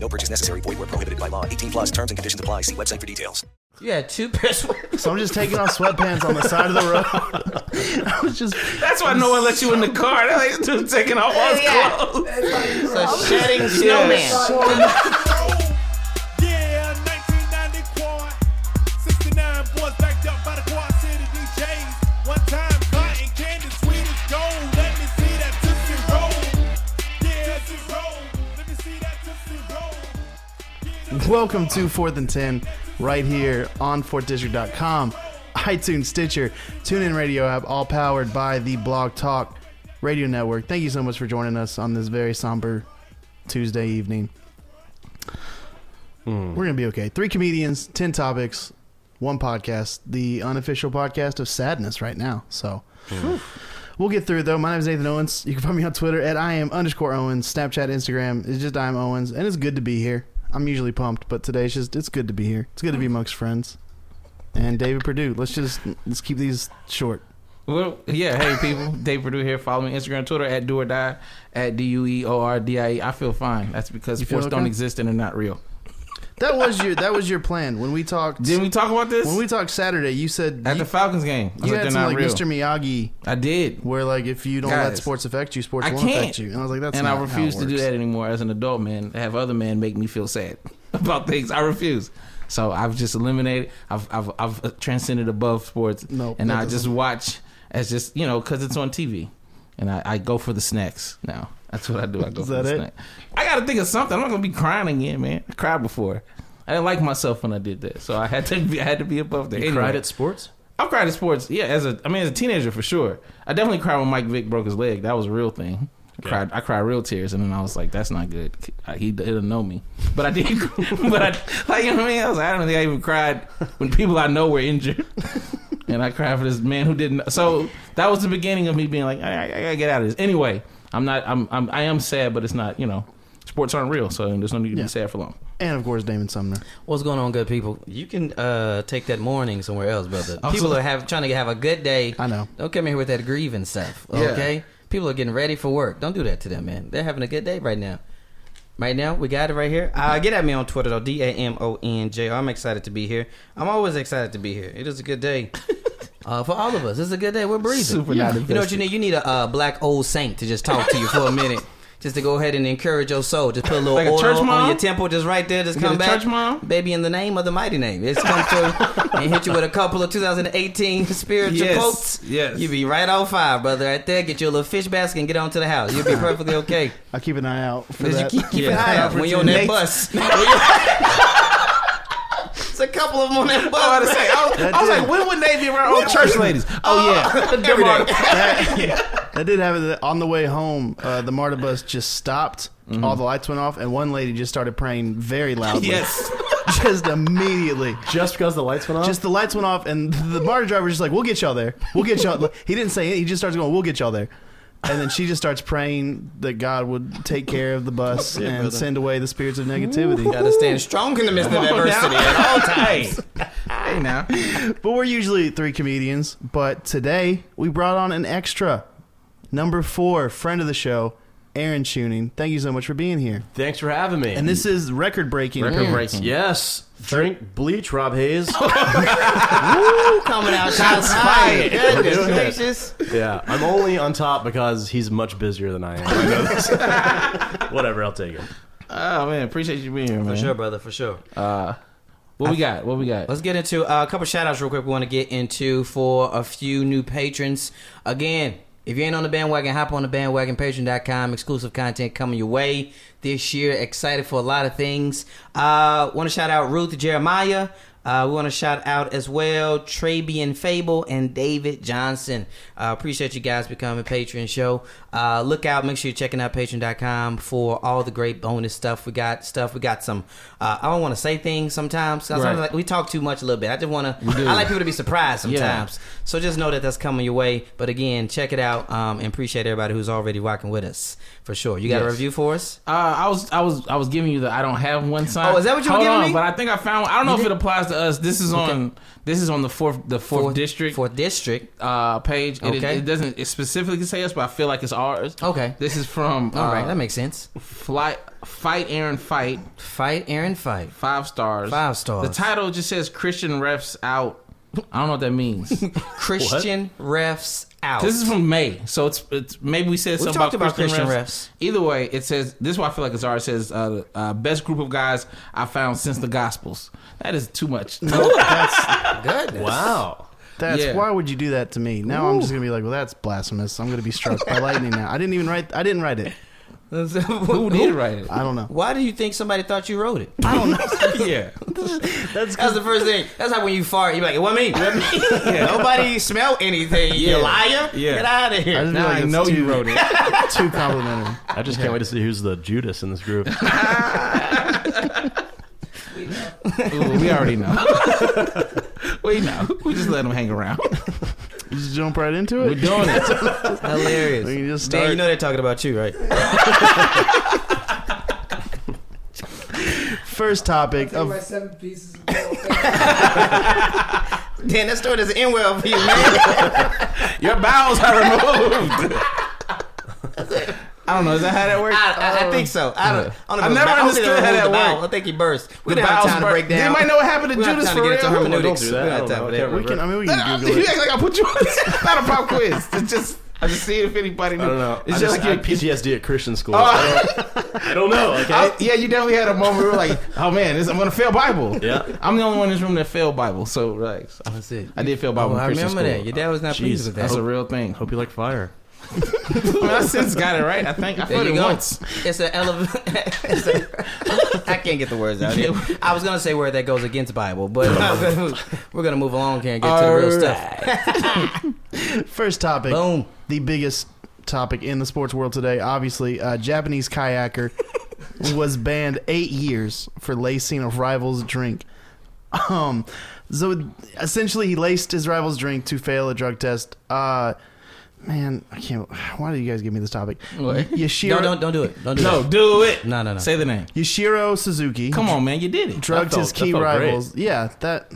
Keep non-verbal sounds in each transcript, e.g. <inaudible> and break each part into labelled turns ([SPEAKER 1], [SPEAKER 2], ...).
[SPEAKER 1] No purchase necessary. Void where prohibited by law. 18 plus terms and conditions apply. See website for details.
[SPEAKER 2] Yeah, two pairs. of-
[SPEAKER 3] So I'm just taking off sweatpants on the side of the road. <laughs> I was just
[SPEAKER 2] That's why no one let you in the car. They're like, dude, taking off all his
[SPEAKER 4] Yeah.
[SPEAKER 2] clothes. So
[SPEAKER 4] <laughs>
[SPEAKER 2] shedding snowman.
[SPEAKER 5] Yeah, 1990 quad. 69 boys backed up by the Quad City DJs. One time, cotton candy, sweet as gold. Let me see that Tootsie Roll. Yeah, Tootsie Roll. Let me see that Tootsie Roll.
[SPEAKER 3] Welcome to Fourth and Ten, right here on fourthdistrict.com, iTunes, Stitcher, TuneIn Radio app, all powered by the Blog Talk Radio Network. Thank you so much for joining us on this very somber Tuesday evening. We're gonna be okay. Three comedians, ten topics, one podcast, the unofficial podcast of sadness right now. So. We'll get through it, though. My name is Nathan Owens. You can find me on Twitter at I am underscore Owens, Snapchat, Instagram. It's just I am Owens, and it's good to be here. I'm usually pumped, but today it's just it's good to be here. It's good to be amongst friends. And David Perdue. Let's just let's keep these short.
[SPEAKER 2] Well, yeah, hey people, Dave Perdue here. Follow me on Instagram, Twitter at do or die at d u e o r d i e. I feel fine. That's because
[SPEAKER 3] feel
[SPEAKER 2] sports don't
[SPEAKER 3] okay?
[SPEAKER 2] exist and they're not real.
[SPEAKER 3] That was your that was your plan when we talked.
[SPEAKER 2] Didn't we talk about this
[SPEAKER 3] when we talked Saturday, you said
[SPEAKER 2] at
[SPEAKER 3] you,
[SPEAKER 2] the Falcons game? I was
[SPEAKER 3] you
[SPEAKER 2] like,
[SPEAKER 3] had
[SPEAKER 2] they're
[SPEAKER 3] some
[SPEAKER 2] not
[SPEAKER 3] like
[SPEAKER 2] real.
[SPEAKER 3] Mr. Miyagi,
[SPEAKER 2] I did.
[SPEAKER 3] where like if you don't let
[SPEAKER 2] Guys,
[SPEAKER 3] sports affect you, sports
[SPEAKER 2] I
[SPEAKER 3] won't affect
[SPEAKER 2] can't.
[SPEAKER 3] you. And I was like, that's
[SPEAKER 2] and
[SPEAKER 3] not
[SPEAKER 2] I refuse
[SPEAKER 3] how
[SPEAKER 2] to
[SPEAKER 3] it
[SPEAKER 2] do
[SPEAKER 3] works.
[SPEAKER 2] that anymore as an adult man. Have other men make me feel sad <laughs> about things. I refuse. So I've just eliminated. I've I've, I've transcended above sports.
[SPEAKER 3] No,
[SPEAKER 2] and
[SPEAKER 3] that
[SPEAKER 2] I just
[SPEAKER 3] doesn't-
[SPEAKER 2] watch as just you know because it's on TV, and I, I go for the snacks now. That's what I do. I go
[SPEAKER 3] <laughs> Is
[SPEAKER 2] for
[SPEAKER 3] that
[SPEAKER 2] the
[SPEAKER 3] it?
[SPEAKER 2] snack. I got to think of something. I'm not gonna be crying again, man. I cried before. I didn't like myself when I did that, so I had to be, I had to be above that.
[SPEAKER 4] You
[SPEAKER 2] Anyway.
[SPEAKER 4] cried at sports?
[SPEAKER 2] I've cried at sports, yeah. As a, I mean, as a teenager for sure. I definitely cried when Mike Vick broke his leg. That was a real thing. I cried, I cried real tears, and then I was like, "That's not good." I, he didn't know me, but I did. <laughs> but I, like you know what I mean. I was like, I don't think I even cried when people I know were injured, <laughs> and I cried for this man who didn't. So that was the beginning of me being like, I, I, I gotta get out of this. Anyway, I'm not. I'm, I'm. I am sad, but it's not. You know, sports aren't real, so there's no need to
[SPEAKER 3] Yeah.
[SPEAKER 2] be sad for long.
[SPEAKER 3] And of course, Damon Sumner.
[SPEAKER 4] What's going on, good people? You can uh, take that morning somewhere else, brother.
[SPEAKER 2] I'm
[SPEAKER 4] People
[SPEAKER 2] so-
[SPEAKER 4] are have, trying to have a good day.
[SPEAKER 3] I know.
[SPEAKER 4] Don't come in here with that grieving stuff,
[SPEAKER 2] Yeah.
[SPEAKER 4] okay? People are getting ready for work. Don't do that to them, man. They're having a good day right now. Right now, we got it right here. Uh, get at me on Twitter, though. D A M O N J. I'm excited to be here. I'm always excited to be here. It is a good
[SPEAKER 2] <laughs>
[SPEAKER 4] day uh, for all of us. It's a good day. We're breathing.
[SPEAKER 2] Super not
[SPEAKER 4] You know what you
[SPEAKER 2] invested.
[SPEAKER 4] need? You need a uh, black old saint to just talk to you for
[SPEAKER 2] <laughs>
[SPEAKER 4] a minute. Just to go ahead and encourage your soul. Just put a little
[SPEAKER 2] Like a
[SPEAKER 4] oil
[SPEAKER 2] church
[SPEAKER 4] on- on
[SPEAKER 2] mom?
[SPEAKER 4] your temple just right there. Just
[SPEAKER 2] Get a
[SPEAKER 4] come back.
[SPEAKER 2] church mom?
[SPEAKER 4] Baby, in the name of the mighty name, it's come <laughs> through and hit you with a couple of 2018 spiritual
[SPEAKER 2] Yes,
[SPEAKER 4] quotes.
[SPEAKER 2] yes.
[SPEAKER 4] you be right on fire, brother. Right there, get you a little fish basket and get on to the house. <laughs> You'll be perfectly okay.
[SPEAKER 3] I keep an eye out for
[SPEAKER 4] Cause you
[SPEAKER 3] that.
[SPEAKER 4] keep, keep
[SPEAKER 2] Yeah.
[SPEAKER 4] an eye out when you're on that bus. <laughs> It's a couple of them on that bus.
[SPEAKER 2] I was about to say, I was, I was like, when would they be around old church ladies? Oh <laughs> yeah, Them
[SPEAKER 4] Every day.
[SPEAKER 2] are-
[SPEAKER 3] <laughs>
[SPEAKER 2] <laughs>
[SPEAKER 3] that, that did happen on the way home. Uh, the MARTA bus just stopped.
[SPEAKER 2] Mm-hmm.
[SPEAKER 3] All the lights went off, and one lady just started praying very loudly.
[SPEAKER 2] Yes.
[SPEAKER 3] <laughs> just immediately.
[SPEAKER 4] Just because the lights went off.
[SPEAKER 3] Just the lights went off, and the MARTA driver was just like, "We'll get y'all there. We'll get y'all." He didn't say it. He just starts going, "We'll get y'all there," and then she just starts praying that God would take care of the bus and send away the spirits of negativity.
[SPEAKER 4] gotta stand strong in the midst of adversity at all times.
[SPEAKER 2] Hey now.
[SPEAKER 3] But we're usually three comedians, but today we brought on an extra. Number four, friend of the show, Aaron Tuning. Thank you so much for being here.
[SPEAKER 4] Thanks for having me.
[SPEAKER 3] And this is record breaking.
[SPEAKER 2] Record breaking.
[SPEAKER 4] yes,
[SPEAKER 3] Drink bleach, Rob Hayes.
[SPEAKER 4] coming out shots fired. Goodness gracious.
[SPEAKER 6] Yeah, I'm only on top because he's much busier than I am. I know this. <laughs> Whatever, I'll take it.
[SPEAKER 2] Oh man, appreciate you being here, man.
[SPEAKER 4] For sure, brother. For sure.
[SPEAKER 2] What we got? What we got?
[SPEAKER 4] Let's get into uh, a couple shout outs real quick. We want to get into for a few new patrons. Again, if you ain't on the bandwagon, hop on the bandwagon, patreon.com. Exclusive content coming your way this year. Excited for a lot of things. Uh, want to shout out Ruth Jeremiah. Uh, we want to shout out as well Trabian Fable and David Johnson. Uh, appreciate you guys becoming Patreon show. Uh, look out, make sure you're checking out patreon.com for all the great bonus stuff. We got stuff. We got some. Uh, I don't want to say things sometimes. Sometimes
[SPEAKER 2] Right.
[SPEAKER 4] like, we talk too much a little bit. I just want
[SPEAKER 2] We do.
[SPEAKER 4] to. I like people to be surprised
[SPEAKER 2] Yeah.
[SPEAKER 4] sometimes. So just know that that's coming your way. But again, check it out um, and appreciate everybody who's already rocking with us for sure. You got a
[SPEAKER 2] Yes.
[SPEAKER 4] review for us?
[SPEAKER 2] Uh, I was I was I was giving you the I don't have one sign.
[SPEAKER 4] Oh, is that what you were
[SPEAKER 2] Hold
[SPEAKER 4] giving
[SPEAKER 2] on,
[SPEAKER 4] me?
[SPEAKER 2] But I think I found. one. I don't know if it applies to us. This is
[SPEAKER 4] Okay.
[SPEAKER 2] on this is on the fourth the fourth, district
[SPEAKER 4] Fourth district.
[SPEAKER 2] uh, page. It,
[SPEAKER 4] Okay.
[SPEAKER 2] it doesn't it specifically say us, but I feel like it's ours.
[SPEAKER 4] Okay.
[SPEAKER 2] This is from uh,
[SPEAKER 4] All right, that makes sense.
[SPEAKER 2] fly, fight Aaron fight
[SPEAKER 4] Fight Aaron,
[SPEAKER 2] <laughs>
[SPEAKER 4] fight.
[SPEAKER 2] five stars
[SPEAKER 4] Five stars.
[SPEAKER 2] The title just says Christian refs out. I don't know what that means.
[SPEAKER 4] <laughs>
[SPEAKER 2] this
[SPEAKER 4] Christian refs out.
[SPEAKER 2] is from May, so it's it's maybe we said
[SPEAKER 4] We
[SPEAKER 2] something
[SPEAKER 4] talked
[SPEAKER 2] about,
[SPEAKER 4] about
[SPEAKER 2] Christian,
[SPEAKER 4] Christian
[SPEAKER 2] refs.
[SPEAKER 4] refs.
[SPEAKER 2] Either way, it says this is why I feel like it's ours. It says uh, uh, best group of guys I found since the Gospels. That is too much.
[SPEAKER 4] goodness.
[SPEAKER 6] Wow.
[SPEAKER 3] That's
[SPEAKER 2] Yeah.
[SPEAKER 3] why would you do that to me? Now I'm just gonna be like, well, that's blasphemous. I'm gonna be struck by lightning now. I didn't even write. I didn't write it.
[SPEAKER 2] <laughs> Who did write
[SPEAKER 3] <laughs>
[SPEAKER 2] it?
[SPEAKER 3] I don't know.
[SPEAKER 4] Why do you think somebody thought you wrote it?
[SPEAKER 2] yeah,
[SPEAKER 6] That's
[SPEAKER 4] That's the first thing. That's like when you fart, you're like,
[SPEAKER 2] <laughs>
[SPEAKER 4] "What me? What me? Nobody smell anything. You liar!
[SPEAKER 2] Yeah.
[SPEAKER 4] Get out of
[SPEAKER 3] I
[SPEAKER 4] here!"
[SPEAKER 3] just
[SPEAKER 2] now
[SPEAKER 3] feel
[SPEAKER 2] I
[SPEAKER 3] it's
[SPEAKER 2] know you
[SPEAKER 3] too-
[SPEAKER 2] wrote it.
[SPEAKER 3] Too complimentary.
[SPEAKER 6] I just can't wait to see who's the Judas in this group.
[SPEAKER 2] Ooh, we already know. we know. We just let them hang around. <laughs>
[SPEAKER 3] You just jump right into
[SPEAKER 2] We're
[SPEAKER 3] it.
[SPEAKER 2] doing it. <laughs>
[SPEAKER 4] Hilarious.
[SPEAKER 3] We can just
[SPEAKER 4] Man, you
[SPEAKER 3] start-
[SPEAKER 4] know they're talking about you, right?
[SPEAKER 3] First topic of
[SPEAKER 7] seven pieces.
[SPEAKER 4] Damn, that story doesn't end well for
[SPEAKER 2] <laughs>
[SPEAKER 4] you, man.
[SPEAKER 2] Your bowels are removed. I don't know. Is that how that works?
[SPEAKER 4] I, I, I think so. I don't. I, don't
[SPEAKER 2] I
[SPEAKER 4] know
[SPEAKER 2] never
[SPEAKER 4] about- I don't think
[SPEAKER 2] understood
[SPEAKER 4] they
[SPEAKER 2] how
[SPEAKER 4] removed
[SPEAKER 2] that
[SPEAKER 4] the bowel.
[SPEAKER 2] worked.
[SPEAKER 4] I think he burst. We
[SPEAKER 2] The
[SPEAKER 4] don't have
[SPEAKER 2] bowels
[SPEAKER 4] time to
[SPEAKER 2] burst.
[SPEAKER 4] break down.
[SPEAKER 2] Anybody know what happened to
[SPEAKER 4] We don't have
[SPEAKER 2] Judas
[SPEAKER 4] time to
[SPEAKER 2] for
[SPEAKER 4] get into
[SPEAKER 2] real?
[SPEAKER 4] hermeneutics.
[SPEAKER 6] Don't
[SPEAKER 4] We
[SPEAKER 6] do that.
[SPEAKER 4] don't
[SPEAKER 6] I
[SPEAKER 4] have
[SPEAKER 6] don't
[SPEAKER 4] time for
[SPEAKER 6] know. I
[SPEAKER 4] that.
[SPEAKER 6] can't
[SPEAKER 3] we can. I mean, we
[SPEAKER 4] <laughs>
[SPEAKER 3] can Google
[SPEAKER 2] you
[SPEAKER 3] it.
[SPEAKER 2] act like I put you on it's not a pop quiz. It's just I just see if anybody knew.
[SPEAKER 6] I don't know.
[SPEAKER 2] It's
[SPEAKER 6] I
[SPEAKER 2] just
[SPEAKER 6] just
[SPEAKER 2] like
[SPEAKER 6] had
[SPEAKER 2] your
[SPEAKER 6] PTSD at Christian school. I, don't, I don't know. Okay.
[SPEAKER 2] I- yeah, you definitely had a moment where you were
[SPEAKER 6] <laughs>
[SPEAKER 2] like, "Oh man, this, I'm gonna fail Bible."
[SPEAKER 6] Yeah.
[SPEAKER 2] I'm the only one in this room that failed Bible, so relax.
[SPEAKER 4] That's it.
[SPEAKER 2] I did fail Bible.
[SPEAKER 4] Oh,
[SPEAKER 2] in
[SPEAKER 4] I
[SPEAKER 2] Christian
[SPEAKER 4] remember that.
[SPEAKER 2] school.
[SPEAKER 4] Your dad was not pleased with that.
[SPEAKER 2] That's a real
[SPEAKER 4] <laughs>
[SPEAKER 2] thing.
[SPEAKER 6] Hope you like fire.
[SPEAKER 2] I, mean, I since got it right. I think I
[SPEAKER 4] There
[SPEAKER 2] failed
[SPEAKER 4] you
[SPEAKER 2] it
[SPEAKER 4] go.
[SPEAKER 2] once.
[SPEAKER 4] It's an <laughs> elephant. I can't get the words out. Here. I was gonna say word that goes against Bible, but <laughs> we're gonna move along here and get to the real stuff.
[SPEAKER 3] First topic.
[SPEAKER 4] Boom.
[SPEAKER 3] The biggest topic in the sports world today. Obviously, a Japanese kayaker was banned eight years for lacing a rival's drink. Um, so essentially, he laced his rival's drink to fail a drug test. Uh, man, I can't. Why do you guys give me this topic?
[SPEAKER 2] What?
[SPEAKER 3] Yashiro,
[SPEAKER 4] No, don't don't do it. Don't do
[SPEAKER 2] No,
[SPEAKER 4] it.
[SPEAKER 2] do it.
[SPEAKER 4] No, no, no.
[SPEAKER 2] Say the name.
[SPEAKER 3] Yashiro Suzuki.
[SPEAKER 2] Come on, man, you did it.
[SPEAKER 3] Drugged
[SPEAKER 6] That felt-
[SPEAKER 3] his
[SPEAKER 6] that
[SPEAKER 3] key
[SPEAKER 6] felt great.
[SPEAKER 3] rivals. Yeah, that.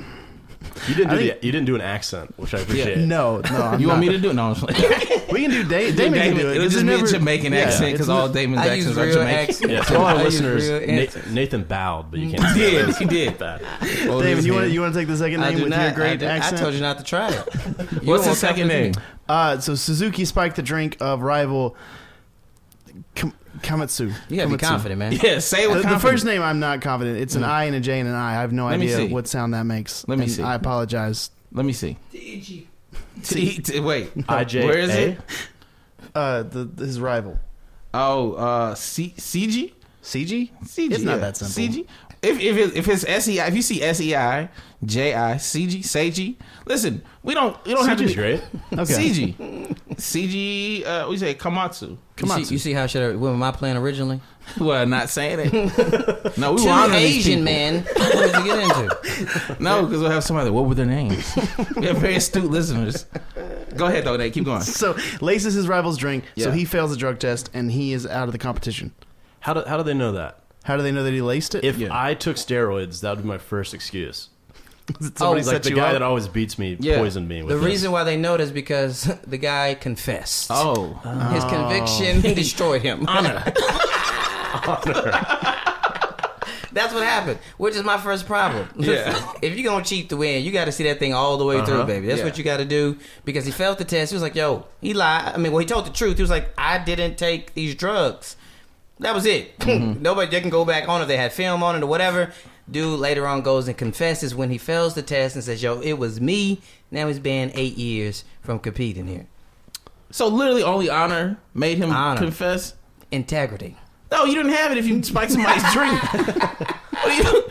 [SPEAKER 6] You didn't do
[SPEAKER 3] I think-
[SPEAKER 6] the, you didn't do an accent, which I appreciate.
[SPEAKER 3] No, no. I'm
[SPEAKER 2] You want
[SPEAKER 3] not.
[SPEAKER 2] me to do it? No, I'm
[SPEAKER 4] <laughs>
[SPEAKER 2] just like,
[SPEAKER 3] We can do Damon. Damon can do it.
[SPEAKER 2] It'll
[SPEAKER 3] This
[SPEAKER 2] just
[SPEAKER 3] is
[SPEAKER 2] be a
[SPEAKER 3] never-
[SPEAKER 2] Jamaican
[SPEAKER 3] Yeah.
[SPEAKER 2] accent because
[SPEAKER 3] It's
[SPEAKER 2] all
[SPEAKER 3] ne-
[SPEAKER 2] Damon's
[SPEAKER 4] I
[SPEAKER 2] accents
[SPEAKER 4] use
[SPEAKER 2] are
[SPEAKER 4] real
[SPEAKER 2] Jamaican.
[SPEAKER 4] accents.
[SPEAKER 6] Yeah, to
[SPEAKER 4] <laughs>
[SPEAKER 6] all
[SPEAKER 4] I
[SPEAKER 6] our
[SPEAKER 4] use
[SPEAKER 6] listeners,
[SPEAKER 4] real
[SPEAKER 6] Nathan,
[SPEAKER 4] accents.
[SPEAKER 6] Nathan bowed, but you
[SPEAKER 2] <laughs>
[SPEAKER 6] can't.
[SPEAKER 2] He
[SPEAKER 6] say
[SPEAKER 2] did. He
[SPEAKER 4] <laughs>
[SPEAKER 2] did.
[SPEAKER 6] that.
[SPEAKER 2] Hold
[SPEAKER 3] David,
[SPEAKER 2] his
[SPEAKER 3] you want to
[SPEAKER 2] hand.
[SPEAKER 3] you want to take the second
[SPEAKER 4] I
[SPEAKER 3] name
[SPEAKER 4] do
[SPEAKER 3] with
[SPEAKER 4] not.
[SPEAKER 3] your
[SPEAKER 4] I,
[SPEAKER 3] great
[SPEAKER 4] do-
[SPEAKER 3] accent?
[SPEAKER 4] I told you not to try it. You
[SPEAKER 2] What's
[SPEAKER 4] don't
[SPEAKER 2] his
[SPEAKER 4] want
[SPEAKER 2] second name?
[SPEAKER 4] competition.
[SPEAKER 3] Uh, so Suzuki spiked the drink of rival Kam- Kamatsu.
[SPEAKER 4] You gotta be
[SPEAKER 3] Kamatsu.
[SPEAKER 4] confident, man.
[SPEAKER 2] Yeah, say
[SPEAKER 3] The,
[SPEAKER 2] what.
[SPEAKER 3] the first name I'm not confident. It's an I and a J and an I. I have no
[SPEAKER 2] Let me
[SPEAKER 3] idea
[SPEAKER 2] see.
[SPEAKER 3] what sound that makes.
[SPEAKER 2] Let me
[SPEAKER 3] and
[SPEAKER 2] see.
[SPEAKER 3] I apologize.
[SPEAKER 2] Let me see.
[SPEAKER 4] E
[SPEAKER 2] T, T, wait.
[SPEAKER 6] I J
[SPEAKER 2] Where is
[SPEAKER 6] A?
[SPEAKER 2] it?
[SPEAKER 3] Uh, the, his rival.
[SPEAKER 2] Oh, uh, C, CG?
[SPEAKER 3] CG?
[SPEAKER 2] CG.
[SPEAKER 3] It's not
[SPEAKER 2] yeah.
[SPEAKER 3] that simple.
[SPEAKER 2] CG. If if it, if it's SEI, if you see E SEI, JI, CG, SAGI, listen, we don't we don't have to
[SPEAKER 6] CG's
[SPEAKER 2] be
[SPEAKER 6] great.
[SPEAKER 3] Okay.
[SPEAKER 2] CG. CG, uh, we say Komatsu.
[SPEAKER 4] You see, you see how I should have went with my plan originally?
[SPEAKER 2] Well, not saying it. No, we
[SPEAKER 4] Two
[SPEAKER 2] will honor these
[SPEAKER 4] Asian
[SPEAKER 2] people.
[SPEAKER 4] man. What did you get into?
[SPEAKER 2] No, because we'll have somebody. What were their names? we have very astute listeners. Go ahead though, Nate. Keep going.
[SPEAKER 3] <laughs> So laces his rival's drink, so
[SPEAKER 2] Yeah.
[SPEAKER 3] he fails the drug test and he is out of the competition.
[SPEAKER 6] How do how do they know that?
[SPEAKER 3] How do they know that he laced it?
[SPEAKER 6] If
[SPEAKER 2] Yeah.
[SPEAKER 6] I took steroids, that would be my first excuse.
[SPEAKER 3] Somebody
[SPEAKER 6] Somebody's Oh, like
[SPEAKER 3] Oh, set
[SPEAKER 6] the
[SPEAKER 3] you
[SPEAKER 6] guy
[SPEAKER 3] up?
[SPEAKER 6] that always beats me,
[SPEAKER 2] Yeah.
[SPEAKER 6] poisoned me. With
[SPEAKER 4] The
[SPEAKER 6] this.
[SPEAKER 4] reason why they know this is because <laughs> the guy confessed.
[SPEAKER 2] Oh,
[SPEAKER 4] His conviction destroyed him. <laughs> Honor. That's what happened, which is my first problem.
[SPEAKER 2] Yeah.
[SPEAKER 4] <laughs> if you're going to cheat to win, you got to see that thing all the way through, baby. That's
[SPEAKER 2] Yeah.
[SPEAKER 4] what you got to do because he failed the test. He was like, yo, he lied. I mean, well, he told the truth. He was like, I didn't take these drugs. That was it. <laughs> Nobody, they can go back on if they had film on it or whatever. Dude later on goes and confesses when he fails the test and says, yo, it was me. Now he's banned eight years from competing here.
[SPEAKER 2] so literally only honor made him
[SPEAKER 4] Honor.
[SPEAKER 2] confess.
[SPEAKER 4] Integrity.
[SPEAKER 2] No, you didn't have it if you spiked somebody's drink.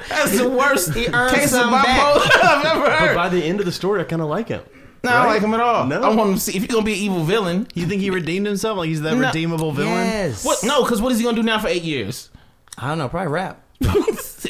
[SPEAKER 2] That's the worst
[SPEAKER 4] He earned
[SPEAKER 2] case of
[SPEAKER 4] some back.
[SPEAKER 2] bipolar I've ever
[SPEAKER 6] But
[SPEAKER 2] heard.
[SPEAKER 6] by the end of the story, I kind of like him.
[SPEAKER 2] no, I don't like him at all.
[SPEAKER 6] No.
[SPEAKER 2] I want him to see if he's gonna be an evil villain.
[SPEAKER 3] You think he redeemed himself? Like he's that
[SPEAKER 2] No.
[SPEAKER 3] redeemable villain?
[SPEAKER 4] Yes.
[SPEAKER 2] What? No, because what is he gonna do now for eight years? <laughs>
[SPEAKER 4] I don't know. Probably rap.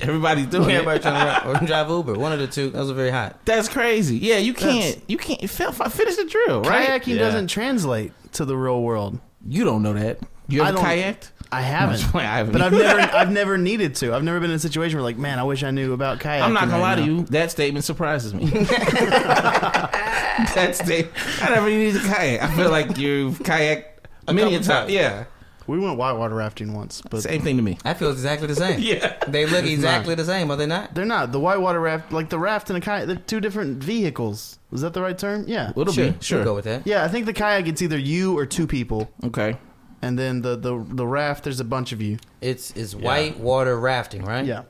[SPEAKER 2] Everybody's doing it.
[SPEAKER 4] Everybody trying to rap or drive Uber. One of the two. Those are very hot.
[SPEAKER 2] That's crazy. Yeah, you can't. you can't. Fin- Finish the drill, right?
[SPEAKER 3] Kayaking doesn't translate to the real world.
[SPEAKER 2] You don't know that. You
[SPEAKER 3] I
[SPEAKER 2] ever
[SPEAKER 3] don't-
[SPEAKER 2] kayaked?
[SPEAKER 3] I
[SPEAKER 2] I'm just
[SPEAKER 3] haven't,
[SPEAKER 2] playing, I haven't.
[SPEAKER 3] but I've never,
[SPEAKER 2] <laughs>
[SPEAKER 3] I've never needed to. I've never been in a situation where, like, man, I wish I knew about kayaking.
[SPEAKER 2] I'm not gonna lie
[SPEAKER 3] right
[SPEAKER 2] to
[SPEAKER 3] now.
[SPEAKER 2] you. That statement surprises me. that statement. I never needed to kayak. I feel like you've kayaked many a
[SPEAKER 4] couple
[SPEAKER 2] time.
[SPEAKER 4] times.
[SPEAKER 2] Yeah,
[SPEAKER 3] We went whitewater rafting once, but
[SPEAKER 2] same thing to me.
[SPEAKER 4] That feels exactly the same.
[SPEAKER 2] <laughs> Yeah.
[SPEAKER 4] They look exactly the same, are they not?
[SPEAKER 3] they're not the whitewater raft. Like the raft and a kayak, they're two different vehicles. Was that the right term? Yeah.
[SPEAKER 2] It'll
[SPEAKER 4] Sure.
[SPEAKER 2] be sure.
[SPEAKER 4] We'll go with that.
[SPEAKER 3] Yeah, I think the kayak it's either you or two people,
[SPEAKER 2] Okay.
[SPEAKER 3] and then the the, the raft there's a bunch of you.
[SPEAKER 4] It's it's white water rafting, right?
[SPEAKER 3] Yeah.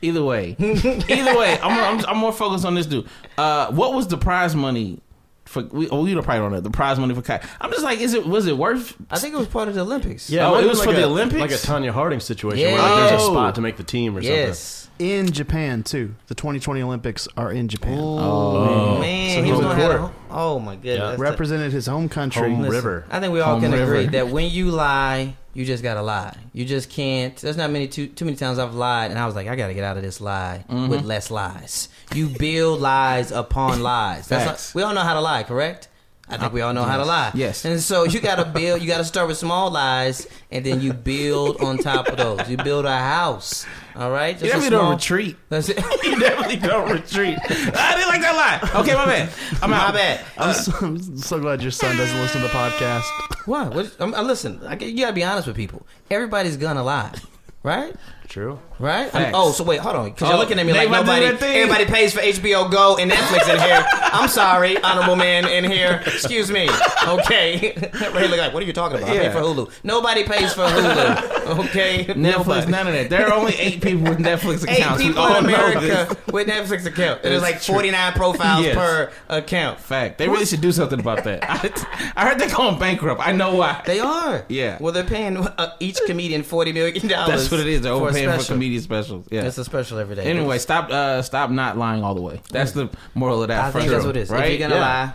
[SPEAKER 2] Either
[SPEAKER 4] <laughs>
[SPEAKER 2] way, either way, I'm, I'm, I'm more focused on this dude. Uh, what was the prize money for? We, oh, you don't probably don't know the prize money for kayak. I'm just like, is it was it worth?
[SPEAKER 4] I think it was part of the Olympics.
[SPEAKER 2] Oh,
[SPEAKER 6] might
[SPEAKER 2] it
[SPEAKER 6] be
[SPEAKER 2] was for the Olympics?
[SPEAKER 6] like a Tanya Harding situation where
[SPEAKER 4] Yeah.
[SPEAKER 6] like, there's a
[SPEAKER 2] Oh.
[SPEAKER 6] spot to make the team or
[SPEAKER 4] Yes.
[SPEAKER 3] In Japan too. The 2020 Olympics are in Japan.
[SPEAKER 4] Oh, man,
[SPEAKER 6] So
[SPEAKER 4] he was
[SPEAKER 6] home
[SPEAKER 4] gonna have.
[SPEAKER 6] court.
[SPEAKER 4] a- Oh my goodness.
[SPEAKER 6] Yeah.
[SPEAKER 4] That's the-
[SPEAKER 3] Represented his home country.
[SPEAKER 6] Home
[SPEAKER 4] Listen,
[SPEAKER 6] River.
[SPEAKER 4] I think we all
[SPEAKER 2] Home
[SPEAKER 4] can
[SPEAKER 2] river.
[SPEAKER 4] agree that when you lie, you just gotta lie. You just can't. There's not many too too many times I've lied, and I was like, I gotta get out of this lie
[SPEAKER 2] Mm-hmm.
[SPEAKER 4] with less lies. You build lies upon lies. That's
[SPEAKER 2] Facts.
[SPEAKER 4] not, we all know how to lie, correct? I think we all know how to lie.
[SPEAKER 2] Yes.
[SPEAKER 4] And so you gotta build. You gotta start with small lies, and then you build on top of those. You build a house. All right. Just
[SPEAKER 2] You
[SPEAKER 4] a
[SPEAKER 2] definitely don't
[SPEAKER 4] small-
[SPEAKER 2] retreat. <laughs>
[SPEAKER 4] That's it. <laughs>
[SPEAKER 2] You definitely don't retreat. I didn't like that lie. Okay, my bad. I'm
[SPEAKER 4] My <laughs>
[SPEAKER 2] out.
[SPEAKER 4] bad.
[SPEAKER 3] <laughs> I'm, so, I'm so glad your son doesn't listen to the podcast.
[SPEAKER 4] Why? What, I'm, I, listen, I, you gotta be honest with people. Everybody's gonna lie, right?
[SPEAKER 6] something. True.
[SPEAKER 4] Right? I'm-
[SPEAKER 2] Facts.
[SPEAKER 4] oh, so wait, hold on. Because you're
[SPEAKER 2] Oh,
[SPEAKER 4] looking at me
[SPEAKER 2] they
[SPEAKER 4] like
[SPEAKER 2] about to do
[SPEAKER 4] nobody,
[SPEAKER 2] that thing.
[SPEAKER 4] everybody pays for HBO Go and Netflix in here. I'm sorry, honorable man in here. Excuse me. Okay. <laughs> Ray look like, what are you talking about? I pay
[SPEAKER 2] Yeah.
[SPEAKER 4] for Hulu. Nobody pays for Hulu.
[SPEAKER 2] <laughs>
[SPEAKER 4] Okay.
[SPEAKER 2] Netflix,
[SPEAKER 4] Nobody.
[SPEAKER 2] none of that. There are only eight people with Netflix
[SPEAKER 4] <laughs> Eight
[SPEAKER 2] accounts. We
[SPEAKER 4] people
[SPEAKER 2] all
[SPEAKER 4] in
[SPEAKER 2] know
[SPEAKER 4] America
[SPEAKER 2] this.
[SPEAKER 4] with Netflix account. There's
[SPEAKER 2] It's
[SPEAKER 4] like
[SPEAKER 2] true.
[SPEAKER 4] 49 profiles
[SPEAKER 2] Yes.
[SPEAKER 4] per account.
[SPEAKER 2] Fact. They really should do something about that. <laughs> I, I heard they're going bankrupt. I know why.
[SPEAKER 4] They are.
[SPEAKER 2] Yeah.
[SPEAKER 4] Well, they're paying uh, each comedian $40 million.
[SPEAKER 2] That's what it is. They're
[SPEAKER 4] a
[SPEAKER 2] overpaying for,
[SPEAKER 4] special.
[SPEAKER 2] comedian specials. Yeah.
[SPEAKER 4] It's a special every day.
[SPEAKER 2] Anyway, stop. Uh, stop not lying all the way. That's the moral of that.
[SPEAKER 4] I think
[SPEAKER 2] for
[SPEAKER 4] that's
[SPEAKER 2] sure,
[SPEAKER 4] what it is.
[SPEAKER 2] Right?
[SPEAKER 4] If you're gonna
[SPEAKER 2] Yeah.
[SPEAKER 4] lie,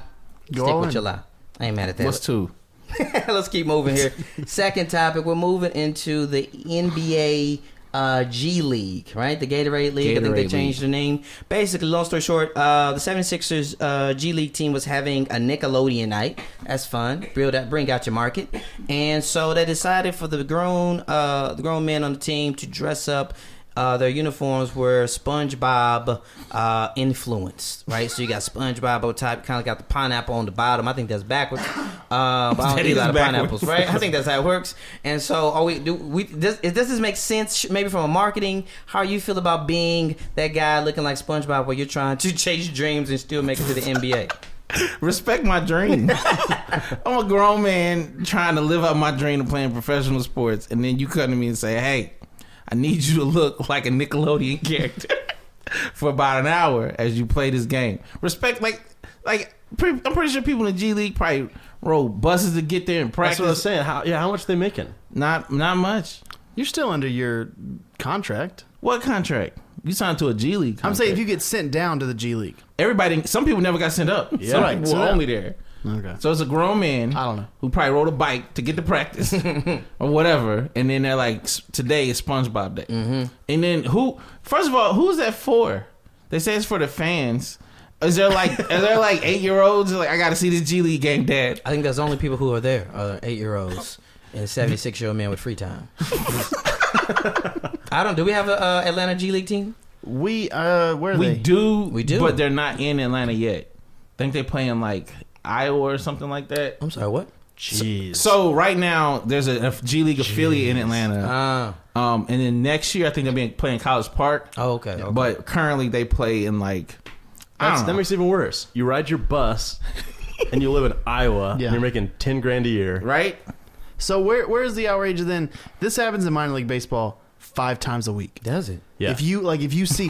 [SPEAKER 3] Go
[SPEAKER 4] stick
[SPEAKER 3] all
[SPEAKER 4] with
[SPEAKER 3] in.
[SPEAKER 4] your lie. I ain't mad at that.
[SPEAKER 2] What's two?
[SPEAKER 4] <laughs> Let's keep moving here. Second topic, we're moving into the NBA uh, G League, right? The Gatorade League. I think they
[SPEAKER 2] Gatorade
[SPEAKER 4] changed the name. Basically, long story short, uh, the 76ers uh, G League team was having a Nickelodeon night. That's fun. Build out, bring out your market. And so they decided for the grown, uh, the grown men on the team to dress up. Uh, their uniforms were SpongeBob uh, influenced, right? So you got SpongeBob on top, kind of got the pineapple on the bottom. I think that's backwards. Uh, but I
[SPEAKER 2] That
[SPEAKER 4] don't eat a
[SPEAKER 2] is
[SPEAKER 4] lot of pineapples,
[SPEAKER 2] backwards.
[SPEAKER 4] right? I think that's how it works. And so, are we do we does does this make sense? sh- Maybe from a marketing, how you feel about being that guy looking like SpongeBob, where you're trying to chase dreams and still make it to the NBA.
[SPEAKER 2] Respect my dream.
[SPEAKER 4] <laughs>
[SPEAKER 2] <laughs> I'm a grown man trying to live out my dream of playing professional sports, and then you come to me and say, "Hey, I need you to look like a Nickelodeon <laughs> character for about an hour as you play this game." Respect, like, like pre- I'm pretty sure people in the G League probably rode buses to get there and
[SPEAKER 6] That's what I was
[SPEAKER 2] practice.
[SPEAKER 6] saying. How, yeah, how much they making?
[SPEAKER 2] Not, not much.
[SPEAKER 3] You're still under your contract.
[SPEAKER 2] What contract? You signed to a G League.
[SPEAKER 3] I'm saying if
[SPEAKER 2] contract.
[SPEAKER 3] you get sent down to the G League.
[SPEAKER 2] everybody, some people never got sent up. Yeah, some
[SPEAKER 6] Right,
[SPEAKER 2] people
[SPEAKER 3] so
[SPEAKER 2] were
[SPEAKER 3] that-
[SPEAKER 2] only there.
[SPEAKER 3] Okay.
[SPEAKER 2] So it's a grown man.
[SPEAKER 3] I don't know.
[SPEAKER 2] Who probably rode a bike to get to practice or whatever, and then they're like, "S- "Today is SpongeBob Day." And then who? First of all, who's that for? They say it's for the fans. Is there like are there like eight year olds like I got to see this G League game, Dad?
[SPEAKER 4] I think that's the only people who are there are eight year olds and seventy six year old men with free time. <laughs> I don't. Do we have a uh, Atlanta G League team?
[SPEAKER 3] We uh where are
[SPEAKER 2] We
[SPEAKER 3] they?
[SPEAKER 2] do,
[SPEAKER 4] We do.
[SPEAKER 2] but they're not in Atlanta yet. think they play in like Iowa or something like that.
[SPEAKER 4] I'm sorry. What?
[SPEAKER 6] Jeez.
[SPEAKER 2] So right now there's a a G League affiliate in Atlanta,
[SPEAKER 4] Ah.
[SPEAKER 2] um, and then next year I think they'll be playing College Park.
[SPEAKER 4] oh, okay. okay.
[SPEAKER 2] But currently they play in like I
[SPEAKER 6] That's,
[SPEAKER 2] don't
[SPEAKER 6] that
[SPEAKER 2] know.
[SPEAKER 6] makes it even worse. You ride your bus and you live in Iowa
[SPEAKER 3] Yeah.
[SPEAKER 6] and you're making 10 grand a year.
[SPEAKER 2] right?
[SPEAKER 3] So where where is the outrage then? This happens in minor league baseball five times a week.
[SPEAKER 4] does it?
[SPEAKER 6] Yeah.
[SPEAKER 3] If you like, if you
[SPEAKER 6] <laughs>
[SPEAKER 3] see,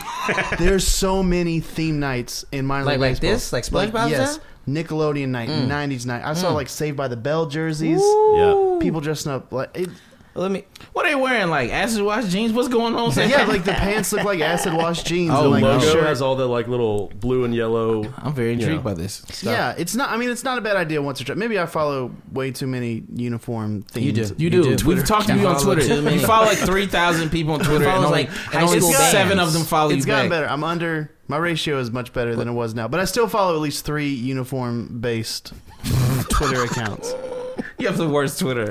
[SPEAKER 3] there's so many theme nights in minor
[SPEAKER 4] Like-
[SPEAKER 3] league
[SPEAKER 4] like
[SPEAKER 3] baseball.
[SPEAKER 4] this? Like SpongeBob's Mm.
[SPEAKER 3] yes,
[SPEAKER 4] out?
[SPEAKER 3] Nickelodeon night, '90s night. I saw like Saved by the Bell jerseys.
[SPEAKER 6] yeah.
[SPEAKER 3] People dressing up like it,
[SPEAKER 4] Let me.
[SPEAKER 2] What they wearing? Like acid wash jeans? What's going on?
[SPEAKER 3] yeah, like the pants look like acid wash jeans.
[SPEAKER 6] The
[SPEAKER 3] and like the
[SPEAKER 6] Oh, logo
[SPEAKER 3] shirt-
[SPEAKER 6] has all the like little blue and yellow.
[SPEAKER 4] Um,
[SPEAKER 2] I'm <laughs> very
[SPEAKER 6] you
[SPEAKER 2] intrigued
[SPEAKER 6] know.
[SPEAKER 2] by this.
[SPEAKER 3] Yeah, it's not. I mean, it's not a bad idea once or twice. Maybe I follow way too many uniform themes.
[SPEAKER 4] You do.
[SPEAKER 2] You do. We've talked to you on
[SPEAKER 4] Follow
[SPEAKER 2] Twitter.
[SPEAKER 4] too many.
[SPEAKER 2] You follow like three thousand people on <laughs> Twitter, and
[SPEAKER 4] Follows,
[SPEAKER 2] only,
[SPEAKER 4] like,
[SPEAKER 2] and
[SPEAKER 4] high
[SPEAKER 2] only
[SPEAKER 4] school
[SPEAKER 2] seven
[SPEAKER 4] bands.
[SPEAKER 2] of them follow
[SPEAKER 3] It's
[SPEAKER 2] you back.
[SPEAKER 3] gotten better. I'm under. My ratio is much better than it was now, but I still follow at least three uniform-based <laughs> Twitter accounts.
[SPEAKER 2] You have the worst Twitter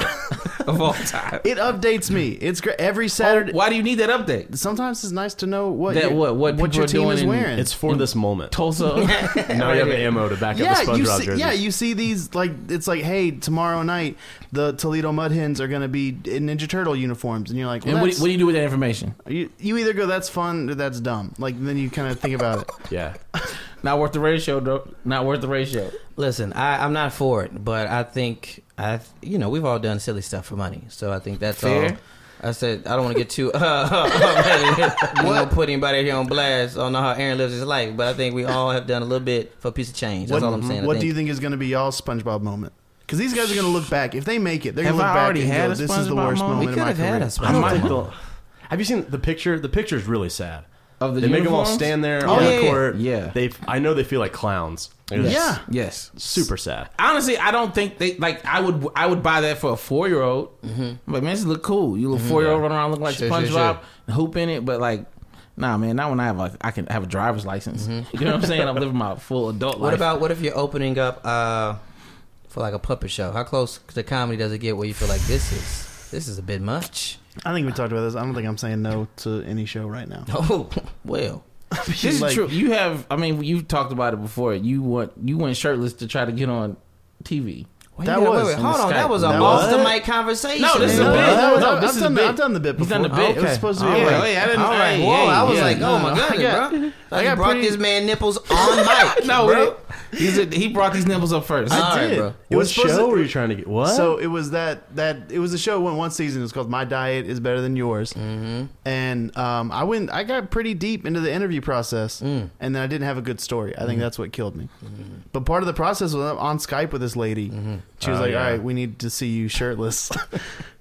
[SPEAKER 2] of all time.
[SPEAKER 3] It updates me. It's great
[SPEAKER 2] Oh,
[SPEAKER 3] every Saturday.
[SPEAKER 2] Why do you need that
[SPEAKER 3] <laughs>
[SPEAKER 2] update?
[SPEAKER 3] Sometimes it's nice to know what
[SPEAKER 2] That
[SPEAKER 3] your,
[SPEAKER 2] what- what people
[SPEAKER 3] your
[SPEAKER 2] are
[SPEAKER 3] team
[SPEAKER 2] doing
[SPEAKER 3] is
[SPEAKER 2] in-
[SPEAKER 3] wearing.
[SPEAKER 6] It's for this moment.
[SPEAKER 2] Tulsa.
[SPEAKER 6] now you have ammo to back
[SPEAKER 3] yeah,
[SPEAKER 6] up the SpongeBob
[SPEAKER 3] you see,
[SPEAKER 6] jersey.
[SPEAKER 3] yeah, you see these like it's like, hey, tomorrow night the Toledo Mud Hens are going to be in Ninja Turtle uniforms, and you're like, well,
[SPEAKER 2] and what, do-
[SPEAKER 3] that's-
[SPEAKER 2] what do you do with that information?
[SPEAKER 3] you, you either go that's fun or that's dumb. Like then you kind of think about it.
[SPEAKER 6] yeah.
[SPEAKER 2] Not worth the ratio, bro. Not worth the ratio.
[SPEAKER 4] Listen, I, I'm not for it, but I think I, th- you know, we've all done silly stuff for money, so I think that's
[SPEAKER 2] Fair.
[SPEAKER 4] all. I said I don't want to get too. <laughs> Uh,
[SPEAKER 3] <laughs>
[SPEAKER 4] uh, I'm gonna put anybody here on blast. I don't know how Aaron lives his life, but I think we all have done a little bit for a piece of change. That's
[SPEAKER 3] what
[SPEAKER 4] all I'm saying. I
[SPEAKER 3] what
[SPEAKER 4] think.
[SPEAKER 3] do you think is going to be y'all's SpongeBob moment? Because these guys are going to look back if they make it. They're going
[SPEAKER 2] Have
[SPEAKER 3] to look
[SPEAKER 2] I
[SPEAKER 3] back
[SPEAKER 2] already
[SPEAKER 3] and go,
[SPEAKER 2] had a
[SPEAKER 3] "This is the
[SPEAKER 2] SpongeBob moment?
[SPEAKER 3] worst moment
[SPEAKER 4] We
[SPEAKER 3] in
[SPEAKER 4] could
[SPEAKER 3] my
[SPEAKER 4] have
[SPEAKER 3] career."
[SPEAKER 4] had us.
[SPEAKER 6] I don't think they'll. Have you seen the picture? The picture's really sad.
[SPEAKER 2] Of the
[SPEAKER 6] they make them all
[SPEAKER 2] uniforms?
[SPEAKER 6] stand there
[SPEAKER 2] Oh,
[SPEAKER 6] on
[SPEAKER 2] yeah,
[SPEAKER 6] the court.
[SPEAKER 2] yeah.
[SPEAKER 6] They. I know they feel like clowns. It's
[SPEAKER 3] Yeah,
[SPEAKER 2] Yes.
[SPEAKER 6] Super sad.
[SPEAKER 2] Honestly, I don't think they like. I would I would buy that for a four year old. But man, this look cool. You little four year old running around looking like
[SPEAKER 4] Mm-hmm. Sure, sure,
[SPEAKER 2] SpongeBob, hooping it. But like, nah, man, not when I have like I can have a driver's license. You know what I'm saying? I'm living my full adult
[SPEAKER 4] Mm-hmm. What
[SPEAKER 2] life.
[SPEAKER 4] about what if you're opening up uh, for like a puppet show? How close to comedy does it get where you feel like this is this is a bit much?
[SPEAKER 3] I think we talked about this. I don't think I'm saying no to any show right now.
[SPEAKER 4] Oh <laughs> well,
[SPEAKER 2] this? Is
[SPEAKER 3] like-
[SPEAKER 2] true. You have. I mean, you've talked about it before. You went you went shirtless to try to get on TV.
[SPEAKER 4] Wait,
[SPEAKER 3] That
[SPEAKER 4] wait,
[SPEAKER 3] was-
[SPEAKER 4] wait, hold
[SPEAKER 2] in
[SPEAKER 4] on.
[SPEAKER 2] Skype.
[SPEAKER 4] That was an
[SPEAKER 3] That
[SPEAKER 4] off the
[SPEAKER 3] was-
[SPEAKER 4] mic conversation.
[SPEAKER 2] No, this is a
[SPEAKER 3] No,
[SPEAKER 2] bit.
[SPEAKER 3] no,
[SPEAKER 2] No,
[SPEAKER 3] no,
[SPEAKER 2] no,
[SPEAKER 3] I've
[SPEAKER 2] this is
[SPEAKER 3] done
[SPEAKER 2] a
[SPEAKER 3] the-
[SPEAKER 2] bit.
[SPEAKER 3] I've done the bit
[SPEAKER 2] He's done the
[SPEAKER 3] before.
[SPEAKER 2] bit.
[SPEAKER 3] It was supposed to be
[SPEAKER 2] Oh,
[SPEAKER 3] a
[SPEAKER 2] yeah,
[SPEAKER 3] break.
[SPEAKER 2] yeah, I didn't.
[SPEAKER 4] All right,
[SPEAKER 2] hey,
[SPEAKER 4] whoa!
[SPEAKER 2] hey,
[SPEAKER 4] I was
[SPEAKER 2] yeah.
[SPEAKER 4] like, oh
[SPEAKER 3] no,
[SPEAKER 4] my
[SPEAKER 3] I
[SPEAKER 4] god,
[SPEAKER 3] got-
[SPEAKER 4] bro!
[SPEAKER 3] I
[SPEAKER 4] <laughs> I
[SPEAKER 3] got
[SPEAKER 4] brought
[SPEAKER 3] pretty-
[SPEAKER 4] this man nipples on <laughs>
[SPEAKER 2] <laughs>
[SPEAKER 4] mic.
[SPEAKER 2] no,
[SPEAKER 4] bro.
[SPEAKER 2] bro. He's a, he brought these nipples up first.
[SPEAKER 4] I
[SPEAKER 3] I
[SPEAKER 4] All right,
[SPEAKER 3] did.
[SPEAKER 4] bro.
[SPEAKER 3] It
[SPEAKER 6] What
[SPEAKER 3] was supposed
[SPEAKER 6] show
[SPEAKER 3] to-
[SPEAKER 6] were you trying to get? What?
[SPEAKER 3] So it was that that it was a show it went one season. It was called My Diet Is Better Than Yours, mm-hmm. and um, I went. I got pretty deep into the interview process, and then I didn't have a good story. I think that's what killed me. But part of the process was I'm on Skype with this lady. She was
[SPEAKER 6] Oh,
[SPEAKER 3] like,
[SPEAKER 6] yeah.
[SPEAKER 3] "All right, we need to see you shirtless." I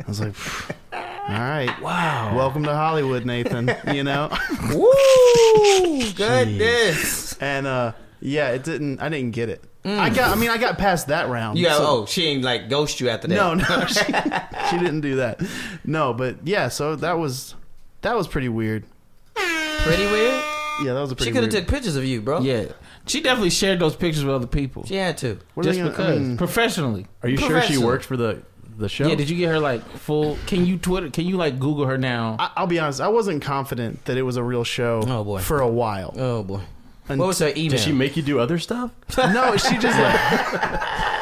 [SPEAKER 3] was like, "Phew. "All right, wow, welcome to Hollywood, Nathan." You know, <laughs>
[SPEAKER 4] Woo! Goodness.
[SPEAKER 3] and uh, yeah, it didn't. I didn't get it. I got. I mean, I got past that round.
[SPEAKER 4] You got
[SPEAKER 3] so-
[SPEAKER 4] oh, she ain't like ghost you after that.
[SPEAKER 3] No, no, she, she didn't do that. No, but yeah, so that was that was pretty weird.
[SPEAKER 4] pretty weird.
[SPEAKER 3] Yeah, that was a
[SPEAKER 4] She
[SPEAKER 3] pretty.
[SPEAKER 4] could have
[SPEAKER 3] weird.
[SPEAKER 4] took pictures of you, bro.
[SPEAKER 2] <laughs> Yeah, she definitely shared those pictures with other people.
[SPEAKER 4] she had to.
[SPEAKER 3] What are
[SPEAKER 2] just
[SPEAKER 3] they gonna- I
[SPEAKER 2] because
[SPEAKER 3] mean,
[SPEAKER 2] professionally.
[SPEAKER 6] Are you sure she
[SPEAKER 4] Professional.
[SPEAKER 6] worked for the the show?
[SPEAKER 2] Yeah, did you get her like full? Can you Twitter? Can you like Google her now?
[SPEAKER 3] I, I'll be honest, I wasn't confident that it was a real show.
[SPEAKER 4] Oh, boy.
[SPEAKER 3] for a while.
[SPEAKER 4] Oh boy.
[SPEAKER 3] And-
[SPEAKER 4] What was her email?
[SPEAKER 6] Did she make you do other
[SPEAKER 2] <laughs>
[SPEAKER 6] stuff?
[SPEAKER 3] <laughs> no, she just like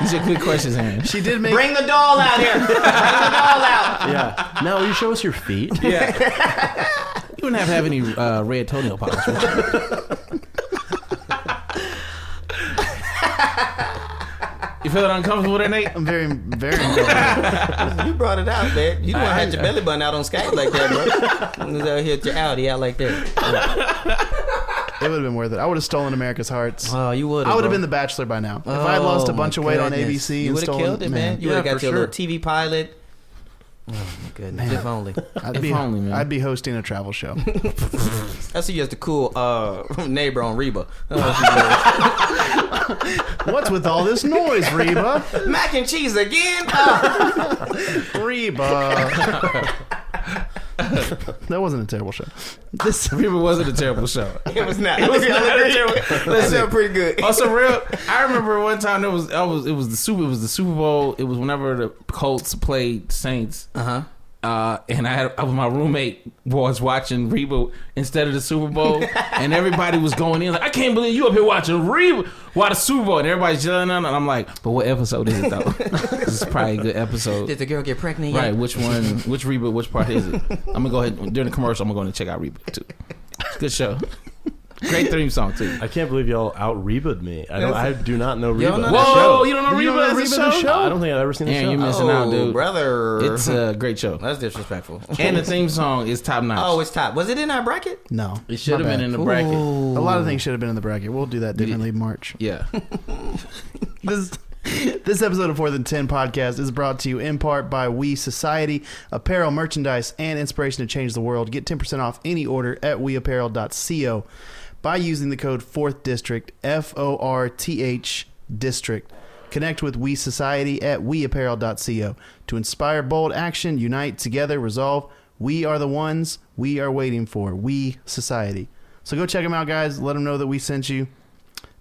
[SPEAKER 2] These are good questions, Aaron.
[SPEAKER 3] she did make.
[SPEAKER 4] <laughs> Bring the doll out here. Bring the doll out.
[SPEAKER 6] yeah. Now will you show us your feet?
[SPEAKER 2] Yeah. you wouldn't have to have any uh, red toenail polish. would you? <laughs> you feeling uncomfortable there, Nate?
[SPEAKER 3] <laughs> I'm very
[SPEAKER 4] <laughs>
[SPEAKER 3] very. uncomfortable.
[SPEAKER 4] <laughs> You brought it out, man. You don't have your belly button out on Skype like that, <laughs> bro. You was out here with your Audi out like that.
[SPEAKER 3] it would have been worth it. I would have stolen America's hearts.
[SPEAKER 4] Oh, you would.
[SPEAKER 3] I would have been the Bachelor by now if I had
[SPEAKER 4] Oh,
[SPEAKER 3] lost a
[SPEAKER 4] my
[SPEAKER 3] bunch of weight on
[SPEAKER 4] goodness.
[SPEAKER 3] ABC
[SPEAKER 4] You
[SPEAKER 3] and
[SPEAKER 4] would have
[SPEAKER 3] stolen.
[SPEAKER 4] killed it, man. You
[SPEAKER 6] Yeah,
[SPEAKER 4] would have got
[SPEAKER 6] for
[SPEAKER 4] your little
[SPEAKER 6] sure.
[SPEAKER 4] TV pilot. Oh my goodness! If only.
[SPEAKER 3] I'd
[SPEAKER 2] If
[SPEAKER 3] be
[SPEAKER 2] only, man.
[SPEAKER 3] I'd be hosting a travel show.
[SPEAKER 4] I see you as the cool uh, <laughs> neighbor on Reba. That's what
[SPEAKER 3] What's with all this noise, Reba?
[SPEAKER 4] you <laughs> is. Mac and cheese again. Oh.
[SPEAKER 3] Reba. <laughs> that wasn't a terrible show.
[SPEAKER 2] This Reba wasn't a terrible show.
[SPEAKER 4] <laughs> It was not. <laughs> It was not. That sounded pretty good. <laughs>
[SPEAKER 2] Also, Oh, real. I remember one time there was I was it was the super it was the Super Bowl. It was whenever the Colts played Saints.
[SPEAKER 4] Uh huh.
[SPEAKER 2] uh, and I had I was, my roommate was watching Reba instead of the Super
[SPEAKER 4] <laughs>
[SPEAKER 2] Bowl, and everybody was going in like, I can't believe you up here watching Reba while the Super Bowl, and everybody's yelling at her, and I'm like, but what episode is it
[SPEAKER 4] <laughs>
[SPEAKER 2] though? this is probably a good
[SPEAKER 4] Did
[SPEAKER 2] episode,
[SPEAKER 4] the girl get pregnant yet?
[SPEAKER 2] right? Which one? Which Reba? Which part is it? I'm gonna go ahead during the commercial. I'm gonna go in and check out Reba too. Good show, great theme song
[SPEAKER 4] Uh-huh.
[SPEAKER 2] too.
[SPEAKER 6] I can't believe y'all out Rebaed me. I don't. I do not know
[SPEAKER 4] You don't
[SPEAKER 6] Reba.
[SPEAKER 4] know that
[SPEAKER 2] Whoa, you don't know
[SPEAKER 3] You
[SPEAKER 2] Reba,
[SPEAKER 3] don't know
[SPEAKER 2] as a
[SPEAKER 3] Reba the
[SPEAKER 2] show?
[SPEAKER 3] show?
[SPEAKER 6] I don't think I've ever seen the
[SPEAKER 2] Yeah,
[SPEAKER 6] show.
[SPEAKER 2] you missed- Missing
[SPEAKER 4] oh,
[SPEAKER 2] out, dude.
[SPEAKER 4] brother.
[SPEAKER 2] It's a great show,
[SPEAKER 4] That's <laughs> disrespectful.
[SPEAKER 2] and
[SPEAKER 4] <laughs>
[SPEAKER 2] the theme song is top notch.
[SPEAKER 4] oh, it's top. Was it in our bracket?
[SPEAKER 3] No,
[SPEAKER 2] it should have been in the bracket.
[SPEAKER 6] <laughs>
[SPEAKER 3] A lot of things should have been in the bracket. We'll do that differently in March. <laughs>
[SPEAKER 2] Yeah.
[SPEAKER 3] This This episode of Fourth and Ten podcast is brought to you in part by We Society, apparel, merchandise, and inspiration to change the world. Get 10% off any order at weapparel.co by using the code 4th District, F O R T H District. Connect with We Society at weapparel.co to inspire bold action, unite together, resolve. We are the ones we are waiting for. We Society. So go check them out, guys. Let them know that we sent you.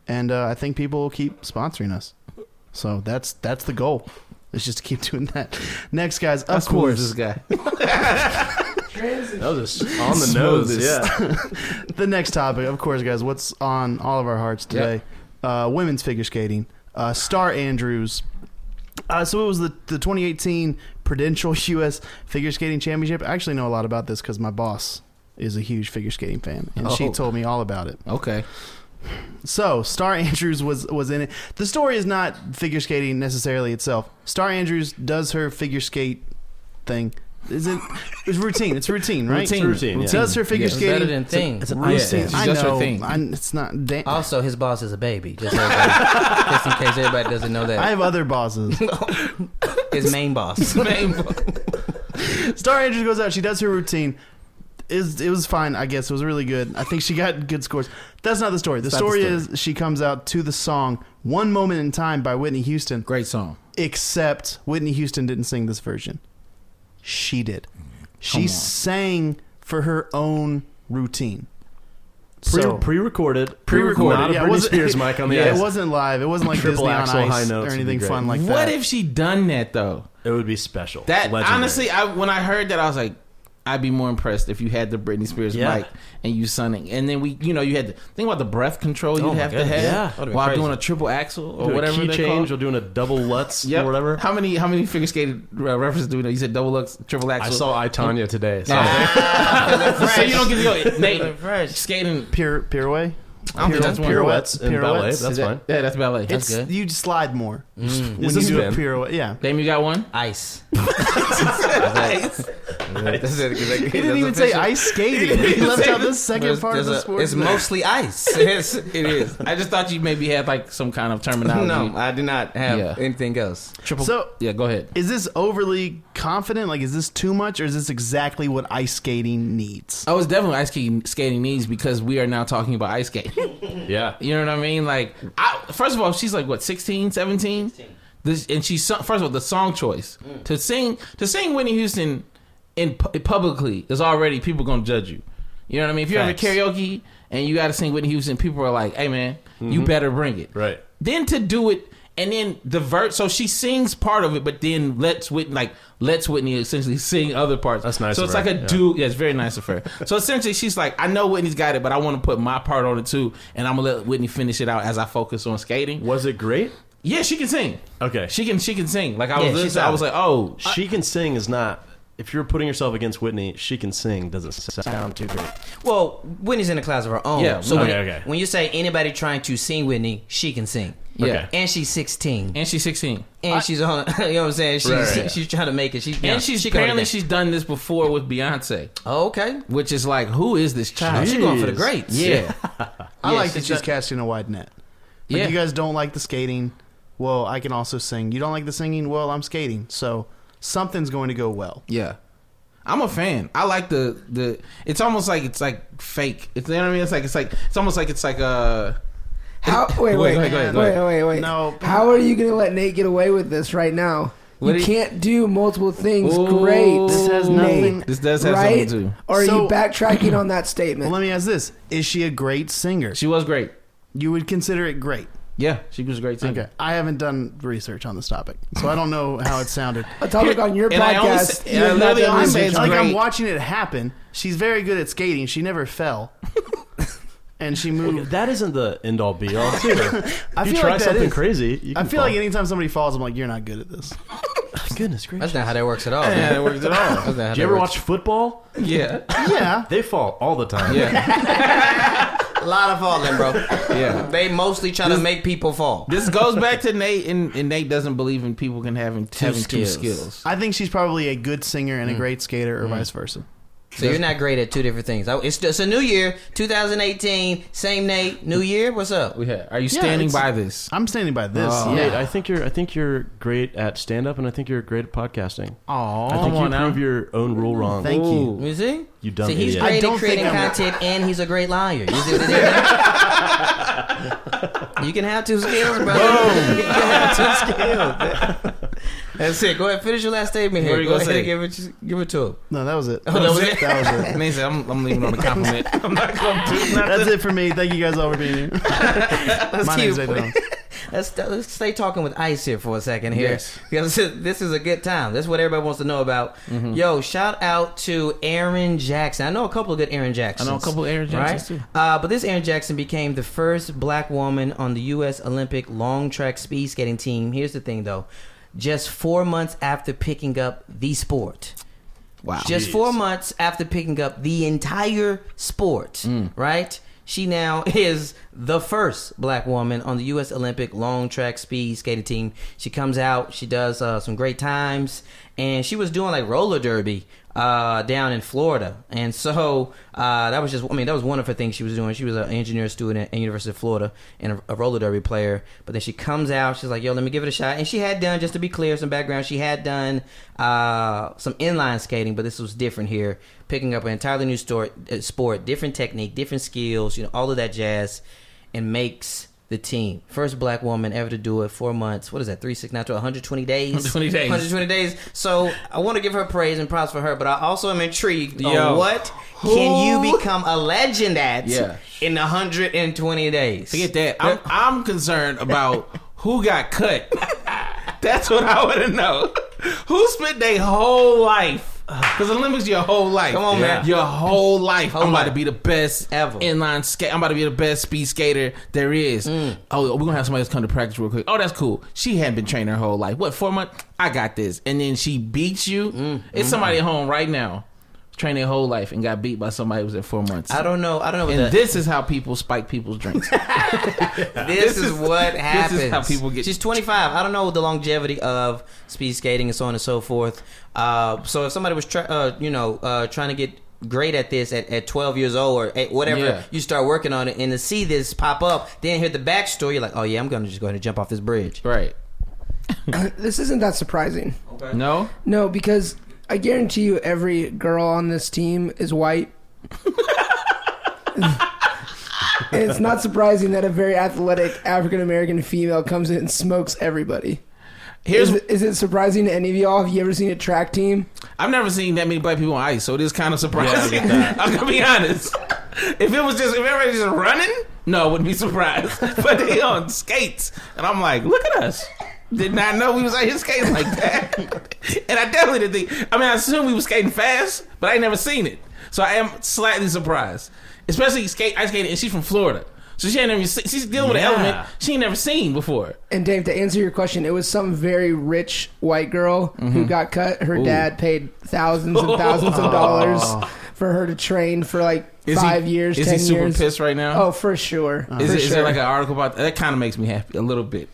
[SPEAKER 3] And uh, I think people will keep sponsoring us. So that's that's the goal. It's just to keep <laughs> doing that. Next, guys, of
[SPEAKER 2] Of course, this
[SPEAKER 3] course,
[SPEAKER 2] guy. <laughs>
[SPEAKER 6] That was just on the
[SPEAKER 2] Smooth
[SPEAKER 6] nose.
[SPEAKER 2] as-
[SPEAKER 6] Yeah.
[SPEAKER 3] the next topic, of course, guys, what's on all of our hearts today? Uh, women's figure skating. Uh, Star Andrews. Uh, so it was the, the 2018 Prudential <laughs> U.S. Figure Skating Championship. I actually know a lot about this because my boss is a huge figure skating fan, and she
[SPEAKER 2] Oh.
[SPEAKER 3] told me all about it.
[SPEAKER 2] Okay.
[SPEAKER 3] So Star <laughs> Andrews was was in it. The story is not figure skating necessarily itself. Star Andrews does her figure skate thing. Is it? It's routine. It's routine, right?
[SPEAKER 2] Routine.
[SPEAKER 6] routine, yeah.
[SPEAKER 3] Does her figure
[SPEAKER 2] Yeah.
[SPEAKER 3] skating?
[SPEAKER 4] better than thing.
[SPEAKER 6] It's an
[SPEAKER 2] Yeah.
[SPEAKER 6] ice dance.
[SPEAKER 2] It's
[SPEAKER 3] I
[SPEAKER 2] just her
[SPEAKER 3] know.
[SPEAKER 2] thing.
[SPEAKER 3] I, it's not. Da-
[SPEAKER 4] Also, his boss is a baby. Just, <laughs> everybody- just in case everybody doesn't know that.
[SPEAKER 3] I have other
[SPEAKER 4] <laughs>
[SPEAKER 3] bosses.
[SPEAKER 4] his <laughs> main boss.
[SPEAKER 2] Name-
[SPEAKER 3] Star Andrews goes out. She does her routine. Is it was fine. I guess it was really good. I think she got good scores. That's not the story. The,
[SPEAKER 2] not the
[SPEAKER 3] story,
[SPEAKER 2] story.
[SPEAKER 3] is she comes out to the song "One Moment in Time" by Whitney Houston.
[SPEAKER 2] Great song.
[SPEAKER 3] except Whitney Houston didn't sing this version. She did.
[SPEAKER 2] Come
[SPEAKER 3] She
[SPEAKER 2] on.
[SPEAKER 3] sang for her own routine.
[SPEAKER 6] Pre-
[SPEAKER 3] So-
[SPEAKER 6] pre-recorded,
[SPEAKER 2] Pre-recorded.
[SPEAKER 6] Not a
[SPEAKER 3] Yeah, it
[SPEAKER 6] Britney
[SPEAKER 3] wasn't-
[SPEAKER 6] <laughs> Spears mic on the
[SPEAKER 3] Yeah,
[SPEAKER 6] ice.
[SPEAKER 3] it wasn't live. It wasn't like
[SPEAKER 6] Triple
[SPEAKER 3] Disney
[SPEAKER 6] axel
[SPEAKER 3] on
[SPEAKER 6] high
[SPEAKER 3] ice
[SPEAKER 6] notes
[SPEAKER 3] or
[SPEAKER 6] would be
[SPEAKER 3] anything
[SPEAKER 6] great.
[SPEAKER 3] fun like
[SPEAKER 2] what
[SPEAKER 3] that.
[SPEAKER 2] if she done that though?
[SPEAKER 6] It would be special.
[SPEAKER 2] That
[SPEAKER 6] Legendary.
[SPEAKER 2] honestly, I when I heard that, I was like, I'd be more impressed if you had the Britney Spears
[SPEAKER 6] Yeah.
[SPEAKER 2] mic and you sunning. And then we, you know, you had to think about the breath control you'd
[SPEAKER 4] my
[SPEAKER 2] have
[SPEAKER 4] goodness.
[SPEAKER 2] to
[SPEAKER 6] Oh Yeah.
[SPEAKER 2] have
[SPEAKER 6] That'd
[SPEAKER 4] have been
[SPEAKER 2] while
[SPEAKER 4] crazy.
[SPEAKER 2] doing a triple axle or
[SPEAKER 6] Doing a
[SPEAKER 2] whatever
[SPEAKER 6] key
[SPEAKER 2] they're
[SPEAKER 6] change or
[SPEAKER 2] called.
[SPEAKER 6] doing a double lutz
[SPEAKER 2] Yep.
[SPEAKER 6] or whatever.
[SPEAKER 2] How many how many figure skated uh, references do we know? You said double lux, triple axle. Oh.
[SPEAKER 6] I saw I Tanya today. So
[SPEAKER 2] <laughs> so you don't get to
[SPEAKER 6] <laughs>
[SPEAKER 2] go Nate
[SPEAKER 4] Fresh.
[SPEAKER 2] skating.
[SPEAKER 3] Pir- pirouette?
[SPEAKER 2] I don't think that's one.
[SPEAKER 6] pirouettes
[SPEAKER 3] Pirouettes.
[SPEAKER 6] and ballet.
[SPEAKER 3] Pirouettes.
[SPEAKER 6] That's
[SPEAKER 2] Is that-
[SPEAKER 6] fine.
[SPEAKER 2] Yeah, that's ballet.
[SPEAKER 3] It's
[SPEAKER 4] good.
[SPEAKER 3] you slide more when
[SPEAKER 6] this
[SPEAKER 3] you do a
[SPEAKER 6] band?
[SPEAKER 3] pirouette. Yeah,
[SPEAKER 2] Damn, you got one.
[SPEAKER 4] <laughs> Ice.
[SPEAKER 3] he didn't even say ice skating. he left out the second part of the sport.
[SPEAKER 4] It's mostly ice. <laughs>
[SPEAKER 2] Yes, it is. I just thought you maybe had like some kind of terminology.
[SPEAKER 4] no, I do not have
[SPEAKER 2] Yeah.
[SPEAKER 4] anything else.
[SPEAKER 2] triple.
[SPEAKER 3] So-
[SPEAKER 2] yeah, go ahead.
[SPEAKER 3] Is this overly confident? Like, is this too much, or is this exactly what ice skating needs?
[SPEAKER 2] I was definitely ice skating, skating knees because we are now talking about ice skating.
[SPEAKER 6] Yeah.
[SPEAKER 2] You know what I mean? Like, I, first of all, she's like what 16, 17? This, and she's first of all the song choice to sing to sing Whitney Houston in pu- publicly is already people gonna judge you. You know what I mean? If you're at a
[SPEAKER 6] Facts.
[SPEAKER 2] karaoke and you got to sing Whitney Houston, people are like, "Hey man, you better bring it."
[SPEAKER 6] Mm-hmm. Right.
[SPEAKER 2] Then to do it and then divert, so she sings part of it, but then lets Whitney like lets Whitney essentially sing other parts.
[SPEAKER 6] That's nice
[SPEAKER 2] So
[SPEAKER 6] of
[SPEAKER 2] it's
[SPEAKER 6] her,
[SPEAKER 2] like a
[SPEAKER 6] yeah.
[SPEAKER 2] dude. Yeah, it's very nice of her. So essentially, she's like, I know Whitney's got it, but I want to put my part on it too, and I'm gonna let Whitney finish it out as I focus on skating.
[SPEAKER 6] Was it great?
[SPEAKER 2] Yeah, she can sing.
[SPEAKER 6] Okay.
[SPEAKER 2] She can. She can sing. Like I
[SPEAKER 4] Yeah,
[SPEAKER 2] was,
[SPEAKER 4] she's Uh,
[SPEAKER 2] listening, I was like, oh,
[SPEAKER 6] She can sing is not. If you're putting yourself against Whitney, she can sing. Doesn't sound too great.
[SPEAKER 4] Well, Whitney's in a class of her own.
[SPEAKER 2] Yeah,
[SPEAKER 4] So when,
[SPEAKER 6] okay, okay.
[SPEAKER 4] when you say anybody trying to sing Whitney, she can sing.
[SPEAKER 2] yeah.
[SPEAKER 6] okay.
[SPEAKER 4] And she's 16.
[SPEAKER 2] And she's 16,
[SPEAKER 4] And she's on. <laughs> You know what I'm saying? She's
[SPEAKER 6] Right, right.
[SPEAKER 4] she's trying to make it. She, yeah,
[SPEAKER 2] and she's
[SPEAKER 4] she can
[SPEAKER 2] apparently
[SPEAKER 4] already dance.
[SPEAKER 2] she's done this before with Beyonce,
[SPEAKER 4] Oh, okay.
[SPEAKER 2] which is like, who is this child?
[SPEAKER 6] Jeez.
[SPEAKER 4] She's going for the greats.
[SPEAKER 2] Yeah,
[SPEAKER 4] <laughs>
[SPEAKER 3] I
[SPEAKER 2] Yeah,
[SPEAKER 3] like that
[SPEAKER 2] she's
[SPEAKER 3] she's
[SPEAKER 2] got-
[SPEAKER 3] casting a wide net. Like,
[SPEAKER 2] Yeah.
[SPEAKER 3] You guys don't like the skating. Well, I can also sing. You don't like the singing. Well, I'm skating. So something's going to go well.
[SPEAKER 2] yeah. I'm a fan. I like the the. It's almost like it's like fake. It's you know what I mean. It's like it's like it's almost like it's like uh
[SPEAKER 7] How,
[SPEAKER 2] <laughs> Wait,
[SPEAKER 7] wait, wait,
[SPEAKER 2] go
[SPEAKER 7] wait,
[SPEAKER 2] ahead, go ahead,
[SPEAKER 7] wait,
[SPEAKER 2] go ahead.
[SPEAKER 7] wait, wait,
[SPEAKER 3] No.
[SPEAKER 7] How are you going to let Nate get away with this right now?
[SPEAKER 2] What do you-
[SPEAKER 7] you can't do multiple things.
[SPEAKER 2] Ooh.
[SPEAKER 7] Great.
[SPEAKER 2] This
[SPEAKER 3] has
[SPEAKER 7] Nate,
[SPEAKER 3] nothing-
[SPEAKER 2] This does have
[SPEAKER 7] right?
[SPEAKER 2] something to do.
[SPEAKER 7] Or are
[SPEAKER 3] So-
[SPEAKER 7] you backtracking on that
[SPEAKER 3] Well,
[SPEAKER 7] statement?
[SPEAKER 3] let me ask this: Is she a great singer?
[SPEAKER 2] she was great.
[SPEAKER 3] you would consider it great.
[SPEAKER 2] Yeah, she was a great singer.
[SPEAKER 3] Okay. I haven't done research on this topic, so I don't know how it sounded.
[SPEAKER 7] a topic on your
[SPEAKER 2] and I only
[SPEAKER 7] podcast.
[SPEAKER 2] say-
[SPEAKER 7] you
[SPEAKER 2] and I
[SPEAKER 7] have
[SPEAKER 2] literally
[SPEAKER 7] not done
[SPEAKER 2] only
[SPEAKER 3] I'm,
[SPEAKER 2] say
[SPEAKER 7] research
[SPEAKER 2] it's
[SPEAKER 7] on.
[SPEAKER 3] like I'm
[SPEAKER 2] great.
[SPEAKER 3] watching it happen. She's very good at skating. She never fell, and she moved.
[SPEAKER 6] That isn't the end all be all. Too.
[SPEAKER 3] I
[SPEAKER 6] if you
[SPEAKER 3] feel
[SPEAKER 6] try
[SPEAKER 3] like that
[SPEAKER 6] something
[SPEAKER 3] is-
[SPEAKER 6] crazy, you
[SPEAKER 3] I
[SPEAKER 6] can
[SPEAKER 3] feel like
[SPEAKER 6] fall.
[SPEAKER 3] anytime somebody falls, I'm like, you're not good at this.
[SPEAKER 6] Goodness gracious.
[SPEAKER 4] That's not how that works at all. man.
[SPEAKER 2] Yeah, it works at all.
[SPEAKER 4] <laughs> That's not how
[SPEAKER 6] Do
[SPEAKER 4] that
[SPEAKER 6] you ever
[SPEAKER 4] works.
[SPEAKER 6] watch football?
[SPEAKER 2] Yeah,
[SPEAKER 3] Yeah.
[SPEAKER 6] They fall all the time. <laughs>
[SPEAKER 2] yeah,
[SPEAKER 4] A lot of falling, bro.
[SPEAKER 2] <laughs> yeah.
[SPEAKER 4] they mostly try to make people fall.
[SPEAKER 2] This goes back to Nate, and, and Nate doesn't believe in people can having having two
[SPEAKER 4] skills.
[SPEAKER 2] skills.
[SPEAKER 3] I think she's probably a good singer and a great skater, or vice versa.
[SPEAKER 4] So you're not great at two different things. I- It's, it's a new year, 2018, same Nate, new year. What's up?
[SPEAKER 2] We had. Are you standing
[SPEAKER 3] it's-
[SPEAKER 2] by this?
[SPEAKER 3] I'm standing by this.
[SPEAKER 2] Oh.
[SPEAKER 3] yeah.
[SPEAKER 6] Nate, I think you're. I think you're great at stand up, and I think you're great at podcasting.
[SPEAKER 2] Oh,
[SPEAKER 6] I think you prove your own rule wrong.
[SPEAKER 3] Thank you.
[SPEAKER 4] You see?
[SPEAKER 6] You dumb
[SPEAKER 4] see, he's
[SPEAKER 6] idiot.
[SPEAKER 3] I
[SPEAKER 4] great
[SPEAKER 3] don't
[SPEAKER 4] at
[SPEAKER 3] think
[SPEAKER 4] creating
[SPEAKER 3] I'm-
[SPEAKER 4] content, and he's a great liar. You see what it is? you can have two skills, brother. <laughs> you can have two skills. <laughs> That's it. Go ahead, finish your last statement here.
[SPEAKER 2] What are you
[SPEAKER 4] Go
[SPEAKER 2] gonna
[SPEAKER 4] ahead and
[SPEAKER 2] say?
[SPEAKER 4] give it, give it to him.
[SPEAKER 3] No, that was it.
[SPEAKER 4] Oh, that was it?
[SPEAKER 3] That was it.
[SPEAKER 2] And they said, I'm, I'm leaving on a <laughs> compliment. I'm not going to do nothing.
[SPEAKER 3] That's it for me. Thank you guys all for being here. <laughs>
[SPEAKER 4] Let's
[SPEAKER 3] My
[SPEAKER 4] keep-
[SPEAKER 3] name's Nathan Owens.
[SPEAKER 4] Let's, let's stay talking with Ice here for a second here.
[SPEAKER 2] Yes.
[SPEAKER 4] Because <laughs> this is a good time. That's what everybody wants to know about.
[SPEAKER 2] Mm-hmm.
[SPEAKER 4] Yo, shout out to Aaron Jackson. I know a couple of good Aaron Jacksons.
[SPEAKER 2] I know a couple of Aaron Jacksons,
[SPEAKER 4] right?
[SPEAKER 2] too.
[SPEAKER 4] Uh, but this Aaron Jackson became the first black woman on the U.S. Olympic long track speed skating team. Here's the thing, though. Just four months after picking up the sport.
[SPEAKER 2] Wow.
[SPEAKER 4] Just four months after picking up the entire sport, right? She now <laughs> is the first black woman on the U.S. Olympic long track speed skating team. She comes out, she does uh, some great times, and she was doing like roller derby uh, down in Florida. And so uh, that was just, I mean, that was one of her things she was doing. She was an engineer student at University of Florida and a, a roller derby player. But then she comes out, she's like, yo, let me give it a shot. And she had done, just to be clear, some background, she had done uh, some inline skating, but this was different here. Picking up an entirely new store, uh, sport, different technique, different skills, you know, all of that jazz, and makes the team. First black woman ever to do it, four months. What is that, three, six, nine, 12, 120 days?
[SPEAKER 2] 120 days.
[SPEAKER 4] 120 days. So I want to give her praise and props for her, but I also am intrigued on
[SPEAKER 2] Yo.
[SPEAKER 4] what can
[SPEAKER 2] Who-
[SPEAKER 4] you become a legend at
[SPEAKER 2] Yeah.
[SPEAKER 4] in 120 days.
[SPEAKER 2] Forget that. I'm, I'm concerned about who got cut. That's what I want to know. Who spent their whole life? Because Olympics, your whole life.
[SPEAKER 4] Come on, man.
[SPEAKER 2] Your whole life.
[SPEAKER 4] Whole
[SPEAKER 2] I'm about
[SPEAKER 4] life.
[SPEAKER 2] to be the best
[SPEAKER 4] Ever.
[SPEAKER 2] inline skate. I'm about to be the best speed skater there is.
[SPEAKER 4] Mm.
[SPEAKER 2] Oh, we're gonna have somebody else come to practice real quick. Oh, that's cool. She hadn't been training her whole life. What four months? I got this. And then she beats you.
[SPEAKER 4] Mm,
[SPEAKER 2] It's somebody at home right now, trained their whole life and got beat by somebody who was at four months.
[SPEAKER 4] I don't know. I don't know. What
[SPEAKER 2] and
[SPEAKER 4] the, this,
[SPEAKER 2] this is how people spike people's
[SPEAKER 4] <laughs>
[SPEAKER 2] drinks. this
[SPEAKER 4] is
[SPEAKER 2] is- <laughs>
[SPEAKER 4] what
[SPEAKER 2] this is
[SPEAKER 4] happens.
[SPEAKER 2] how people get-
[SPEAKER 4] She's 25. I don't know the longevity of speed skating and so on and so forth. Uh, so if somebody was, try, uh, you know, uh, trying to get great at this at, at 12 years old or at whatever
[SPEAKER 2] Yeah.
[SPEAKER 4] you start working on it and to see this pop up then hear the backstory you're like oh yeah i'm gonna just go ahead and jump off this bridge
[SPEAKER 2] Right.
[SPEAKER 7] This isn't that surprising.
[SPEAKER 2] No?
[SPEAKER 7] No, because I guarantee you, every girl on this team is white. <laughs> and it's not surprising that a very athletic African American female comes in and smokes everybody.
[SPEAKER 2] Here's
[SPEAKER 7] is, it- is it surprising to any of y'all? Have you ever seen a track team?
[SPEAKER 2] I've never seen that many black people on ice, so it is kind of surprising. <laughs> I'm gonna be honest. If it was just if everybody's just running, no, I wouldn't be surprised. <laughs> But they on skates, and I'm like, look at us. Did not know we was out here skating like that. <laughs> and I definitely didn't think. I mean, I assumed we was skating fast, but I ain't never seen it, so I am slightly surprised. Especially skate ice skating, and she's from Florida, so she ain't never. Seen, she's dealing with
[SPEAKER 6] Yeah.
[SPEAKER 2] an element she ain't never seen before.
[SPEAKER 7] And Dave, to answer your question, it was some very rich white girl who
[SPEAKER 2] Mm-hmm.
[SPEAKER 7] got cut. Her dad paid thousands and thousands
[SPEAKER 2] <laughs>
[SPEAKER 7] of dollars for her to train for like
[SPEAKER 2] Is he-
[SPEAKER 7] five years,
[SPEAKER 2] is he
[SPEAKER 7] ten
[SPEAKER 2] super
[SPEAKER 7] years.
[SPEAKER 2] pissed right now?
[SPEAKER 7] Oh, for sure.
[SPEAKER 2] Is,
[SPEAKER 7] for
[SPEAKER 2] it, is
[SPEAKER 7] sure.
[SPEAKER 2] there like an article about that? That kind of makes me happy a little bit.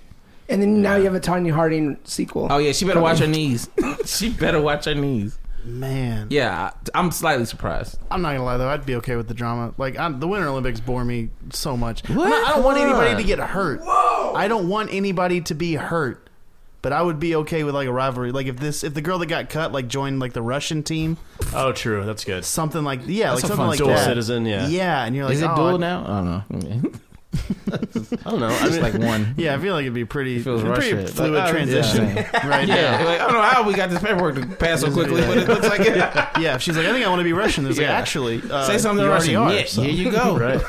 [SPEAKER 7] and then now you have a Tanya Harding sequel.
[SPEAKER 2] Oh yeah, she better watch her knees. she better watch her knees.
[SPEAKER 3] Man,
[SPEAKER 2] Yeah, I- I'm slightly surprised.
[SPEAKER 3] I'm not gonna lie though. I'd be okay with the drama. Like I'm, the Winter Olympics bore me so much. I'm
[SPEAKER 2] What?
[SPEAKER 3] not- I don't want
[SPEAKER 2] Come
[SPEAKER 3] anybody
[SPEAKER 2] on.
[SPEAKER 3] to get hurt. I don't want anybody to be hurt. But I would be okay with like a rivalry. Like if this, if the girl that got cut like joined like the Russian team,
[SPEAKER 6] Oh, true. That's good.
[SPEAKER 3] something like yeah,
[SPEAKER 2] That's
[SPEAKER 3] like
[SPEAKER 2] a
[SPEAKER 3] something
[SPEAKER 2] fun
[SPEAKER 3] like
[SPEAKER 2] dual
[SPEAKER 3] that.
[SPEAKER 6] citizen, yeah.
[SPEAKER 3] yeah. And you're like,
[SPEAKER 2] Is it
[SPEAKER 3] oh,
[SPEAKER 2] dual
[SPEAKER 3] I-
[SPEAKER 2] now? I don't know. <laughs>
[SPEAKER 6] I don't know. I
[SPEAKER 2] It's
[SPEAKER 6] mean,
[SPEAKER 2] like one.
[SPEAKER 3] Yeah, I feel like it'd be pretty,
[SPEAKER 2] feels
[SPEAKER 3] pretty
[SPEAKER 2] Russia.
[SPEAKER 3] fluid
[SPEAKER 2] Like, oh,
[SPEAKER 3] transition,
[SPEAKER 2] <laughs>
[SPEAKER 3] right?
[SPEAKER 2] Yeah, like, I don't know how we got this paperwork to pass so quickly, but it looks like it.
[SPEAKER 3] Yeah, if she's like, I think I want to be Russian. There's
[SPEAKER 2] Yeah.
[SPEAKER 3] like, actually, uh,
[SPEAKER 2] Say something
[SPEAKER 3] you
[SPEAKER 2] Russian.
[SPEAKER 3] already Are,
[SPEAKER 2] yeah,
[SPEAKER 3] so.
[SPEAKER 2] Here you go.
[SPEAKER 6] right.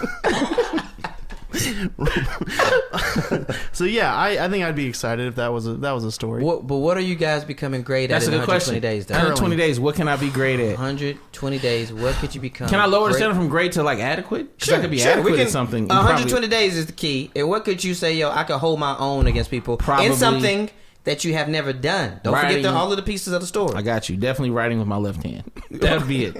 [SPEAKER 3] so yeah, I, I think I'd be excited if that was a that was a story.
[SPEAKER 4] what, but what are you guys becoming great
[SPEAKER 2] That's a
[SPEAKER 4] at in
[SPEAKER 2] good
[SPEAKER 4] 120
[SPEAKER 2] question.
[SPEAKER 4] days though?
[SPEAKER 2] 120 days. What can I be great at?
[SPEAKER 4] 120 days what could you become
[SPEAKER 2] Can I lower the
[SPEAKER 4] great
[SPEAKER 2] standard from great to like adequate? Because I could be
[SPEAKER 4] Sure,
[SPEAKER 2] adequate
[SPEAKER 4] we can-
[SPEAKER 2] at something. and
[SPEAKER 4] 120
[SPEAKER 2] probably-
[SPEAKER 4] days is the key. And what could you say, yo, I could hold my own against people
[SPEAKER 2] Probably-
[SPEAKER 4] in something that you have never done. Don't
[SPEAKER 2] Writing.
[SPEAKER 4] forget the, all of the pieces of the story.
[SPEAKER 2] I got you. Definitely writing with my left hand. <laughs> That'd be it.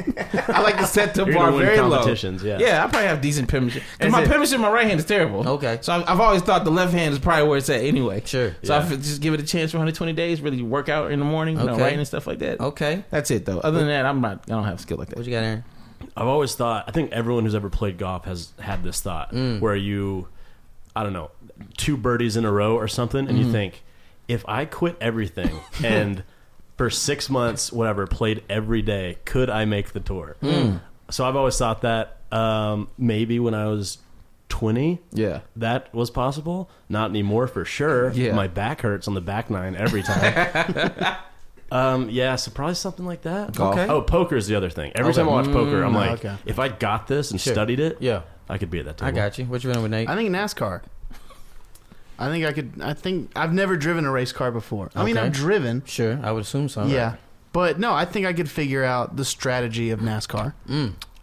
[SPEAKER 2] I like to set the
[SPEAKER 6] You're
[SPEAKER 2] bar
[SPEAKER 6] gonna win
[SPEAKER 2] very low.
[SPEAKER 6] competitions, yeah.
[SPEAKER 2] yeah, I probably have decent penmanship. 'Cause
[SPEAKER 6] Is
[SPEAKER 2] my
[SPEAKER 6] it-
[SPEAKER 2] penmanship, in my right hand is terrible.
[SPEAKER 4] Okay.
[SPEAKER 2] so I've, I've always thought the left hand is probably where it's at anyway.
[SPEAKER 4] Sure.
[SPEAKER 2] So I f- just give it a chance for 120 days. Really work out in the morning, you know,
[SPEAKER 4] Okay.
[SPEAKER 2] writing and stuff like that.
[SPEAKER 4] okay.
[SPEAKER 2] That's it though. Other than that, I'm not. I don't have skill like
[SPEAKER 4] What
[SPEAKER 2] that.
[SPEAKER 4] you got, Aaron?
[SPEAKER 6] I've always thought. I think everyone who's ever played golf has had this thought
[SPEAKER 2] Mm.
[SPEAKER 6] where you, I don't know, two birdies in a row or something, and you
[SPEAKER 2] Mm-hmm.
[SPEAKER 6] think, if I quit
[SPEAKER 2] <laughs>
[SPEAKER 6] everything and for six months, whatever, played every day, could I make the tour?
[SPEAKER 2] Mm.
[SPEAKER 6] So I've always thought that um, maybe when I was twenty,
[SPEAKER 2] Yeah.
[SPEAKER 6] that was possible. Not anymore, for sure.
[SPEAKER 2] Yeah.
[SPEAKER 6] my back hurts on the back nine every time.
[SPEAKER 2] <laughs>
[SPEAKER 6] um, yeah, so probably something like that.
[SPEAKER 2] Golf.
[SPEAKER 4] Okay.
[SPEAKER 6] Oh, poker's the other thing. Every time I watch poker, I'm like,
[SPEAKER 3] okay.
[SPEAKER 6] if I got this and studied it,
[SPEAKER 4] Yeah.
[SPEAKER 6] I could be at that table.
[SPEAKER 4] I got you. What you running with, Nate?
[SPEAKER 3] I think NASCAR. I think I could. I think I've never driven a race car before. I mean,
[SPEAKER 4] Okay.
[SPEAKER 3] I've driven.
[SPEAKER 4] sure. I would assume so.
[SPEAKER 3] yeah, but no, I think I could figure out the strategy of NASCAR.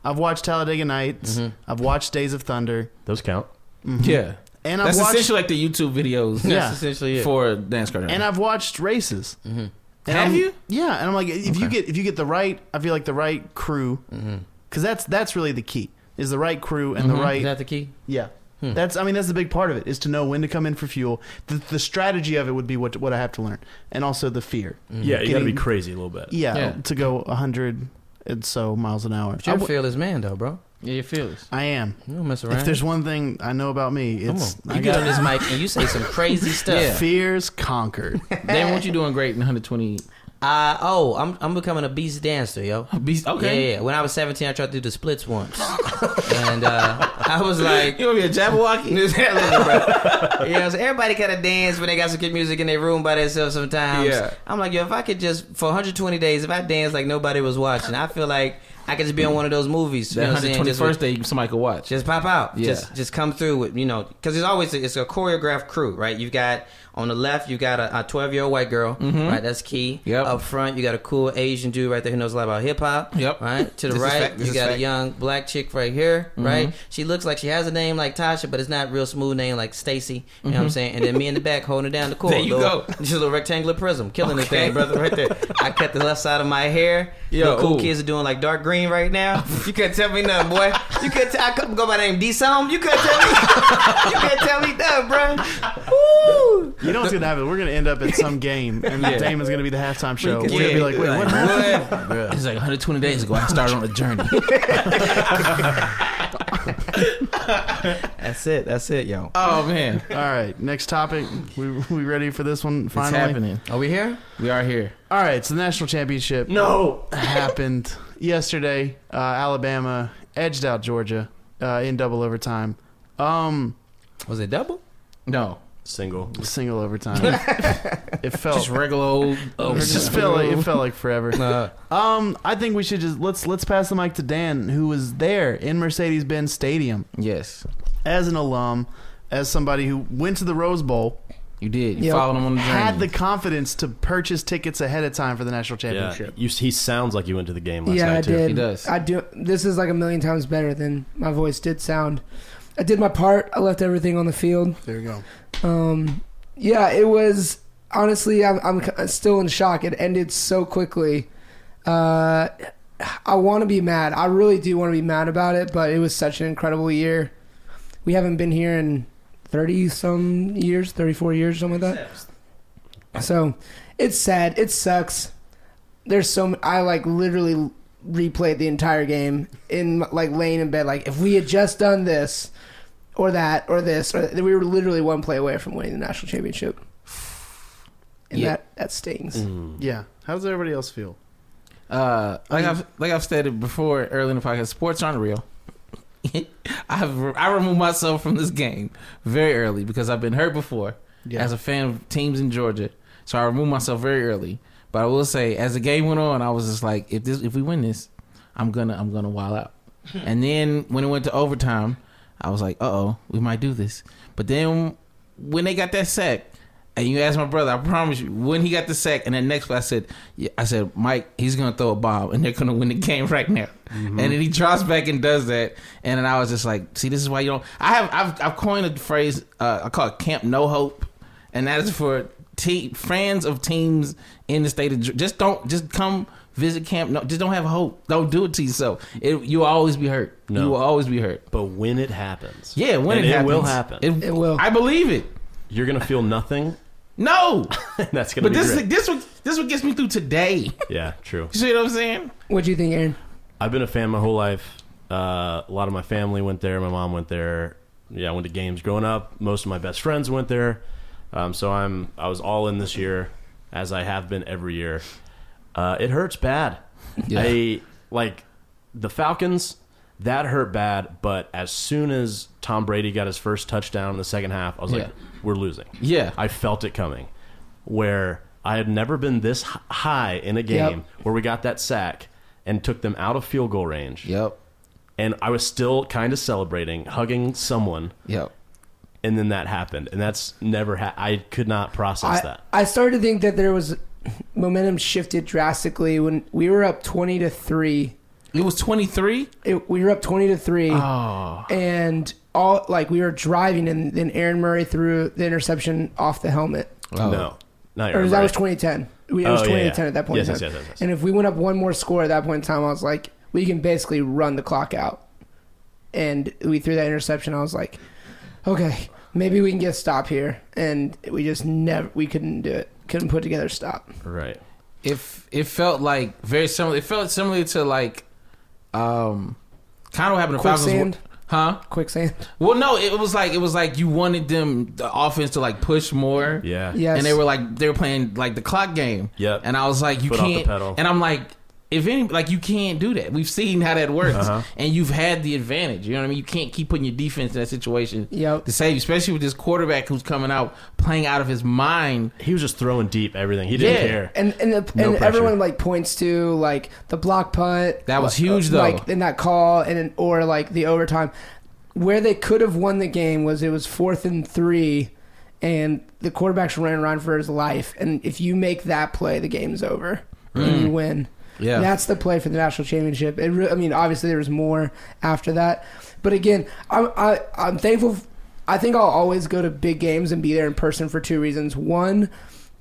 [SPEAKER 3] I've watched Talladega Nights. I've watched Days of Thunder,
[SPEAKER 6] Those count.
[SPEAKER 2] Mm-hmm. Yeah.
[SPEAKER 3] and I've
[SPEAKER 2] That's
[SPEAKER 3] watched
[SPEAKER 2] essentially like the YouTube videos.
[SPEAKER 3] Yeah.
[SPEAKER 4] That's essentially it.
[SPEAKER 2] For NASCAR.
[SPEAKER 3] and I've watched races. And
[SPEAKER 2] Have
[SPEAKER 3] I'm-
[SPEAKER 2] you?
[SPEAKER 3] Yeah, and I'm like, if you get if you get the right, I feel like the right crew, because that's that's really the key is the right crew and the right
[SPEAKER 4] Is that the key?
[SPEAKER 3] Yeah. That's I mean that's the big part of it is to know when to come in for fuel. The, the strategy of it would be what what I have to learn, and also the fear.
[SPEAKER 6] Yeah, you got to be
[SPEAKER 3] Getting-
[SPEAKER 6] crazy a little bit.
[SPEAKER 3] Yeah,
[SPEAKER 2] Yeah.
[SPEAKER 3] to go hundred and so miles an hour.
[SPEAKER 4] But
[SPEAKER 3] I
[SPEAKER 4] You're a
[SPEAKER 3] w-
[SPEAKER 4] fearless man, though, bro.
[SPEAKER 2] yeah, your feelings.
[SPEAKER 3] I am.
[SPEAKER 4] You
[SPEAKER 2] Oh,
[SPEAKER 4] don't mess around.
[SPEAKER 3] If there's one thing I know about me,
[SPEAKER 4] Come
[SPEAKER 3] it's
[SPEAKER 4] on.
[SPEAKER 3] I
[SPEAKER 4] You get
[SPEAKER 3] got
[SPEAKER 4] on this mic and you say some
[SPEAKER 2] <laughs>
[SPEAKER 4] crazy stuff.
[SPEAKER 3] fears conquered.
[SPEAKER 2] they want you doing great in 120.
[SPEAKER 4] Uh, oh, I'm I'm becoming a beast dancer, yo.
[SPEAKER 2] beast- okay.
[SPEAKER 4] Yeah, yeah. When I was 17, I tried to do the splits once, <laughs> and uh, I was like,
[SPEAKER 2] You want to be a <laughs> Jabberwocky?
[SPEAKER 4] Listen, bro. <laughs> You know, so everybody kind of dance when they got some good music in their room by themselves. Sometimes,
[SPEAKER 2] Yeah.
[SPEAKER 4] I'm like, yo, if I could just for 120 days, if I dance like nobody was watching, I feel like I could just be on one of those movies. You know
[SPEAKER 2] That
[SPEAKER 4] what I'm saying?
[SPEAKER 2] 121st
[SPEAKER 4] Just
[SPEAKER 2] day somebody could watch.
[SPEAKER 4] just pop out.
[SPEAKER 2] Yeah.
[SPEAKER 4] Just just come through with you know because it's always it's a choreographed crew, right? You've got on the left, you've got a twelve year old white girl, right? That's key.
[SPEAKER 2] Mm-hmm. Yep.
[SPEAKER 4] Up front, you got a cool Asian dude right there who knows a lot about hip hop.
[SPEAKER 2] Yep.
[SPEAKER 4] Right. To the
[SPEAKER 2] This is
[SPEAKER 4] right,
[SPEAKER 2] fact. This
[SPEAKER 4] you
[SPEAKER 2] is
[SPEAKER 4] got a
[SPEAKER 2] fact. Mm-hmm.
[SPEAKER 4] young black chick right here, right? She looks like she has a name like Tasha, but it's not real smooth name like Stacy. You know what I'm saying? And then me in the back holding it down the core.
[SPEAKER 2] Mm-hmm. <laughs> There you
[SPEAKER 4] little,
[SPEAKER 2] go.
[SPEAKER 4] Just a little rectangular prism, killing this thing, brother, right there. I cut the left side of my hair.
[SPEAKER 2] Yo,
[SPEAKER 4] Yo, cool
[SPEAKER 2] ooh.
[SPEAKER 4] kids are doing like dark green right now. You couldn't tell me nothing, boy. You could I couldn't go by the name D Song. You couldn't tell me. you couldn't tell me nothing, bro. Woo.
[SPEAKER 3] you know what's gonna happen? We're gonna end up at some game, and Damon's gonna be the halftime show. We're
[SPEAKER 2] Yeah.
[SPEAKER 3] gonna be like, wait, what? happened?"
[SPEAKER 2] It's like 120 days ago. I started on a <laughs> journey.
[SPEAKER 4] That's it. That's it, yo.
[SPEAKER 2] oh man,
[SPEAKER 3] All right, next topic. We we ready for this one? Finally,
[SPEAKER 2] it's happening.
[SPEAKER 4] Are we here?
[SPEAKER 2] We are here.
[SPEAKER 3] All right, so the national championship.
[SPEAKER 6] No.
[SPEAKER 3] happened yesterday. Uh, Alabama edged out Georgia uh, in double overtime. Um,
[SPEAKER 4] Was it double?
[SPEAKER 2] No,
[SPEAKER 6] Single.
[SPEAKER 3] single overtime. it felt
[SPEAKER 2] just regular old. <laughs>
[SPEAKER 3] it just felt like, it felt like forever.
[SPEAKER 4] Uh,
[SPEAKER 3] Um, I think we should just let's let's pass the mic to Dan, who was there in Mercedes Benz Stadium
[SPEAKER 2] yes,
[SPEAKER 3] as an alum, as somebody who went to the Rose Bowl,
[SPEAKER 2] you did. You
[SPEAKER 7] Yep.
[SPEAKER 2] followed him on the journey.
[SPEAKER 3] had the confidence to purchase tickets ahead of time for the national
[SPEAKER 6] Yeah.
[SPEAKER 3] championship.
[SPEAKER 6] You, he sounds like you went to the game last
[SPEAKER 7] yeah,
[SPEAKER 6] night,
[SPEAKER 7] I
[SPEAKER 6] too.
[SPEAKER 7] did.
[SPEAKER 2] He does.
[SPEAKER 7] I do. This is like a million times better than my voice did sound. I did my part. I left everything on the field.
[SPEAKER 3] There you go.
[SPEAKER 7] Um, yeah, it was honestly. I'm, I'm c- still in shock. It ended so quickly. Uh, I want to be mad. I really do want to be mad about it. But it was such an incredible year. We haven't been here in thirty some years, thirty four years, something like that. So it's sad. It sucks. There's so m- I like literally replayed the entire game in like laying in bed. Like if we had just done this or that or this or we were literally one play away from winning the national championship and
[SPEAKER 2] Yeah.
[SPEAKER 7] that that stings
[SPEAKER 3] Yeah. How does everybody else feel?
[SPEAKER 2] Uh, like I've like I've stated before earlier in the podcast, sports aren't real. <laughs> I've I removed myself from this game very early because I've been hurt before
[SPEAKER 3] Yeah.
[SPEAKER 2] as a fan of teams in Georgia. So I removed myself very early. But I will say, as the game went on, I was just like, if this if we win this, I'm gonna I'm gonna wild out. and then when it went to overtime, I was like, uh oh, we might do this. But then when they got that sack, and you asked my brother, I promise you, when he got the sack, and then next play, I said, yeah, I said, Mike, he's gonna throw a bomb, and they're gonna win the game right now. And then he drops back and does that, and then I was just like, see, this is why you don't. I have I've I've coined a phrase, uh, I call it Camp No Hope, and that is for te- fans of teams in the state of Ge- just don't just come visit camp. No, just don't have hope. Don't do it to yourself. It, you will always be hurt.
[SPEAKER 6] No.
[SPEAKER 2] You will always be hurt.
[SPEAKER 6] But when it happens,
[SPEAKER 2] Yeah, when
[SPEAKER 6] and
[SPEAKER 2] it, happens,
[SPEAKER 6] will happen.
[SPEAKER 7] It will.
[SPEAKER 2] I believe it.
[SPEAKER 6] you're gonna feel nothing. <laughs>
[SPEAKER 2] No,
[SPEAKER 6] And that's gonna
[SPEAKER 2] but
[SPEAKER 6] be
[SPEAKER 2] this
[SPEAKER 6] great.
[SPEAKER 2] is this what this what gets me through today.
[SPEAKER 6] yeah, true.
[SPEAKER 2] You see what I'm saying?
[SPEAKER 7] What do you think, Aaron?
[SPEAKER 6] I've been a fan my whole life. Uh, a lot of my family went there. My mom went there. Yeah, I went to games growing up. Most of my best friends went there. Um, so I'm I was all in this year, as I have been every year. Uh, it hurts bad. I like the Falcons. That hurt bad. But as soon as Tom Brady got his first touchdown in the second half, I was like,
[SPEAKER 2] Yeah.
[SPEAKER 6] "We're losing."
[SPEAKER 2] Yeah.
[SPEAKER 6] I felt it coming. Where I had never been this h- high in a game where we got that sack and took them out of field goal range.
[SPEAKER 2] Yep.
[SPEAKER 6] And I was still kind of celebrating, hugging someone,
[SPEAKER 2] Yep.
[SPEAKER 6] and then that happened. And that's never ha- I could not process
[SPEAKER 7] I,
[SPEAKER 6] that.
[SPEAKER 7] I started to think that there was momentum shifted drastically when we were up 20 to 3
[SPEAKER 2] It was 23.
[SPEAKER 7] it, we were up 20 to 3
[SPEAKER 6] Oh.
[SPEAKER 7] and all like we were driving and then aaron murray threw the interception off the helmet
[SPEAKER 2] Oh.
[SPEAKER 6] No. Not
[SPEAKER 7] or
[SPEAKER 6] your
[SPEAKER 7] that was
[SPEAKER 6] right.
[SPEAKER 7] 2010 we, it was
[SPEAKER 6] Oh, yeah,
[SPEAKER 7] 20
[SPEAKER 6] yeah.
[SPEAKER 7] to 10 at that point
[SPEAKER 6] Yes,
[SPEAKER 7] in
[SPEAKER 6] yes,
[SPEAKER 7] time.
[SPEAKER 6] yes, yes, yes.
[SPEAKER 7] and if we went up one more score at that point in time i was like we can basically run the clock out and we threw that interception i was like okay maybe we can get a stop here and we just never we couldn't do it couldn't put together a stop
[SPEAKER 6] right.
[SPEAKER 2] if it felt like very similar. It felt similar to like, um, kind of what happened to Falcons,
[SPEAKER 7] Quicksand?
[SPEAKER 2] huh?
[SPEAKER 7] quicksand
[SPEAKER 2] Well, no, it was like it was like you wanted them the offense to like push more,
[SPEAKER 6] Yeah.
[SPEAKER 7] Yes.
[SPEAKER 2] and they were like they were playing like the clock game,
[SPEAKER 6] Yep.
[SPEAKER 2] And I was like, you
[SPEAKER 6] Foot off the
[SPEAKER 2] can't,
[SPEAKER 6] pedal.
[SPEAKER 2] and I'm like. If any, like you can't do that. We've seen how that works,
[SPEAKER 6] Uh-huh.
[SPEAKER 2] and you've had the advantage. You know what I mean. You can't keep putting your defense in that situation
[SPEAKER 7] Yep.
[SPEAKER 2] to save, you, especially with this quarterback who's coming out playing out of his mind.
[SPEAKER 6] He was just throwing deep everything. He didn't
[SPEAKER 2] Yeah.
[SPEAKER 6] care.
[SPEAKER 7] and and, the,
[SPEAKER 6] No
[SPEAKER 7] and
[SPEAKER 6] pressure.
[SPEAKER 7] everyone like points to like the block punt
[SPEAKER 2] That was huge, though.
[SPEAKER 7] like in that call and in, or like the overtime where they could have won the game was it was fourth and three and the quarterback's running around for his life and if you make that play the game's over and you win
[SPEAKER 2] Mm. Yeah.
[SPEAKER 7] that's the play for the national championship it re- i mean obviously there was more after that but again i'm I, i'm thankful f- i think i'll always go to big games and be there in person for two reasons one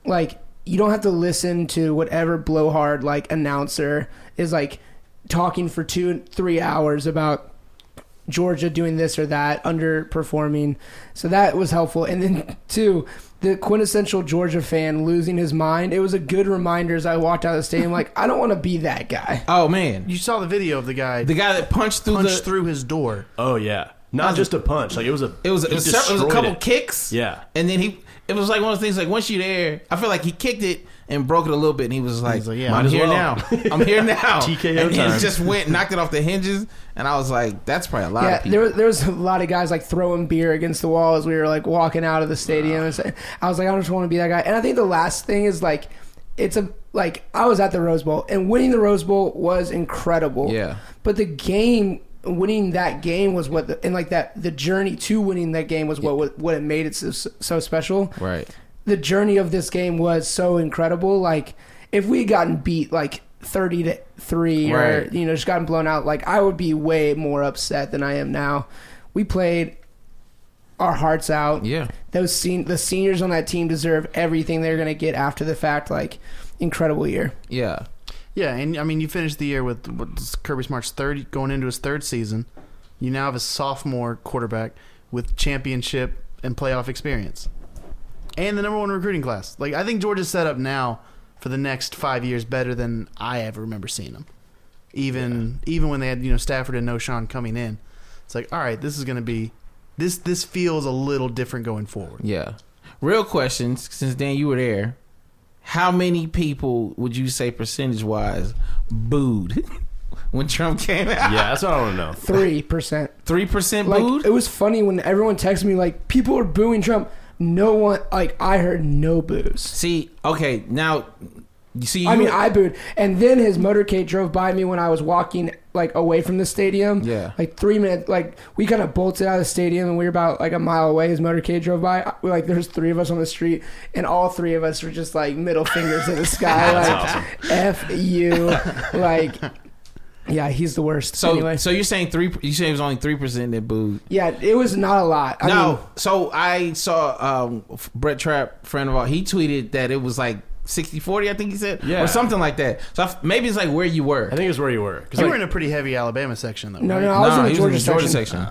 [SPEAKER 7] like you don't have to listen to whatever blowhard like announcer is like talking for two and three hours about Georgia doing this or that, underperforming. So that was helpful. And then two, the quintessential Georgia fan losing his mind. It was a good reminder as I walked out of the stadium, like, I don't want to be that guy.
[SPEAKER 2] Oh man,
[SPEAKER 3] You saw the video of the guy
[SPEAKER 2] the guy that punched through
[SPEAKER 3] punched
[SPEAKER 2] the
[SPEAKER 3] through his door.
[SPEAKER 6] oh yeah. Not just a punch. Like it was a
[SPEAKER 2] It was,
[SPEAKER 6] he
[SPEAKER 2] it was, several- it was a
[SPEAKER 6] destroyed
[SPEAKER 2] couple
[SPEAKER 6] it.
[SPEAKER 2] kicks.
[SPEAKER 6] Yeah.
[SPEAKER 2] And then he, it was like one of those things, like once you're there, I feel like he kicked it and broke it a little bit and he was like,
[SPEAKER 3] He's like, yeah,
[SPEAKER 2] I'm
[SPEAKER 3] might as
[SPEAKER 2] here
[SPEAKER 6] well." <laughs>
[SPEAKER 2] now. I'm here now.
[SPEAKER 6] TKO
[SPEAKER 2] and
[SPEAKER 6] time.
[SPEAKER 2] he just went, knocked it off the hinges. And I was like, that's probably a lot
[SPEAKER 7] Yeah,
[SPEAKER 2] of people.
[SPEAKER 7] there was, there was a lot of guys like throwing beer against the wall as we were like walking out of the stadium. And so- I was like, I just want to be that guy. And I think the last thing is like, it's a like I was at the Rose Bowl and winning the Rose Bowl was incredible.
[SPEAKER 2] Yeah.
[SPEAKER 7] but the game winning that game was what the, and like that the journey to winning that game was what what, what it made it so, so special.
[SPEAKER 2] Right.
[SPEAKER 7] The journey of this game was so incredible. Like if we had gotten beat like thirty to three or
[SPEAKER 2] Right.
[SPEAKER 7] you know, just gotten blown out, like I would be way more upset than I am now. We played our hearts out.
[SPEAKER 2] Yeah.
[SPEAKER 7] Those sen- the seniors on that team deserve everything they're gonna get after the fact. Like incredible year.
[SPEAKER 2] Yeah.
[SPEAKER 3] Yeah, and I mean, you finished the year with what's Kirby Smart's third, going into his third season. You now have a sophomore quarterback with championship and playoff experience, and the number one recruiting class. Like, I think Georgia's set up now for the next five years better than I ever remember seeing them. Even even when they had you know Stafford and Noshawn coming in, it's like, all right, this is going to be this this feels a little different going forward.
[SPEAKER 2] Yeah. Real questions, since Dan, you were there. How many people would you say percentage wise booed <laughs> when Trump came out?
[SPEAKER 6] Yeah, that's what I want to
[SPEAKER 2] <laughs>
[SPEAKER 6] know.
[SPEAKER 7] Three percent.
[SPEAKER 2] 3%
[SPEAKER 7] Like
[SPEAKER 2] booed?
[SPEAKER 7] it was funny when everyone texted me like people are booing Trump. No one like I heard no boos.
[SPEAKER 2] See, okay, now, you see, you,
[SPEAKER 7] I mean, I booed, and then his motorcade drove by me when I was walking like away from the stadium.
[SPEAKER 2] Yeah.
[SPEAKER 7] like three minutes. Like we kind of bolted out of the stadium, and we were about like a mile away. His motorcade drove by. I- Like there's three of us on the street, and all three of us were just like middle fingers in the sky, like "f you," like Yeah, he's the worst.
[SPEAKER 2] So
[SPEAKER 7] anyway,
[SPEAKER 2] so you're saying three? You saying it was only three percent that booed?
[SPEAKER 7] yeah, it was not a lot. I
[SPEAKER 2] no.
[SPEAKER 7] mean,
[SPEAKER 2] so I saw um, F- Brett Trapp, friend of all, he tweeted that it was like 60 40, I think he said,
[SPEAKER 6] Yeah.
[SPEAKER 2] or something like that. So I f- maybe it's like where you were.
[SPEAKER 6] I think it's where you were. 'Cause,
[SPEAKER 3] You
[SPEAKER 6] like,
[SPEAKER 3] were in a pretty heavy Alabama section, though.
[SPEAKER 7] no,
[SPEAKER 3] right?
[SPEAKER 7] no, I was
[SPEAKER 2] Nah,
[SPEAKER 7] in the
[SPEAKER 2] he
[SPEAKER 7] Georgia, section.
[SPEAKER 2] section.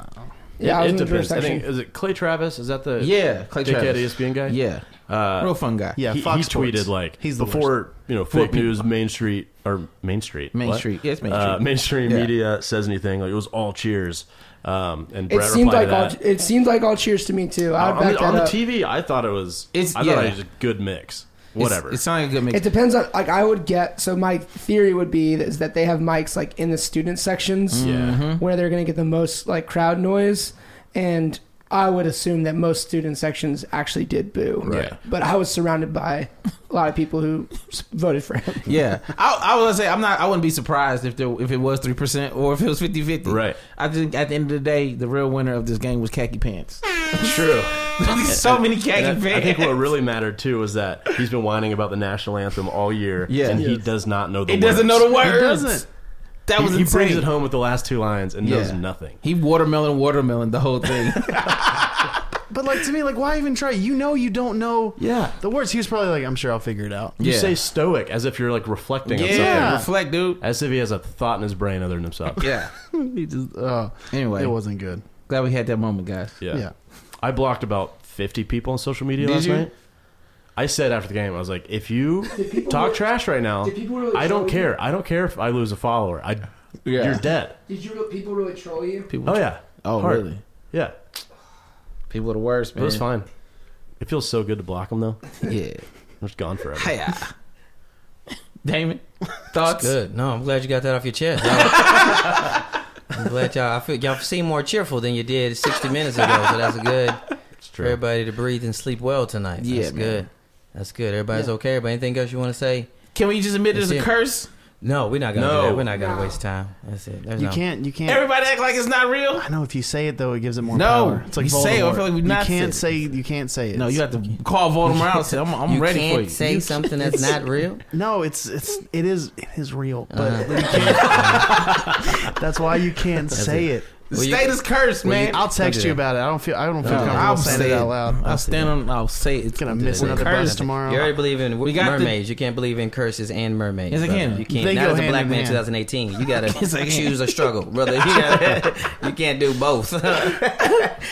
[SPEAKER 7] Yeah, I was
[SPEAKER 6] it
[SPEAKER 7] in the
[SPEAKER 6] depends. I
[SPEAKER 7] Georgia
[SPEAKER 6] think
[SPEAKER 7] section.
[SPEAKER 6] is it Clay Travis? Is that the
[SPEAKER 2] yeah, Clay
[SPEAKER 6] dickhead
[SPEAKER 2] Travis.
[SPEAKER 6] ESPN guy?
[SPEAKER 2] Yeah,
[SPEAKER 6] Uh,
[SPEAKER 2] real fun guy.
[SPEAKER 3] Yeah,
[SPEAKER 6] he,
[SPEAKER 3] Fox
[SPEAKER 6] he
[SPEAKER 3] Sports.
[SPEAKER 6] tweeted like
[SPEAKER 3] He's the
[SPEAKER 6] before
[SPEAKER 3] worst.
[SPEAKER 6] you know fake news Main Street or Main Street
[SPEAKER 2] Main
[SPEAKER 6] what?
[SPEAKER 2] Street. Yes, Main
[SPEAKER 6] Uh,
[SPEAKER 2] Street.
[SPEAKER 6] mainstream
[SPEAKER 2] Yeah.
[SPEAKER 6] media says anything like it was all cheers, um, and
[SPEAKER 7] It
[SPEAKER 6] Brett
[SPEAKER 7] seemed
[SPEAKER 6] replied
[SPEAKER 7] like
[SPEAKER 6] to
[SPEAKER 7] all,
[SPEAKER 6] that.
[SPEAKER 7] it seemed like all cheers to me too. I would
[SPEAKER 6] on
[SPEAKER 7] back
[SPEAKER 6] the,
[SPEAKER 7] that
[SPEAKER 6] on the
[SPEAKER 7] up.
[SPEAKER 6] TV, I thought it was.
[SPEAKER 2] It's-
[SPEAKER 6] I
[SPEAKER 2] yeah.
[SPEAKER 6] thought it was a good mix.
[SPEAKER 2] It's-
[SPEAKER 6] Whatever.
[SPEAKER 2] It sounded like a good mix.
[SPEAKER 7] It depends on like I would get. So my theory would be is that they have mics like in the student sections
[SPEAKER 2] Mm-hmm.
[SPEAKER 6] yeah.
[SPEAKER 7] where they're going to get the most like crowd noise, and I would assume that most student sections actually did boo.
[SPEAKER 6] Right.
[SPEAKER 7] But I was surrounded by a lot of people who s- voted for him.
[SPEAKER 2] yeah, I, I was gonna say I'm not. I wouldn't be surprised if there if it was three percent or if it was 50 50
[SPEAKER 6] Right.
[SPEAKER 2] I think at the end of the day, the real winner of this game was khaki pants.
[SPEAKER 6] True.
[SPEAKER 2] <laughs> so many khaki
[SPEAKER 6] And
[SPEAKER 2] pants.
[SPEAKER 6] I, I think what really mattered too was that he's been whining about the national anthem all year,
[SPEAKER 2] Yeah.
[SPEAKER 6] and he does not know the.
[SPEAKER 2] he doesn't know the words.
[SPEAKER 3] He doesn't.
[SPEAKER 2] That was
[SPEAKER 6] he, he
[SPEAKER 2] insane.
[SPEAKER 6] brings it home with the last two lines and knows
[SPEAKER 2] Yeah.
[SPEAKER 6] nothing.
[SPEAKER 2] He watermelon, watermelon, the whole <laughs> thing.
[SPEAKER 3] But like to me, like why even try? You know, you don't know.
[SPEAKER 2] Yeah.
[SPEAKER 3] The words. He was probably like, I'm sure I'll figure it out.
[SPEAKER 6] You
[SPEAKER 2] Yeah.
[SPEAKER 6] say stoic as if you're like reflecting on something.
[SPEAKER 2] yeah. reflect, dude.
[SPEAKER 6] As if he has a thought in his brain other than
[SPEAKER 2] <laughs>
[SPEAKER 6] himself.
[SPEAKER 2] Yeah.
[SPEAKER 3] He just. Uh,
[SPEAKER 2] Anyway,
[SPEAKER 3] it wasn't good.
[SPEAKER 2] glad we had that moment, guys.
[SPEAKER 6] Yeah.
[SPEAKER 3] Yeah.
[SPEAKER 6] I blocked about 50 people on social media
[SPEAKER 2] Did
[SPEAKER 6] last
[SPEAKER 2] you?
[SPEAKER 6] night. I said after the game, I was like, if you
[SPEAKER 7] people
[SPEAKER 6] talk
[SPEAKER 7] really-
[SPEAKER 6] trash right now,
[SPEAKER 7] did people really
[SPEAKER 6] I don't
[SPEAKER 7] troll you?
[SPEAKER 6] care. I don't care if I lose a follower. I,
[SPEAKER 2] Yeah.
[SPEAKER 6] You're dead.
[SPEAKER 7] Did you people really troll you?
[SPEAKER 2] People.
[SPEAKER 6] Oh, yeah.
[SPEAKER 2] Oh,
[SPEAKER 6] Hard.
[SPEAKER 2] really?
[SPEAKER 6] Yeah.
[SPEAKER 2] People are the worst,
[SPEAKER 6] It
[SPEAKER 2] man.
[SPEAKER 6] was fine. It feels so good to block them, though.
[SPEAKER 2] Yeah.
[SPEAKER 6] <laughs> I'm just gone forever.
[SPEAKER 2] Hiya. <laughs> Damon, thoughts?
[SPEAKER 4] Good. No, I'm glad you got that off your chest. <laughs> I'm glad y'all. I feel y'all seem more cheerful than you did 60 minutes ago. So that's good
[SPEAKER 6] It's
[SPEAKER 4] for
[SPEAKER 6] true.
[SPEAKER 4] everybody to breathe and sleep well tonight.
[SPEAKER 2] Yeah,
[SPEAKER 4] that's
[SPEAKER 2] man.
[SPEAKER 4] good. That's good. Everybody's okay. Everybody, anything else you want to say?
[SPEAKER 2] Can we just admit it's a
[SPEAKER 4] That's it.
[SPEAKER 2] curse?
[SPEAKER 4] No, we're not gonna.
[SPEAKER 6] No.
[SPEAKER 4] do that. We're not gonna waste time. That's it. There's
[SPEAKER 2] <laughs>
[SPEAKER 3] You
[SPEAKER 4] no-
[SPEAKER 3] can't. You can't.
[SPEAKER 2] Everybody act like it's not real.
[SPEAKER 3] I know if you say it though, it gives it more
[SPEAKER 2] No,
[SPEAKER 3] power. It's like
[SPEAKER 2] you say it, I
[SPEAKER 3] Voldemort.
[SPEAKER 2] feel like we've not
[SPEAKER 3] You can't
[SPEAKER 2] said
[SPEAKER 3] say. You can't say it.
[SPEAKER 2] No, you have to <laughs> call Voldemort out. and Say, I'm, I'm
[SPEAKER 4] you
[SPEAKER 2] ready
[SPEAKER 4] can't
[SPEAKER 2] for you.
[SPEAKER 4] say
[SPEAKER 2] You-
[SPEAKER 4] something that's not
[SPEAKER 2] <laughs>
[SPEAKER 4] real.
[SPEAKER 3] No, it's it's it is it is real, but
[SPEAKER 2] Uh-huh.
[SPEAKER 4] Uh,
[SPEAKER 3] you can't- <laughs> that's why you can't say it.
[SPEAKER 2] the
[SPEAKER 4] Well, you-
[SPEAKER 2] state is cursed, man.
[SPEAKER 3] I'll text
[SPEAKER 4] do
[SPEAKER 3] you
[SPEAKER 4] that.
[SPEAKER 3] about it. I don't feel I don't feel
[SPEAKER 2] No,
[SPEAKER 3] comfortable
[SPEAKER 2] Uh-huh. I'll
[SPEAKER 3] saying it
[SPEAKER 2] say
[SPEAKER 3] out loud.
[SPEAKER 2] I'll stand on. I'll say it's
[SPEAKER 3] Gonna miss
[SPEAKER 2] it's
[SPEAKER 3] another
[SPEAKER 2] cursed.
[SPEAKER 3] bus tomorrow.
[SPEAKER 4] You already believe in
[SPEAKER 2] We
[SPEAKER 4] we
[SPEAKER 2] got the-
[SPEAKER 4] mermaids. you can't believe in curses and mermaids.
[SPEAKER 2] Yes, I
[SPEAKER 4] brother.
[SPEAKER 2] can.
[SPEAKER 4] You can't.
[SPEAKER 3] They
[SPEAKER 4] not
[SPEAKER 3] go
[SPEAKER 4] as a
[SPEAKER 3] hand
[SPEAKER 4] black
[SPEAKER 3] in
[SPEAKER 4] man in
[SPEAKER 3] hand.
[SPEAKER 4] 2018.
[SPEAKER 2] <laughs>
[SPEAKER 4] You gotta
[SPEAKER 2] I can.
[SPEAKER 4] choose a
[SPEAKER 2] <laughs>
[SPEAKER 4] struggle, brother. <laughs> You, gotta, you can't do both. <laughs>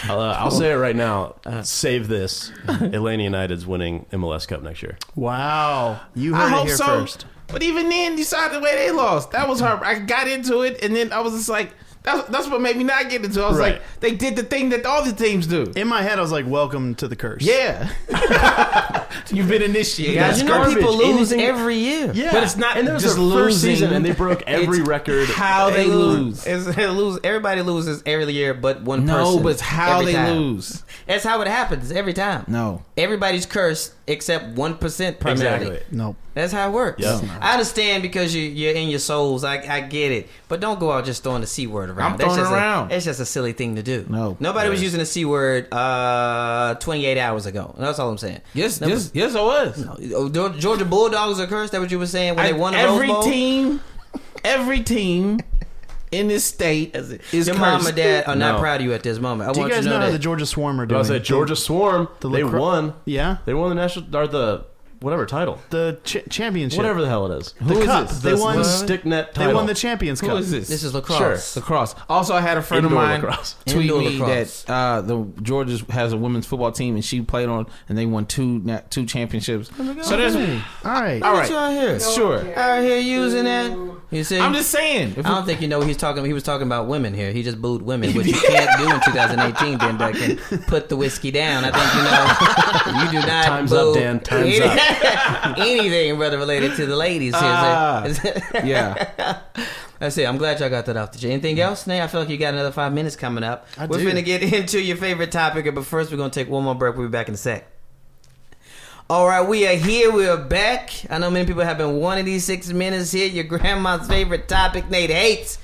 [SPEAKER 6] I'll, uh, I'll say it right now. Save this. Atlanta United's winning MLS Cup next year.
[SPEAKER 3] Wow, you
[SPEAKER 2] I
[SPEAKER 3] heard it
[SPEAKER 2] hope
[SPEAKER 3] here
[SPEAKER 2] so.
[SPEAKER 3] first.
[SPEAKER 2] But even then, you saw the way they lost. That was her. I got into it, and then I was just like, that's, that's what made me not get into it. I was
[SPEAKER 6] Right.
[SPEAKER 2] like, they did the thing that all the teams do.
[SPEAKER 3] In my head, I was like, "Welcome to the curse."
[SPEAKER 2] Yeah. You've been initiated.
[SPEAKER 6] That's
[SPEAKER 4] you know
[SPEAKER 6] garbage.
[SPEAKER 4] people lose
[SPEAKER 6] Anything-
[SPEAKER 4] every year.
[SPEAKER 6] Yeah,
[SPEAKER 2] But it's not
[SPEAKER 6] And that was
[SPEAKER 2] just
[SPEAKER 6] their first
[SPEAKER 2] losing.
[SPEAKER 6] season, and they broke every
[SPEAKER 4] It's
[SPEAKER 6] record.
[SPEAKER 2] How they lose.
[SPEAKER 4] It's, they lose. Everybody loses every year, but one person.
[SPEAKER 2] No, but it's how
[SPEAKER 4] every
[SPEAKER 2] they
[SPEAKER 4] time.
[SPEAKER 2] lose.
[SPEAKER 4] That's how it happens every time.
[SPEAKER 2] No.
[SPEAKER 4] Everybody's cursed except one percent primarily.
[SPEAKER 6] Exactly.
[SPEAKER 3] Nope.
[SPEAKER 4] That's how it works.
[SPEAKER 6] Yeah.
[SPEAKER 4] I understand because you, you're in your souls. I, I get it. But don't go out just throwing the C word around.
[SPEAKER 2] I'm
[SPEAKER 4] that's
[SPEAKER 2] throwing
[SPEAKER 4] just
[SPEAKER 2] it around.
[SPEAKER 4] A, it's just a silly thing to do.
[SPEAKER 2] No.
[SPEAKER 4] Nobody was
[SPEAKER 6] Yeah.
[SPEAKER 4] using the C word uh, 28 hours ago. That's all I'm saying.
[SPEAKER 2] Yes,
[SPEAKER 4] Number-
[SPEAKER 2] yes, yes, I was.
[SPEAKER 4] Oh, Geor- Georgia Bulldogs are cursed. That what you were saying when
[SPEAKER 2] I-
[SPEAKER 4] they won the
[SPEAKER 2] every
[SPEAKER 4] Rose Bowl?
[SPEAKER 2] team, every team in this state is
[SPEAKER 4] Your
[SPEAKER 2] cursed.
[SPEAKER 4] mom and dad are not
[SPEAKER 6] No.
[SPEAKER 4] proud of you at this moment. I
[SPEAKER 3] Do you
[SPEAKER 4] want
[SPEAKER 3] guys
[SPEAKER 4] to
[SPEAKER 3] know,
[SPEAKER 4] know,
[SPEAKER 3] how
[SPEAKER 4] that.
[SPEAKER 3] the Georgia Swarm are
[SPEAKER 6] I
[SPEAKER 3] doing?
[SPEAKER 6] was at Georgia Swarm.
[SPEAKER 3] The
[SPEAKER 6] they
[SPEAKER 3] lacro-
[SPEAKER 6] won.
[SPEAKER 3] Yeah,
[SPEAKER 6] They won the national or the whatever title,
[SPEAKER 3] the ch- championship.
[SPEAKER 6] whatever the hell it is.
[SPEAKER 3] The
[SPEAKER 2] Who is
[SPEAKER 3] cup.
[SPEAKER 2] this?
[SPEAKER 3] They
[SPEAKER 6] The
[SPEAKER 3] won.
[SPEAKER 6] stick net
[SPEAKER 3] They
[SPEAKER 6] title.
[SPEAKER 3] won the champions
[SPEAKER 2] Who
[SPEAKER 3] cup.
[SPEAKER 2] is this?
[SPEAKER 4] This is lacrosse.
[SPEAKER 2] Sure, lacrosse. Also, I had a friend
[SPEAKER 6] Indoor
[SPEAKER 2] of mine
[SPEAKER 6] lacrosse.
[SPEAKER 2] <laughs> tweet
[SPEAKER 4] Indoor
[SPEAKER 2] me
[SPEAKER 4] lacrosse.
[SPEAKER 2] that uh, the Georgia has a women's football team, and she played on, and they won two na- two championships. so there's
[SPEAKER 3] All right.
[SPEAKER 2] all
[SPEAKER 4] What you
[SPEAKER 2] right,
[SPEAKER 4] out here?
[SPEAKER 2] sure.
[SPEAKER 4] Out here using that? You see?
[SPEAKER 2] I'm just saying. If
[SPEAKER 4] I don't think you know he's talking. He was talking about women here. He just booed
[SPEAKER 6] <laughs>
[SPEAKER 4] women, which you can't do in 2018. Ben Duncan, put the whiskey down. I think you
[SPEAKER 6] <laughs>
[SPEAKER 4] know you do not.
[SPEAKER 6] Time's
[SPEAKER 4] boo
[SPEAKER 6] up, Dan. Time's
[SPEAKER 4] up. <laughs> anything brother related to the ladies here.
[SPEAKER 2] Ah.
[SPEAKER 4] sir.
[SPEAKER 2] we- <laughs>
[SPEAKER 4] <laughs>
[SPEAKER 2] yeah,
[SPEAKER 4] That's it. I'm glad y'all got that off the chin.
[SPEAKER 2] Mm.
[SPEAKER 4] Anything else, Nay? I feel like you got another five minutes coming up.
[SPEAKER 3] I
[SPEAKER 4] we're
[SPEAKER 3] do.
[SPEAKER 4] finna get <laughs> into your favorite topic, but first we're gonna take one more break. We'll be back in a sec. All right, we are here. We are back. I know many people have been wanting these six minutes here. Your grandma's favorite topic, Nate hates.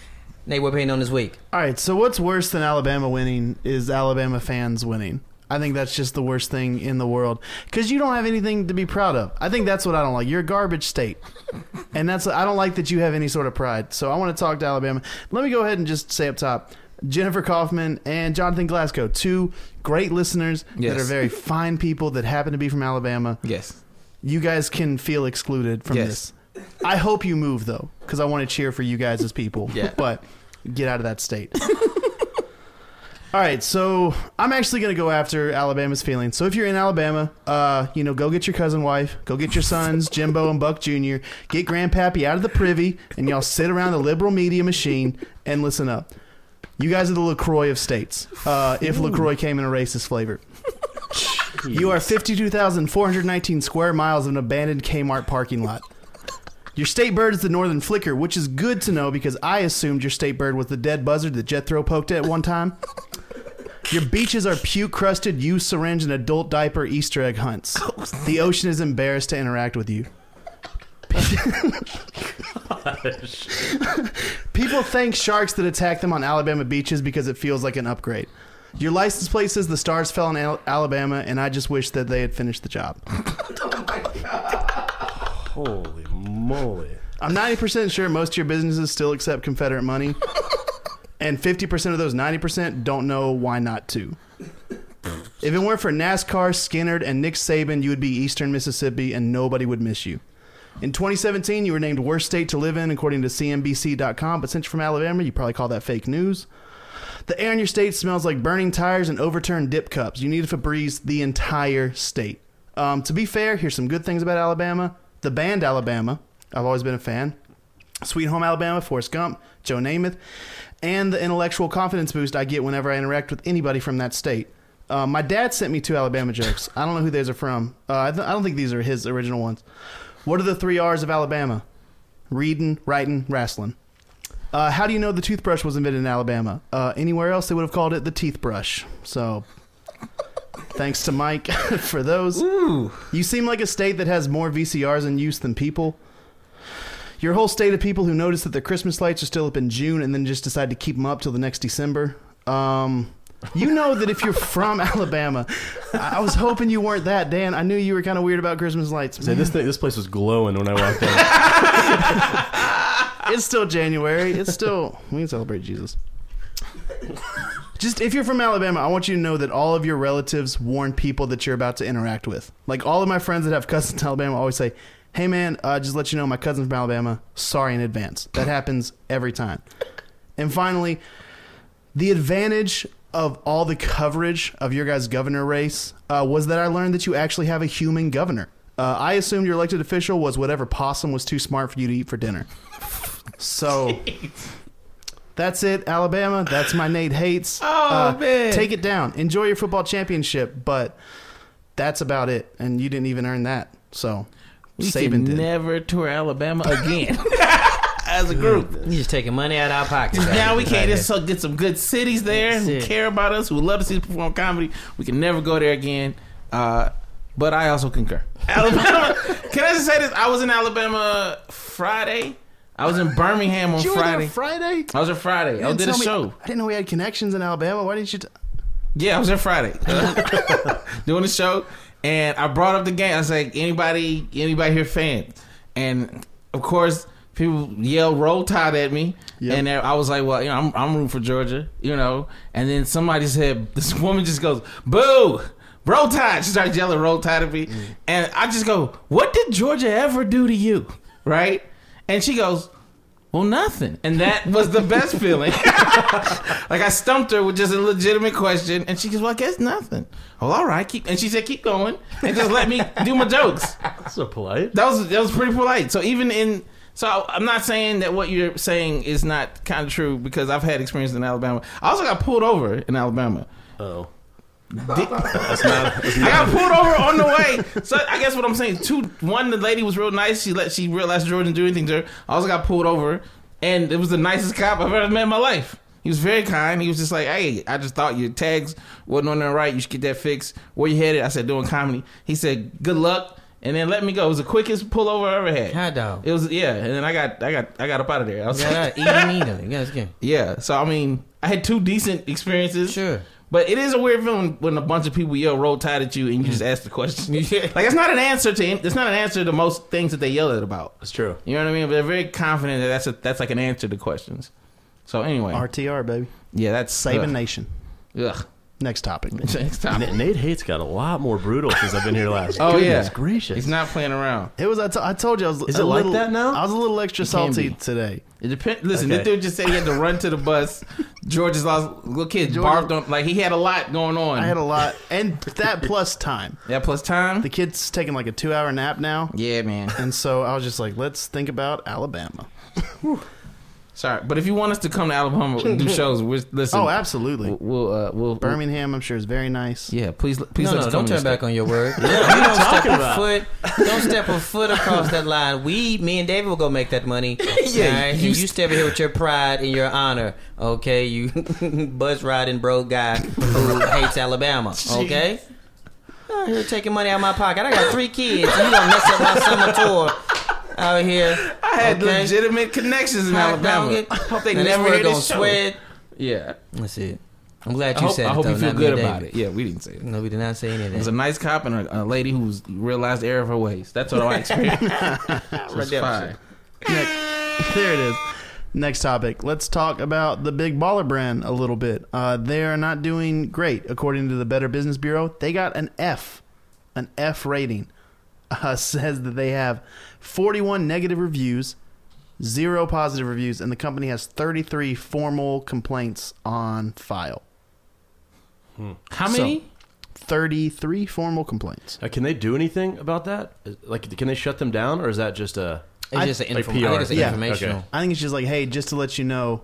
[SPEAKER 4] Nate, what painting on this week?
[SPEAKER 3] All right. So what's worse than Alabama winning is Alabama fans winning. I think that's just the worst thing in the world because you don't have anything to be proud of. I think that's what I don't like. You're a garbage state, and that's I don't like that you have any sort of pride. So I want to talk to Alabama. Let me go ahead and just say up top. Jennifer Kaufman and Jonathan Glasgow, two great listeners
[SPEAKER 2] Yes.
[SPEAKER 3] that are very fine people that happen to be from Alabama.
[SPEAKER 2] Yes.
[SPEAKER 3] You guys can feel excluded from
[SPEAKER 2] Yes.
[SPEAKER 3] this. I hope you move though, because I want to cheer for you guys as people.
[SPEAKER 2] Yeah.
[SPEAKER 3] But get out of that state. <laughs> All right, so I'm actually going to go after Alabama's feelings. So if you're in Alabama, uh, you know, go get your cousin wife, go get your sons, Jimbo and Buck Jr., get Grandpappy out of the privy, and y'all sit around the liberal media machine and listen up. You guys are the LaCroix of states, uh, if LaCroix came in a racist flavor. You are 52,419 square miles of an abandoned Kmart parking lot. Your state bird is the northern flicker, which is good to know because I assumed your state bird was the dead buzzard that Jethro poked at one time. Your beaches are puke crusted, used syringe, and adult diaper Easter egg hunts. The ocean is embarrassed to interact with you. People thank sharks that attack them on Alabama beaches because it feels like an upgrade. Your license plate says the stars fell in Al- Alabama, and I just wish that they had finished the job.
[SPEAKER 6] <laughs> Holy moly!
[SPEAKER 3] I'm 90% sure most of your businesses still accept Confederate money. and 50% of those 90% don't know why not to. If it weren't for NASCAR, Skinnerd, and Nick Saban, you would be Eastern Mississippi and nobody would miss you. In 2017, you were named worst state to live in according to CNBC.com, but since you're from Alabama, you probably call that fake news. The air in your state smells like burning tires and overturned dip cups. You need a Febreze the entire state. Um, to be fair, here's some good things about Alabama. The band Alabama, I've always been a fan. Sweet Home Alabama, Forrest Gump, Joe Namath, and the intellectual confidence boost I get whenever I interact with anybody from that state. Uh, my dad sent me two Alabama jokes. I don't know who these are from. Uh, I, th- I don't think these are his original ones. What are the three R's of Alabama? Reading, writing, wrestling. Uh, how do you know the toothbrush was invented in Alabama? Uh, anywhere else, they would have called it the teeth brush. So, thanks to Mike <laughs> for those. You seem like a state that has more VCRs in use than people. Your whole state of people who notice that their Christmas lights are still up in June and then just decide to keep them up till the next December. Um, you know that if you're from <laughs> Alabama, I-, I was hoping you weren't that, Dan. I knew you were kind of weird about Christmas lights.
[SPEAKER 6] Say this thing, this place was glowing when I <laughs> walked in.
[SPEAKER 3] it's still January. It's still we can celebrate Jesus. Just if you're from Alabama, I want you to know that all of your relatives warn people that you're about to interact with. Like all of my friends that have cousins in Alabama always say, "Hey man, uh, just let you know my cousin from Alabama. Sorry in advance." That happens every time. And finally, the advantage of all the coverage of your guys' governor race uh, was that I learned that you actually have a human governor. Uh, I assumed your elected official was whatever possum was too smart for you to eat for dinner. <laughs> So that's it, Alabama. That's my Nate hates. <laughs> Oh man, take it down. Enjoy your football championship, but that's about it. And you didn't even earn that. So
[SPEAKER 2] We
[SPEAKER 3] Saban
[SPEAKER 2] can
[SPEAKER 3] did.
[SPEAKER 2] never tour Alabama
[SPEAKER 4] <laughs>
[SPEAKER 2] again <laughs> as a group.
[SPEAKER 4] He's just taking money out of our pockets.
[SPEAKER 2] Now we
[SPEAKER 4] Right
[SPEAKER 2] can't
[SPEAKER 4] there.
[SPEAKER 2] just so- get some good cities there who
[SPEAKER 4] That's it.
[SPEAKER 2] care about us, who love to see us perform comedy. We can never go there again. Uh, but I also
[SPEAKER 4] <laughs>
[SPEAKER 2] concur. Alabama. can I just say this? I was in Alabama Friday. I was in Birmingham on
[SPEAKER 3] you were
[SPEAKER 2] Friday.
[SPEAKER 3] there Friday.
[SPEAKER 2] I was there Friday. I
[SPEAKER 3] Didn't
[SPEAKER 2] did a
[SPEAKER 3] tell me-
[SPEAKER 2] show.
[SPEAKER 3] I didn't know we had connections in Alabama. Why didn't you? T-
[SPEAKER 2] Yeah, I was there Friday <laughs> doing the show, and I brought up the game. I was like, anybody, anybody here fan? And of course, people yell "Roll Tide" at me,
[SPEAKER 3] Yep.
[SPEAKER 2] and I was like, well, you know, I'm, I'm rooting for Georgia, you know. And then somebody said, <laughs> this woman just goes, "Boo." Roll Tide. She started yelling Roll Tide at me. And I just go, What did Georgia ever do to you? Right? And she goes, Well, nothing. And that was the best feeling. Like I stumped her with just a legitimate question, and she goes, "Well, I guess nothing." Well, all right, keep. And she said, "Keep going, and just let me do my jokes."
[SPEAKER 6] That's so polite.
[SPEAKER 2] That was that was pretty polite. So even in so I'm not saying that what you're saying is not kind of true because I've had experience in Alabama. I also got pulled over in Alabama.
[SPEAKER 6] Oh,
[SPEAKER 2] <laughs> I got pulled over on the way. So I guess what I'm saying, two, one, the lady was real nice. She let she realized Jordan didn't do anything to her. I also got pulled over, and it was the nicest cop I've ever met in my life. He was very kind. He was just like, "Hey, I just thought your tags wasn't on there right. You should get that fixed. Where you headed?" I said, "Doing comedy." He said, "Good luck," and then let me go. It was the quickest pullover I ever had.
[SPEAKER 4] Hot dog.
[SPEAKER 2] It was yeah, and then I got I got I got up out of there. I was <laughs>
[SPEAKER 4] Yeah,
[SPEAKER 2] like,
[SPEAKER 4] yeah, eat and eat 'em. You guys get-
[SPEAKER 2] yeah. So I mean, I had two decent experiences.
[SPEAKER 4] Sure.
[SPEAKER 2] But it is a weird feeling when a bunch of people yell "roll tide" at you and you just
[SPEAKER 3] Mm.
[SPEAKER 2] ask the
[SPEAKER 3] <laughs>
[SPEAKER 2] question. like it's not an answer to it's not an answer to most things that they yell at about.
[SPEAKER 6] It's true.
[SPEAKER 2] You know what I mean? But they're very confident that that's a, that's like an answer to questions. So anyway,
[SPEAKER 3] RTR, baby.
[SPEAKER 2] yeah, that's ugh.
[SPEAKER 3] Saving Nation. <laughs>
[SPEAKER 2] Ugh.
[SPEAKER 3] Next
[SPEAKER 6] <laughs>
[SPEAKER 3] topic.
[SPEAKER 2] Next time.
[SPEAKER 6] N- Nate Hate's got a lot more brutal since I've been here <laughs> last.
[SPEAKER 2] Oh,
[SPEAKER 6] Goodness
[SPEAKER 2] yeah.
[SPEAKER 6] gracious.
[SPEAKER 2] He's not playing around.
[SPEAKER 3] It was. I, t- I told you. I was.
[SPEAKER 6] Is
[SPEAKER 3] a
[SPEAKER 6] it like
[SPEAKER 3] little-
[SPEAKER 6] that now?
[SPEAKER 3] I was a little extra
[SPEAKER 2] can
[SPEAKER 3] salty
[SPEAKER 2] be.
[SPEAKER 3] today.
[SPEAKER 2] It depends. Listen,
[SPEAKER 6] Okay.
[SPEAKER 2] this dude just said he had to run to the
[SPEAKER 3] <laughs>
[SPEAKER 2] bus. George's lost little kid
[SPEAKER 3] George-
[SPEAKER 2] barfed on like he had a lot going on.
[SPEAKER 3] I had a
[SPEAKER 6] <laughs>
[SPEAKER 3] lot, and that plus time.
[SPEAKER 2] yeah, plus time.
[SPEAKER 3] The kid's taking like a two-hour nap now,
[SPEAKER 2] yeah, man.
[SPEAKER 3] and so I was just like, let's think about Alabama.
[SPEAKER 2] Sorry, but if you want us to come to Alabama and
[SPEAKER 3] <laughs>
[SPEAKER 2] do shows, we're, listen.
[SPEAKER 3] Oh, absolutely.
[SPEAKER 2] We'll uh, we'll
[SPEAKER 3] Birmingham, I'm sure, is very nice.
[SPEAKER 2] Yeah, please please
[SPEAKER 4] No,
[SPEAKER 2] let
[SPEAKER 4] no,
[SPEAKER 2] us
[SPEAKER 4] don't
[SPEAKER 2] come
[SPEAKER 4] turn
[SPEAKER 2] to
[SPEAKER 4] back on
[SPEAKER 2] <laughs>
[SPEAKER 4] your word. you don't step a foot. Don't step a foot across that line. We, me and David, will go make
[SPEAKER 2] <laughs>
[SPEAKER 4] that money. yeah, you, you step in here with your pride and your honor. Okay, you <laughs> bus riding bro guy
[SPEAKER 2] <laughs>
[SPEAKER 4] who hates Alabama. Okay. Out here taking money out of my pocket. I got three kids. You gonna mess up my summer tour out here?
[SPEAKER 2] I had
[SPEAKER 4] okay?
[SPEAKER 2] legitimate connections in
[SPEAKER 4] Hot
[SPEAKER 2] Alabama.
[SPEAKER 4] dog it.
[SPEAKER 2] I hope they
[SPEAKER 4] Now this
[SPEAKER 2] never
[SPEAKER 4] word
[SPEAKER 2] hear
[SPEAKER 4] gonna
[SPEAKER 2] this show.
[SPEAKER 4] sweat.
[SPEAKER 2] Yeah,
[SPEAKER 4] That's it. I'm glad
[SPEAKER 2] I
[SPEAKER 4] you
[SPEAKER 2] hope,
[SPEAKER 4] said
[SPEAKER 2] I
[SPEAKER 4] it.
[SPEAKER 2] hope
[SPEAKER 4] though,
[SPEAKER 2] you feel
[SPEAKER 4] not me and
[SPEAKER 2] good about
[SPEAKER 4] David.
[SPEAKER 2] it. Yeah, we didn't say that.
[SPEAKER 4] No, we did not say any of
[SPEAKER 2] It was a
[SPEAKER 4] that.
[SPEAKER 2] nice cop and a, a lady who realized error of her ways. That's what I <laughs> experienced. It was fine.
[SPEAKER 3] There it is. Next topic. Let's talk about the Big Baller brand a little bit. Uh, they are not doing great, according to the Better Business Bureau. They got an F, an F rating. <laughs> Uh, says that they have 41 negative reviews, zero positive reviews, and the company has 33 formal complaints on file.
[SPEAKER 2] How
[SPEAKER 3] So-
[SPEAKER 2] many?
[SPEAKER 3] 33 formal complaints.
[SPEAKER 6] Uh, can they do anything about that? Is- Like, can they shut them down, or is that just a?
[SPEAKER 4] It's just an
[SPEAKER 6] Like
[SPEAKER 4] inform- I
[SPEAKER 6] PR.
[SPEAKER 4] think it's an
[SPEAKER 3] Yeah.
[SPEAKER 4] informational.
[SPEAKER 6] Okay.
[SPEAKER 3] I think it's just like, hey, just to let you know,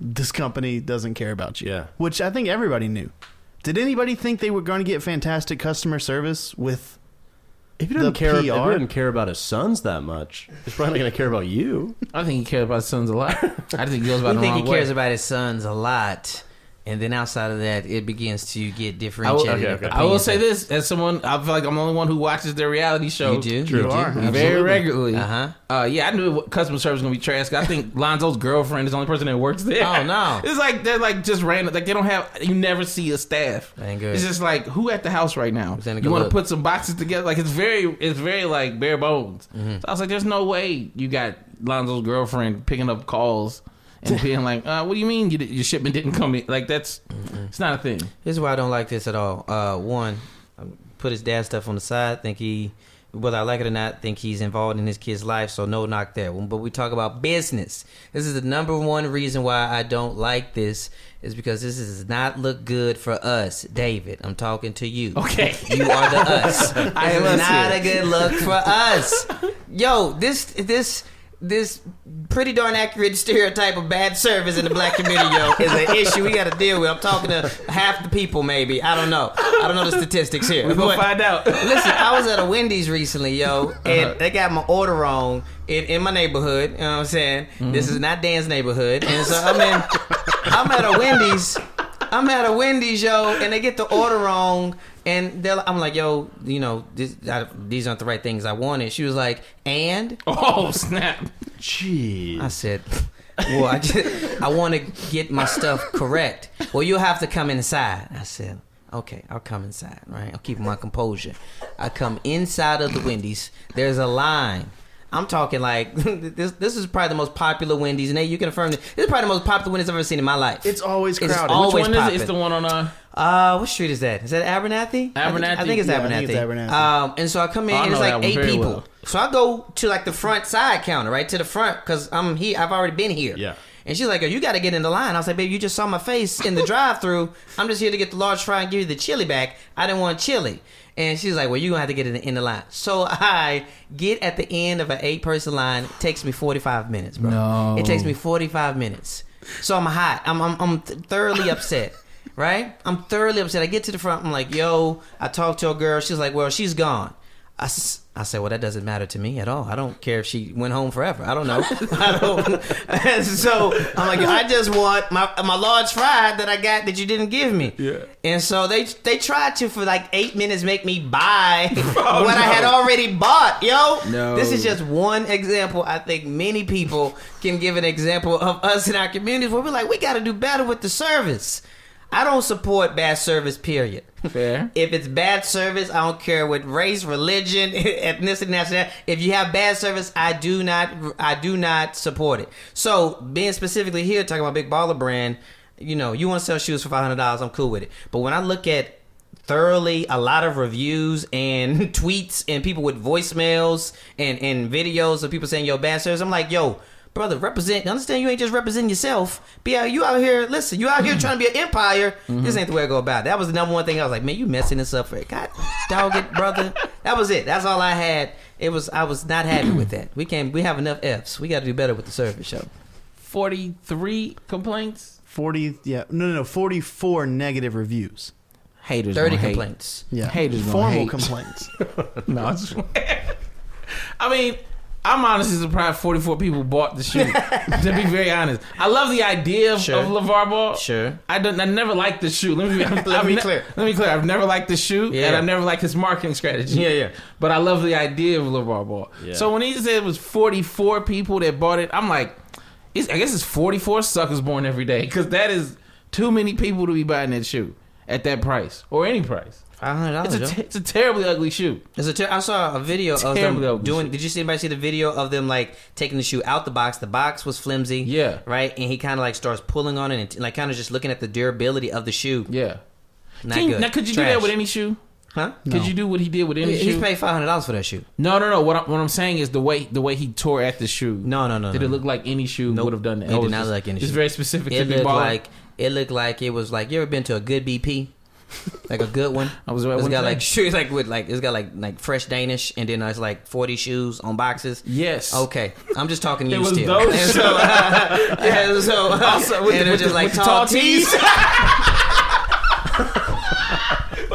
[SPEAKER 3] this company doesn't care about you.
[SPEAKER 6] Yeah.
[SPEAKER 3] Which I think everybody knew. Did anybody think they were going to get fantastic customer service with?
[SPEAKER 6] If you
[SPEAKER 3] The
[SPEAKER 6] didn't care, if you
[SPEAKER 3] PR?
[SPEAKER 6] didn't care about his sons that much, he's probably not going to care about you.
[SPEAKER 2] I think he cared about his sons a lot. I think he goes <laughs> about
[SPEAKER 4] You
[SPEAKER 2] the
[SPEAKER 4] think he
[SPEAKER 2] wrong way.
[SPEAKER 4] cares about his sons a lot, and then outside of that, it begins to get
[SPEAKER 2] I will,
[SPEAKER 4] differentiated.
[SPEAKER 6] okay, okay.
[SPEAKER 2] I will say this as someone, I feel like I'm the only one who watches their reality show.
[SPEAKER 4] You do.
[SPEAKER 3] You are.
[SPEAKER 2] Very regularly.
[SPEAKER 4] Uh-huh.
[SPEAKER 2] Uh, yeah, I knew what customer service was gonna be trash. 'cause I
[SPEAKER 4] <laughs>
[SPEAKER 2] think Lonzo's girlfriend is the only person that works there.
[SPEAKER 4] Oh, no.
[SPEAKER 2] <laughs> It's like they're like just random. Like they don't have. You never see a staff.
[SPEAKER 4] Ain't good.
[SPEAKER 2] It's just like who at the house right now.
[SPEAKER 4] Then
[SPEAKER 2] You
[SPEAKER 4] go
[SPEAKER 2] want to
[SPEAKER 4] look.
[SPEAKER 2] put some boxes together. Like it's very, it's very like bare bones.
[SPEAKER 4] Mm-hmm.
[SPEAKER 2] So I was like, there's no way you got Lonzo's girlfriend picking up calls. And
[SPEAKER 4] <laughs>
[SPEAKER 2] being like, uh, what do you mean you, your shipment didn't come in? Like that's, it's not a thing.
[SPEAKER 4] This is why I don't like this at all. Uh, one, I put his dad stuff on the side. Think he, whether I like it or not, think he's involved in his kid's life. So no knock there. But we talk about business. This is the number one reason why I don't like this is because this does not look good for us, David. I'm talking to you.
[SPEAKER 2] <laughs> Okay.
[SPEAKER 4] You are the <laughs> us.
[SPEAKER 2] I <laughs>
[SPEAKER 4] This
[SPEAKER 2] am
[SPEAKER 4] is
[SPEAKER 2] us here.
[SPEAKER 4] not a good look for us. Yo, this this this pretty darn accurate stereotype of bad service in the black community, yo, is an issue we got to deal with. I'm talking to half the people, maybe. I don't know. I don't know the statistics here.
[SPEAKER 2] We're gonna
[SPEAKER 4] But-
[SPEAKER 2] find out.
[SPEAKER 4] Listen, I was at a Wendy's recently, yo, and they got my order wrong in, in my neighborhood. You know what I'm saying? This is not Dan's neighborhood. And so I'm in, I'm at a Wendy's. I'm at a Wendy's, yo, and they get the order wrong. And they're, I'm like, yo, you know, this, I, these aren't the right things I wanted. She was like, and?
[SPEAKER 2] Oh snap!
[SPEAKER 4] I
[SPEAKER 6] Jeez,
[SPEAKER 4] said, well, I, just, I want to get my stuff correct. Well, you'll have to come inside. I said, okay, I'll come inside, right? I'm keeping my composure. I come inside of the Wendy's. There's a line. I'm talking like <laughs> this. This is probably the most popular Wendy's, and hey, you can affirm this. This is probably the most popular Wendy's I've ever seen in my life.
[SPEAKER 3] It's always
[SPEAKER 4] It's
[SPEAKER 3] crowded.
[SPEAKER 4] always
[SPEAKER 2] Which one is it?
[SPEAKER 4] popping.
[SPEAKER 2] It's the one on uh,
[SPEAKER 4] Uh, what street is that? Is that Abernathy? I think- I
[SPEAKER 2] Abernathy.
[SPEAKER 4] think it's
[SPEAKER 3] Yeah, I
[SPEAKER 4] Abernathy.
[SPEAKER 3] think it's Abernathy.
[SPEAKER 4] Um, and so I come in,
[SPEAKER 2] I
[SPEAKER 4] and it's
[SPEAKER 2] know that
[SPEAKER 4] like
[SPEAKER 2] one
[SPEAKER 4] eight
[SPEAKER 2] very
[SPEAKER 4] people.
[SPEAKER 2] well.
[SPEAKER 4] So I go to like the front side counter, right to the front, because I'm here. I've already been here.
[SPEAKER 6] Yeah.
[SPEAKER 4] And she's like, "Oh, you got to get in the line." I was like, "Babe, you just saw my face in the drive-through. I'm just here to get the large fry and give you the chili back. I didn't want chili." And she's like, "Well, you gonna have to get in the, in the line." So I get at the end of an eight-person line. It takes me 45 minutes, bro.
[SPEAKER 2] No.
[SPEAKER 4] It takes me 45 minutes. So I'm hot. I'm I'm, I'm th- thoroughly upset. Right? I'm thoroughly upset. I get to the front. I'm like, yo. I talk to a girl. She's like, well, she's gone. I, s- I say, well, that doesn't matter to me at all. I don't care if she went home forever. I don't know. <laughs> I don't. And so I'm like, I just want my my large fry that I got that you didn't give me. Yeah. And so they they tried to for like eight minutes make me buy what I had already bought. Yo,
[SPEAKER 2] No.
[SPEAKER 4] this is just just one example. I think many people can give an example of us in our communities where we're like, we got to do better with the service. I don't support bad service. Period.
[SPEAKER 2] Fair.
[SPEAKER 4] If it's bad service, I don't care what race, religion, <laughs> ethnicity, nationality. If you have bad service, I do not, I do not support it. So being specifically here talking about Big Baller Brand, you know, you want to sell shoes for five hundred dollars, I'm cool with it. But when I look at thoroughly a lot of reviews and <laughs> tweets and people with voicemails and and videos of people saying yo bad service, I'm like yo. Brother, represent. Understand? You ain't just representing yourself. Be out. You out here. Listen, you out here trying to be an empire. This ain't the way I go about. it. That was the number one thing. I was like, man, you messing this up. For it. God, dog it, brother. That was it. That's all I had. It was. I was not happy with that. We can. not We have enough Fs. We got to do better with the service show.
[SPEAKER 2] 43 complaints.
[SPEAKER 3] 40, yeah, no, no, no, 44 negative reviews.
[SPEAKER 2] Haters.
[SPEAKER 4] Thirty
[SPEAKER 2] gonna hate.
[SPEAKER 4] complaints.
[SPEAKER 3] Yeah.
[SPEAKER 2] Haters gonna
[SPEAKER 3] Formal
[SPEAKER 2] hate. <laughs>
[SPEAKER 3] complaints.
[SPEAKER 2] No, I swear. I mean, I'm honestly surprised 44 people bought the
[SPEAKER 4] <laughs>
[SPEAKER 2] shoe. to be very honest, I love the idea of,
[SPEAKER 4] Sure.
[SPEAKER 2] of LeVar Ball.
[SPEAKER 4] Sure.
[SPEAKER 2] I don't. I never liked the shoe. Let me
[SPEAKER 4] <laughs>
[SPEAKER 2] be, let
[SPEAKER 4] be clear.
[SPEAKER 2] Let me be clear. I've never liked the shoe,
[SPEAKER 4] Yeah.
[SPEAKER 2] and I've never liked his marketing strategy.
[SPEAKER 4] Yeah, yeah.
[SPEAKER 2] But I love the idea of LeVar Ball.
[SPEAKER 6] Yeah.
[SPEAKER 2] So when he said it was 44 people that bought it, I'm like, it's, I guess it's 44 suckers born every day because that is too many people to be buying that shoe at that price or any price.
[SPEAKER 4] Five hundred
[SPEAKER 2] It's
[SPEAKER 4] dollars.
[SPEAKER 2] a, t- it's a terribly ugly shoe.
[SPEAKER 4] There's a ter- I saw a video of
[SPEAKER 2] Terribly
[SPEAKER 4] them
[SPEAKER 2] ugly
[SPEAKER 4] doing.
[SPEAKER 2] shoe.
[SPEAKER 4] Did you see anybody see the video of them like taking the shoe out the box? The box was flimsy.
[SPEAKER 2] Yeah.
[SPEAKER 4] Right, and he kind of like starts pulling on it and like kind of just looking at the durability of the shoe.
[SPEAKER 2] Yeah.
[SPEAKER 4] Not
[SPEAKER 2] Can you-
[SPEAKER 4] good.
[SPEAKER 2] Now, could you do
[SPEAKER 4] Trash.
[SPEAKER 2] that with any shoe?
[SPEAKER 4] Huh?
[SPEAKER 2] Could you do what he did with any
[SPEAKER 4] He-
[SPEAKER 2] shoe?
[SPEAKER 4] He's paid five hundred dollars for that shoe.
[SPEAKER 2] no, no, no. What I'm, what I'm saying is the way the way he tore at the shoe.
[SPEAKER 4] No, no, no,
[SPEAKER 2] Did
[SPEAKER 4] no,
[SPEAKER 2] it
[SPEAKER 4] no.
[SPEAKER 2] look like any shoe
[SPEAKER 4] Nope.
[SPEAKER 2] would have done that?
[SPEAKER 4] It
[SPEAKER 2] Oh,
[SPEAKER 4] did
[SPEAKER 2] it's
[SPEAKER 4] not
[SPEAKER 2] just-
[SPEAKER 4] look like any
[SPEAKER 2] It's
[SPEAKER 4] shoe.
[SPEAKER 2] very specific
[SPEAKER 4] It
[SPEAKER 2] to Big
[SPEAKER 4] looked
[SPEAKER 2] Baller.
[SPEAKER 4] like it looked like it was like you ever been to a good BP,
[SPEAKER 2] <laughs>
[SPEAKER 4] like a good one.
[SPEAKER 2] I was at
[SPEAKER 4] It's
[SPEAKER 2] one
[SPEAKER 4] got
[SPEAKER 2] time.
[SPEAKER 4] like <laughs> shoes like with like it's got like like fresh Danish, and then it's like forty shoes on boxes.
[SPEAKER 2] yes. <laughs>
[SPEAKER 4] Okay, I'm just talking to
[SPEAKER 2] It
[SPEAKER 4] you
[SPEAKER 2] was
[SPEAKER 4] still.
[SPEAKER 2] those
[SPEAKER 4] And <laughs> so,
[SPEAKER 2] <laughs>
[SPEAKER 4] and so,
[SPEAKER 2] Also, with
[SPEAKER 4] and
[SPEAKER 2] the-
[SPEAKER 4] it
[SPEAKER 2] with
[SPEAKER 4] was just
[SPEAKER 2] the-
[SPEAKER 4] like
[SPEAKER 2] with the tall
[SPEAKER 4] tall
[SPEAKER 2] tees.
[SPEAKER 4] tees.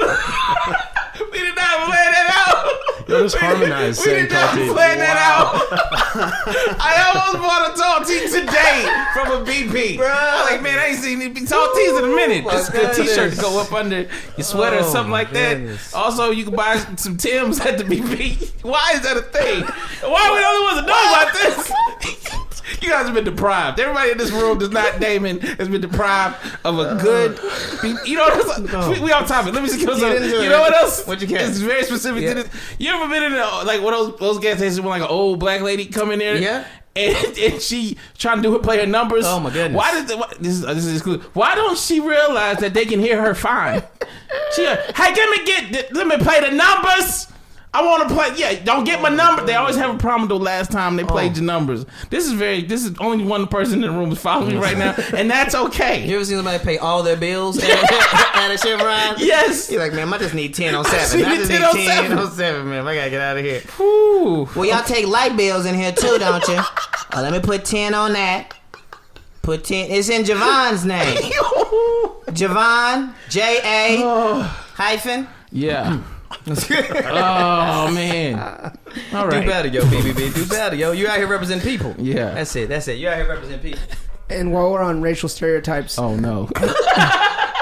[SPEAKER 2] We did not plan that out.
[SPEAKER 6] Yo, just harmonize
[SPEAKER 2] We
[SPEAKER 6] saying
[SPEAKER 2] did not
[SPEAKER 6] tall tees.
[SPEAKER 2] plan that out. <laughs> I almost bought a tall tee today from a BP. I was like, man, I ain't seen any tall tees in a minute.
[SPEAKER 4] my
[SPEAKER 2] Just a good
[SPEAKER 4] goodness.
[SPEAKER 2] t-shirt to go up under your sweater or
[SPEAKER 4] Oh,
[SPEAKER 2] something
[SPEAKER 4] my
[SPEAKER 2] like
[SPEAKER 4] goodness.
[SPEAKER 2] that. Also, you can buy some Tim's at the BP. <laughs> Why is that a
[SPEAKER 4] <laughs>
[SPEAKER 2] thing? Why are we the only ones that know about this? <laughs> You guys have been deprived. Everybody in this room does not. Damon has been deprived of a good. You know, what I'm saying? we, we on topic. Let me just give us
[SPEAKER 4] Uh. You
[SPEAKER 2] a-
[SPEAKER 4] didn't do
[SPEAKER 2] You
[SPEAKER 4] it.
[SPEAKER 2] know what else?
[SPEAKER 4] What'd you get?
[SPEAKER 2] It's very specific
[SPEAKER 4] Yeah.
[SPEAKER 2] to this. You ever been in a, like one of those, those gas stations when like an old black lady come in there?
[SPEAKER 4] Yeah.
[SPEAKER 2] And, and she trying to do her play her numbers.
[SPEAKER 4] Oh, my goodness.
[SPEAKER 2] Why did the, why, this is this is exclusive. Why don't she realize that they can hear her fine? she like, hey, let me get th- let me play the numbers. I want to play. Yeah, don't get
[SPEAKER 4] Oh,
[SPEAKER 2] my number. They always have a problem with the last time they played your numbers. This is very. This is only one person in the room is following me right now, and that's okay.
[SPEAKER 4] <laughs> You ever seen somebody pay all their bills
[SPEAKER 2] <laughs>
[SPEAKER 4] at, <laughs> at a Chevron?
[SPEAKER 2] yes.
[SPEAKER 4] You're like, man, I just need 10 on 7.
[SPEAKER 2] need
[SPEAKER 4] I just
[SPEAKER 2] 10 on
[SPEAKER 4] need 10
[SPEAKER 2] seven.
[SPEAKER 4] on 7, man. I gotta get out of here.
[SPEAKER 2] <laughs> Ooh.
[SPEAKER 4] Well, y'all take light bills in here too,
[SPEAKER 2] <laughs>
[SPEAKER 4] don't you? Oh, let me put 10 on that. Put 10. It's in Javon's name. Javon, J A
[SPEAKER 2] <sighs>
[SPEAKER 4] hyphen.
[SPEAKER 2] <laughs> Yeah. Oh man. All
[SPEAKER 4] Do
[SPEAKER 2] right.
[SPEAKER 4] better, yo, BBB. Do better, yo. You out here representing people.
[SPEAKER 2] Yeah.
[SPEAKER 4] That's it. That's it. You out here representing people.
[SPEAKER 7] And while we're on racial stereotypes,
[SPEAKER 2] Oh no.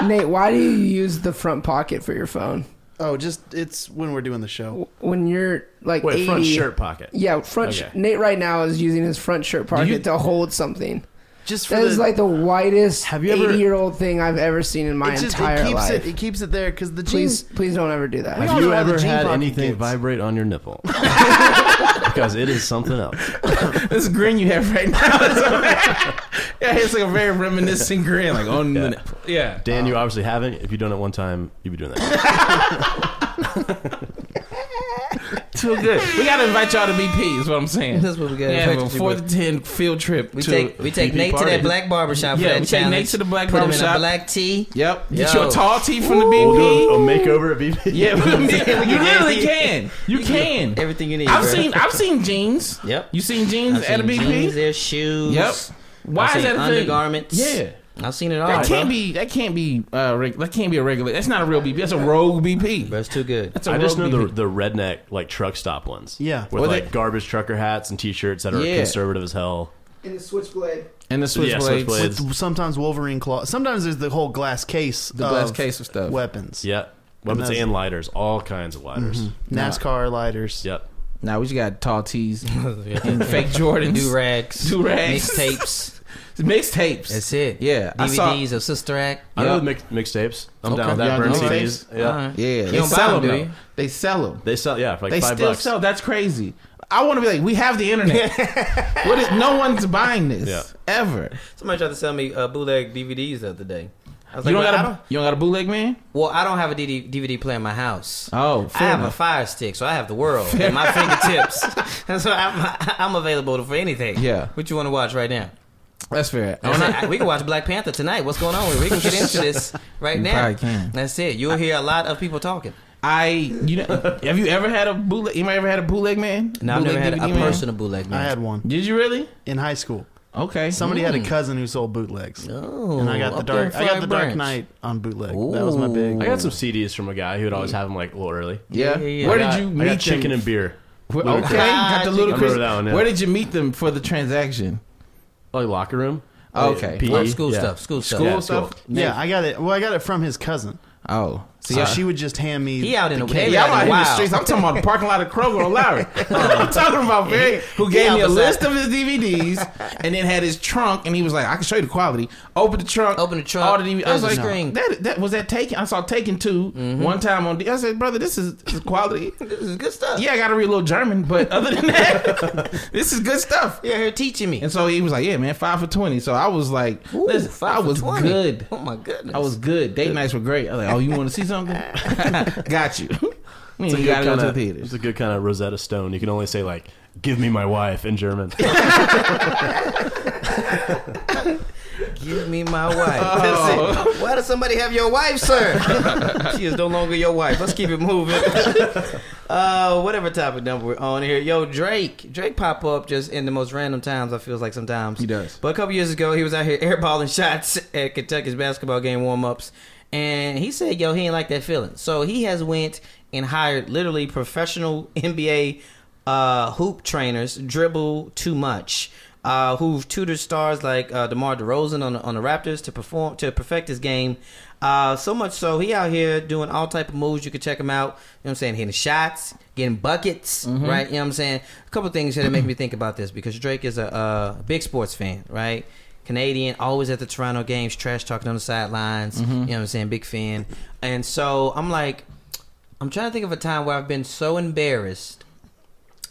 [SPEAKER 7] Nate, why do you use the front pocket for your phone
[SPEAKER 3] oh, just, it's when we're doing the show.
[SPEAKER 7] when you're like
[SPEAKER 6] Wait,
[SPEAKER 7] 80,
[SPEAKER 6] front shirt pocket.
[SPEAKER 7] Yeah, front. sh-
[SPEAKER 6] Okay.
[SPEAKER 7] Nate right now is using his front shirt pocket to hold something.
[SPEAKER 3] Just for
[SPEAKER 7] That
[SPEAKER 3] the,
[SPEAKER 7] is like the whitest
[SPEAKER 3] Have you ever-
[SPEAKER 7] eighty-year-old thing I've ever seen in my
[SPEAKER 3] it just,
[SPEAKER 7] entire
[SPEAKER 3] it keeps
[SPEAKER 7] life.
[SPEAKER 3] it, it keeps it there because the
[SPEAKER 7] please,
[SPEAKER 3] jeans,
[SPEAKER 7] please don't ever do that.
[SPEAKER 3] all
[SPEAKER 6] Have you
[SPEAKER 3] know how the
[SPEAKER 6] ever
[SPEAKER 3] jean
[SPEAKER 6] had
[SPEAKER 3] pocket
[SPEAKER 6] anything
[SPEAKER 3] gets.
[SPEAKER 6] vibrate on your nipple? because it is something else.
[SPEAKER 2] <laughs> this grin you have right now. is a- yeah, it's like a very reminiscent grin, like on the nip. yeah.
[SPEAKER 6] Dan, you obviously haven't. If you've done it one time, you'd be doing that.
[SPEAKER 2] Too good. We gotta invite y'all to BP. Is what I'm saying.
[SPEAKER 4] That's what we gotta
[SPEAKER 2] Yeah,
[SPEAKER 4] invite
[SPEAKER 2] have a
[SPEAKER 4] you
[SPEAKER 2] four
[SPEAKER 4] to.
[SPEAKER 2] to ten field trip.
[SPEAKER 4] We
[SPEAKER 2] to
[SPEAKER 4] take we take
[SPEAKER 2] BP
[SPEAKER 4] Nate
[SPEAKER 2] party.
[SPEAKER 4] to that black barbershop
[SPEAKER 2] Yeah,
[SPEAKER 4] for that
[SPEAKER 2] we take
[SPEAKER 4] challenge.
[SPEAKER 2] Nate to the black
[SPEAKER 4] Put him in
[SPEAKER 2] barbershop.
[SPEAKER 4] a black tee.
[SPEAKER 2] Yep. Get
[SPEAKER 4] Yo.
[SPEAKER 2] your tall tee from the
[SPEAKER 6] We'll do a
[SPEAKER 2] BP.
[SPEAKER 6] Oh, makeover at BB.
[SPEAKER 2] <laughs> Yeah, you literally
[SPEAKER 4] Yeah.
[SPEAKER 2] can. You can.
[SPEAKER 4] Everything you need.
[SPEAKER 2] I've
[SPEAKER 4] bro.
[SPEAKER 2] seen I've seen jeans.
[SPEAKER 4] Yep.
[SPEAKER 2] You seen jeans
[SPEAKER 4] I've
[SPEAKER 2] at a
[SPEAKER 4] seen jeans,
[SPEAKER 2] BP?
[SPEAKER 4] their shoes.
[SPEAKER 2] Yep. Why
[SPEAKER 4] I've
[SPEAKER 2] is
[SPEAKER 4] seen
[SPEAKER 2] that a thing?
[SPEAKER 4] undergarments.
[SPEAKER 2] Yeah.
[SPEAKER 4] I've seen it all.
[SPEAKER 2] That can't
[SPEAKER 4] bro.
[SPEAKER 2] be. That can't be. Uh, reg- that can't be a regular. That's not a real BP. That's a rogue BP.
[SPEAKER 4] Bro, it's too good.
[SPEAKER 2] That's a
[SPEAKER 6] I just know
[SPEAKER 2] rogue
[SPEAKER 6] the,
[SPEAKER 2] BP.
[SPEAKER 6] the redneck like truck stop ones.
[SPEAKER 3] Yeah.
[SPEAKER 6] with
[SPEAKER 2] Well, they-
[SPEAKER 6] like garbage trucker hats and T-shirts that are
[SPEAKER 2] Yeah.
[SPEAKER 6] conservative as hell.
[SPEAKER 7] In the switchblade.
[SPEAKER 2] And the
[SPEAKER 6] Yeah,
[SPEAKER 2] switchblades.
[SPEAKER 6] switchblades.
[SPEAKER 3] with sometimes Wolverine claw. Sometimes there's the whole glass case,
[SPEAKER 2] The glass case of stuff.
[SPEAKER 3] weapons.
[SPEAKER 6] Yeah, weapons
[SPEAKER 3] those-
[SPEAKER 6] and lighters, all kinds of lighters.
[SPEAKER 3] NASCAR lighters.
[SPEAKER 6] Yep.
[SPEAKER 4] <laughs>
[SPEAKER 2] Now we just got tall tees and fake Jordans.
[SPEAKER 4] Do rags.
[SPEAKER 2] Do rags. <laughs>
[SPEAKER 4] Mixtapes.
[SPEAKER 2] Mixtapes.
[SPEAKER 4] That's it.
[SPEAKER 2] Yeah, I saw-
[SPEAKER 4] DVDs of Sister Act.
[SPEAKER 6] I know
[SPEAKER 2] Yep.
[SPEAKER 6] mix, mixtapes. I'm
[SPEAKER 4] Okay.
[SPEAKER 6] down with that.
[SPEAKER 3] Yeah,
[SPEAKER 6] Burn
[SPEAKER 3] mixtapes.
[SPEAKER 6] CDs. Yeah,
[SPEAKER 4] Alright.
[SPEAKER 2] Yeah,
[SPEAKER 4] You
[SPEAKER 2] they
[SPEAKER 4] don't buy
[SPEAKER 2] sell
[SPEAKER 4] them,
[SPEAKER 2] them.
[SPEAKER 4] do
[SPEAKER 2] though.
[SPEAKER 4] you?
[SPEAKER 2] they sell them.
[SPEAKER 6] they sell. Yeah, for like
[SPEAKER 2] They
[SPEAKER 6] five
[SPEAKER 2] still
[SPEAKER 6] bucks.
[SPEAKER 2] sell. That's crazy. I want to be like, we have the
[SPEAKER 4] <laughs>
[SPEAKER 2] internet. what is? No one's buying this
[SPEAKER 6] Yeah.
[SPEAKER 2] ever.
[SPEAKER 4] Somebody tried to sell me uh, bootleg DVDs the other day. I was
[SPEAKER 2] You don't
[SPEAKER 4] like, well,
[SPEAKER 2] got
[SPEAKER 4] I
[SPEAKER 2] a
[SPEAKER 4] don't,
[SPEAKER 2] you don't got a bootleg man.
[SPEAKER 4] well, I don't have a DD DVD player in my house.
[SPEAKER 2] Oh,
[SPEAKER 4] I
[SPEAKER 2] fair
[SPEAKER 4] have a
[SPEAKER 2] enough.
[SPEAKER 4] Fire Stick, so I have
[SPEAKER 2] <laughs>
[SPEAKER 4] the world at my fingertips, <laughs> and so I'm, I'm available for anything.
[SPEAKER 2] Yeah.
[SPEAKER 4] what you want to watch right now?
[SPEAKER 2] That's fair.
[SPEAKER 4] That's it. I- we can watch Black Panther tonight. What's going on? We can get into this right
[SPEAKER 2] You
[SPEAKER 4] now.
[SPEAKER 2] probably can.
[SPEAKER 4] That's it. You'll hear a lot of people talking.
[SPEAKER 2] I you know have you ever had a bootleg? Anybody ever had a bootleg man?
[SPEAKER 4] Now I've never
[SPEAKER 2] Bootleg
[SPEAKER 4] had a
[SPEAKER 2] DVD man?
[SPEAKER 4] personal bootleg. Man.
[SPEAKER 3] I had one
[SPEAKER 2] Did you really?
[SPEAKER 3] in high school.
[SPEAKER 2] Okay.
[SPEAKER 3] Somebody had a cousin who sold bootlegs,
[SPEAKER 4] Mm. Oh,
[SPEAKER 3] and I got the
[SPEAKER 4] up there in
[SPEAKER 3] dark. I got the
[SPEAKER 4] Fried
[SPEAKER 3] Dark
[SPEAKER 4] Branch.
[SPEAKER 3] Knight on bootleg. That was my
[SPEAKER 4] Ooh.
[SPEAKER 3] big.
[SPEAKER 6] I got some CDs from a guy who'd always have them like a little early.
[SPEAKER 2] yeah.
[SPEAKER 4] Yeah, yeah, yeah.
[SPEAKER 2] Where
[SPEAKER 4] I
[SPEAKER 2] did
[SPEAKER 4] got-
[SPEAKER 2] you
[SPEAKER 6] I
[SPEAKER 2] meet
[SPEAKER 6] got chicken
[SPEAKER 2] them?
[SPEAKER 6] and beer.
[SPEAKER 2] Where-
[SPEAKER 6] Ludacris.
[SPEAKER 2] okay, got the
[SPEAKER 4] I remember
[SPEAKER 2] ludicrous.
[SPEAKER 6] that one, yeah.
[SPEAKER 2] Where did you meet them for the transaction?
[SPEAKER 6] Like locker room.
[SPEAKER 2] Oh, okay.
[SPEAKER 6] PE,
[SPEAKER 4] Oh, school
[SPEAKER 6] yeah.
[SPEAKER 4] stuff. School stuff.
[SPEAKER 2] School
[SPEAKER 6] Yeah,
[SPEAKER 2] stuff.
[SPEAKER 3] Yeah, I got it. Well, I got it from his cousin.
[SPEAKER 2] Oh,
[SPEAKER 3] So
[SPEAKER 2] so
[SPEAKER 3] she would just hand me.
[SPEAKER 4] He out in the
[SPEAKER 3] cake.
[SPEAKER 4] they
[SPEAKER 2] Yeah,
[SPEAKER 4] out
[SPEAKER 2] I'm out here
[SPEAKER 4] in the
[SPEAKER 2] in the
[SPEAKER 4] wild.
[SPEAKER 2] streets. I'm talking about the parking lot of Kroger on
[SPEAKER 4] <laughs>
[SPEAKER 2] Lowry. <laughs> I'm talking about Barry, who
[SPEAKER 4] He
[SPEAKER 2] gave me a
[SPEAKER 4] outside.
[SPEAKER 2] list of his
[SPEAKER 4] <laughs>
[SPEAKER 2] DVDs and then had his trunk, and he was like, "I can show you the quality." Open the trunk.
[SPEAKER 4] Open the trunk.
[SPEAKER 2] All the DVDs. I was
[SPEAKER 4] There's
[SPEAKER 2] like,
[SPEAKER 4] a screen. Mm-hmm.
[SPEAKER 2] "That that was that taken." I saw Taken 2 one time on. D- I said, "Brother, this is, this is quality."
[SPEAKER 4] <laughs> This is good stuff.
[SPEAKER 2] yeah, I got to read a little German, but other than that, <laughs> this is good stuff.
[SPEAKER 4] you're here teaching me.
[SPEAKER 2] And so he was like, "Yeah, man, five for 20. So I was like,
[SPEAKER 4] Ooh,
[SPEAKER 2] "Listen,
[SPEAKER 4] five
[SPEAKER 2] I
[SPEAKER 4] for
[SPEAKER 2] was
[SPEAKER 4] 20.
[SPEAKER 2] good."
[SPEAKER 4] Oh my goodness.
[SPEAKER 2] I was good. Date nights were great. I was like, "Oh, you want to see something? <laughs> got you." <laughs> Me and
[SPEAKER 6] It's a
[SPEAKER 2] you
[SPEAKER 6] good
[SPEAKER 2] gotta go to the
[SPEAKER 6] kinda-
[SPEAKER 2] theaters.
[SPEAKER 6] It's a good kind of Rosetta Stone. You can only say like, "Give me my wife"
[SPEAKER 2] <laughs>
[SPEAKER 6] in German.
[SPEAKER 4] Give me my wife.
[SPEAKER 3] <laughs> Oh.
[SPEAKER 4] That's it. Why does somebody have your
[SPEAKER 3] <laughs>
[SPEAKER 4] wife, sir? she is no longer your wife. Let's keep it moving. <laughs> uh, whatever topic number we're on here. Yo, Drake. Drake pop up just in the most random times, I feels like sometimes.
[SPEAKER 2] He does.
[SPEAKER 4] But a couple years ago, he was out here <laughs> airballing shots at Kentucky's basketball game warm-ups. And he said, yo, he ain't like that feeling. So he has went and hired literally professional <laughs> NBA uh, hoop trainers, dribble too much uh, who've tutored stars like uh, DeMar DeRozan on the, on the Raptors to perform to perfect his game. Uh, so much so he out here doing all type of moves. You can check him out. You know what I'm saying? Hitting shots, getting buckets, right? You know what I'm saying? A couple things here that make me think about this because Drake is a uh, big sports fan, right? Canadian, always at the Toronto games, trash talking on the sidelines. You know what I'm saying? Big fan. And so I'm like, I'm trying to think of a time where I've been so embarrassed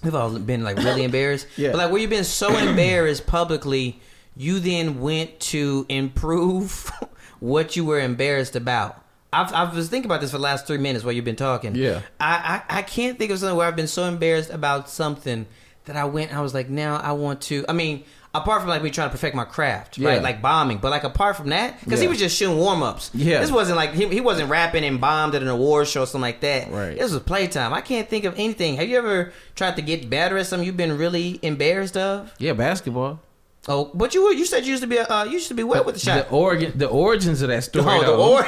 [SPEAKER 4] We've all been
[SPEAKER 2] <laughs>
[SPEAKER 4] like really embarrassed.
[SPEAKER 2] Yeah.
[SPEAKER 4] But like where you've
[SPEAKER 2] <clears throat>
[SPEAKER 4] been so embarrassed publicly, you then went to improve <laughs> what you were embarrassed about. I've, I was thinking about this for the last three minutes while you've been talking.
[SPEAKER 2] Yeah.
[SPEAKER 4] I, I, I can't think of something where I've been so embarrassed about something that I went and I was like, now I want to. I mean, apart from like me trying to perfect my craft,
[SPEAKER 2] Yeah.
[SPEAKER 4] right? Like bombing. But like apart from that, because he
[SPEAKER 2] Yeah.
[SPEAKER 4] was just shooting warm ups.
[SPEAKER 2] Yeah.
[SPEAKER 4] This wasn't like, he, he wasn't rapping and bombed at an award show or something like that.
[SPEAKER 2] Right.
[SPEAKER 4] This was playtime. I can't think of anything. Have you ever tried to get better at something you've been really embarrassed of?
[SPEAKER 2] Yeah, basketball.
[SPEAKER 4] Oh, but you were, you said you used to be a, uh, you used to be wet with the shot.
[SPEAKER 2] The origin, the origins of that story.
[SPEAKER 4] Oh, the
[SPEAKER 2] though,
[SPEAKER 4] or-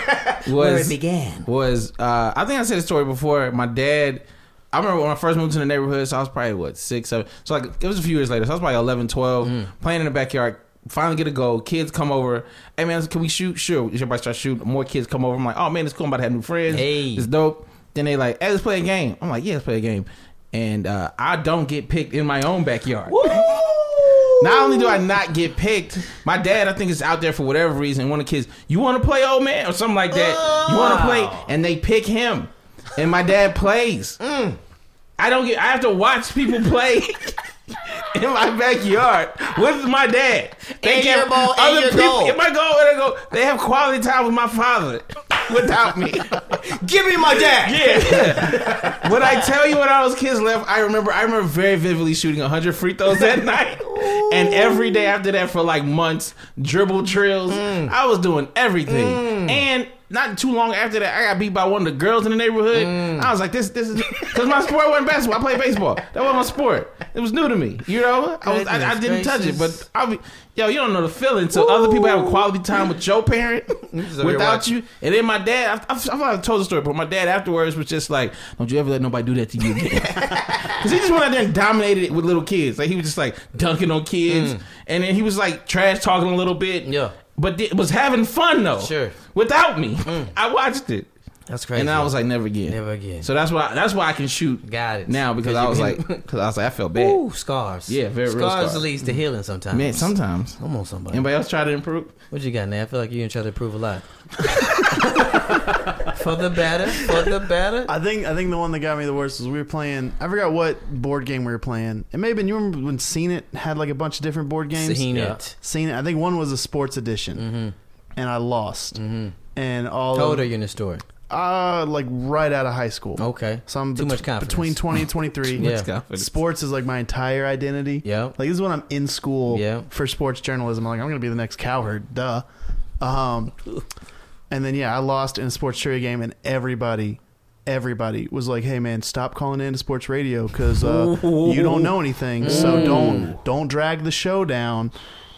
[SPEAKER 4] <laughs> where
[SPEAKER 2] was
[SPEAKER 4] it began.
[SPEAKER 2] was uh, I think I said the story before. My dad. I remember when I first moved to the neighborhood, so I was probably what six, seven. So like it was a few years later. So I was probably 11, 12,
[SPEAKER 4] Mm.
[SPEAKER 2] playing in the backyard. Finally get a goal. Kids come over. Hey man, can we shoot? Sure. Everybody start shooting. More kids come over. I'm like, oh man, it's cool. I'm about to have new friends.
[SPEAKER 4] Hey.
[SPEAKER 2] It's dope. Then they like, hey, let's play a game. I'm like, yeah, let's play a game. And uh, I don't get picked in my own backyard. Not only do I not get picked, my dad I think is out there for whatever reason. One of the kids, you want to play old man or something like that. you
[SPEAKER 4] Oh.
[SPEAKER 2] want to play, and they pick him, and my dad plays.
[SPEAKER 4] Mm.
[SPEAKER 2] I don't get. I have to watch people play <laughs> in my backyard with my dad.
[SPEAKER 4] And your ball and your goal.
[SPEAKER 2] If my goal and I go, they have quality time with my father <laughs> without
[SPEAKER 4] <laughs>
[SPEAKER 2] me.
[SPEAKER 4] Give me my dad.
[SPEAKER 2] Yeah. <laughs> when I tell you when all those kids left, I remember I remember very vividly shooting 100 free throws that <laughs> night. And every day after that for like months, dribble drills.
[SPEAKER 4] Mm.
[SPEAKER 2] I was doing everything. And not too long after that, I got beat by one of the girls in the neighborhood.
[SPEAKER 4] Mm.
[SPEAKER 2] I was like, this this is because my sport wasn't basketball. I played baseball. That wasn't my sport. It was new to me. You know? I was I, I didn't
[SPEAKER 4] Goodness
[SPEAKER 2] touch it,
[SPEAKER 4] gracious.
[SPEAKER 2] but I be, yo, you don't know the feeling. So other people have a quality time with your
[SPEAKER 4] <laughs>
[SPEAKER 2] parent
[SPEAKER 4] over here
[SPEAKER 2] without
[SPEAKER 4] watching.
[SPEAKER 2] you. And then my dad, I, I, I thought I told the story, but my dad afterwards was just like, "Don't you ever let nobody do that to you
[SPEAKER 4] <laughs>
[SPEAKER 2] again." <laughs> Because he just went out there and dominated it with little kids. Like he was just like dunking on kids, and then he was like trash talking a little bit.
[SPEAKER 4] Mm. Yeah.
[SPEAKER 2] but it was having fun though.
[SPEAKER 4] Sure.
[SPEAKER 2] Without me, I watched it.
[SPEAKER 4] That's crazy.
[SPEAKER 2] And I was like, never again.
[SPEAKER 4] Never again.
[SPEAKER 2] So that's why that's why I can shoot
[SPEAKER 4] Got it.
[SPEAKER 2] now because I was
[SPEAKER 4] Because you
[SPEAKER 2] like <laughs>
[SPEAKER 4] been-
[SPEAKER 2] because I was like I felt bad.
[SPEAKER 4] Ooh, scars.
[SPEAKER 2] Yeah, very real
[SPEAKER 4] scars
[SPEAKER 2] scars.
[SPEAKER 4] leads to healing sometimes.
[SPEAKER 2] Man, sometimes.
[SPEAKER 4] Come on, somebody.
[SPEAKER 2] Anybody else try to improve?
[SPEAKER 4] What you got, man? I feel like you and try to prove a <laughs> lot. for the better, for the better.
[SPEAKER 3] I think I think the one that got me the worst was we were playing. I forgot what board game we were playing. It may have been you remember when Seen It had like a bunch of different board games.
[SPEAKER 4] Seen
[SPEAKER 6] Yeah.
[SPEAKER 4] it.
[SPEAKER 3] Seen It. I think one was a sports edition,
[SPEAKER 4] Mm-hmm.
[SPEAKER 3] and I lost. And all
[SPEAKER 4] How old
[SPEAKER 3] of,
[SPEAKER 4] are you in the story?
[SPEAKER 3] Uh, like right out of high school.
[SPEAKER 4] Okay.
[SPEAKER 3] So I'm
[SPEAKER 4] Too
[SPEAKER 3] bet-
[SPEAKER 4] much confidence.
[SPEAKER 3] between 20 and 23.
[SPEAKER 4] <laughs> Yeah.
[SPEAKER 3] Sports is like my entire identity.
[SPEAKER 4] Yeah.
[SPEAKER 3] Like this is when I'm in school
[SPEAKER 4] Yeah.
[SPEAKER 3] for sports journalism. I'm like, I'm going to be the next cowherd. Duh. Um, and then, yeah, I lost in a sports trivia game and everybody, everybody was like, hey man, stop calling in to sports radio because uh, you don't know anything. So don't, don't drag the show down.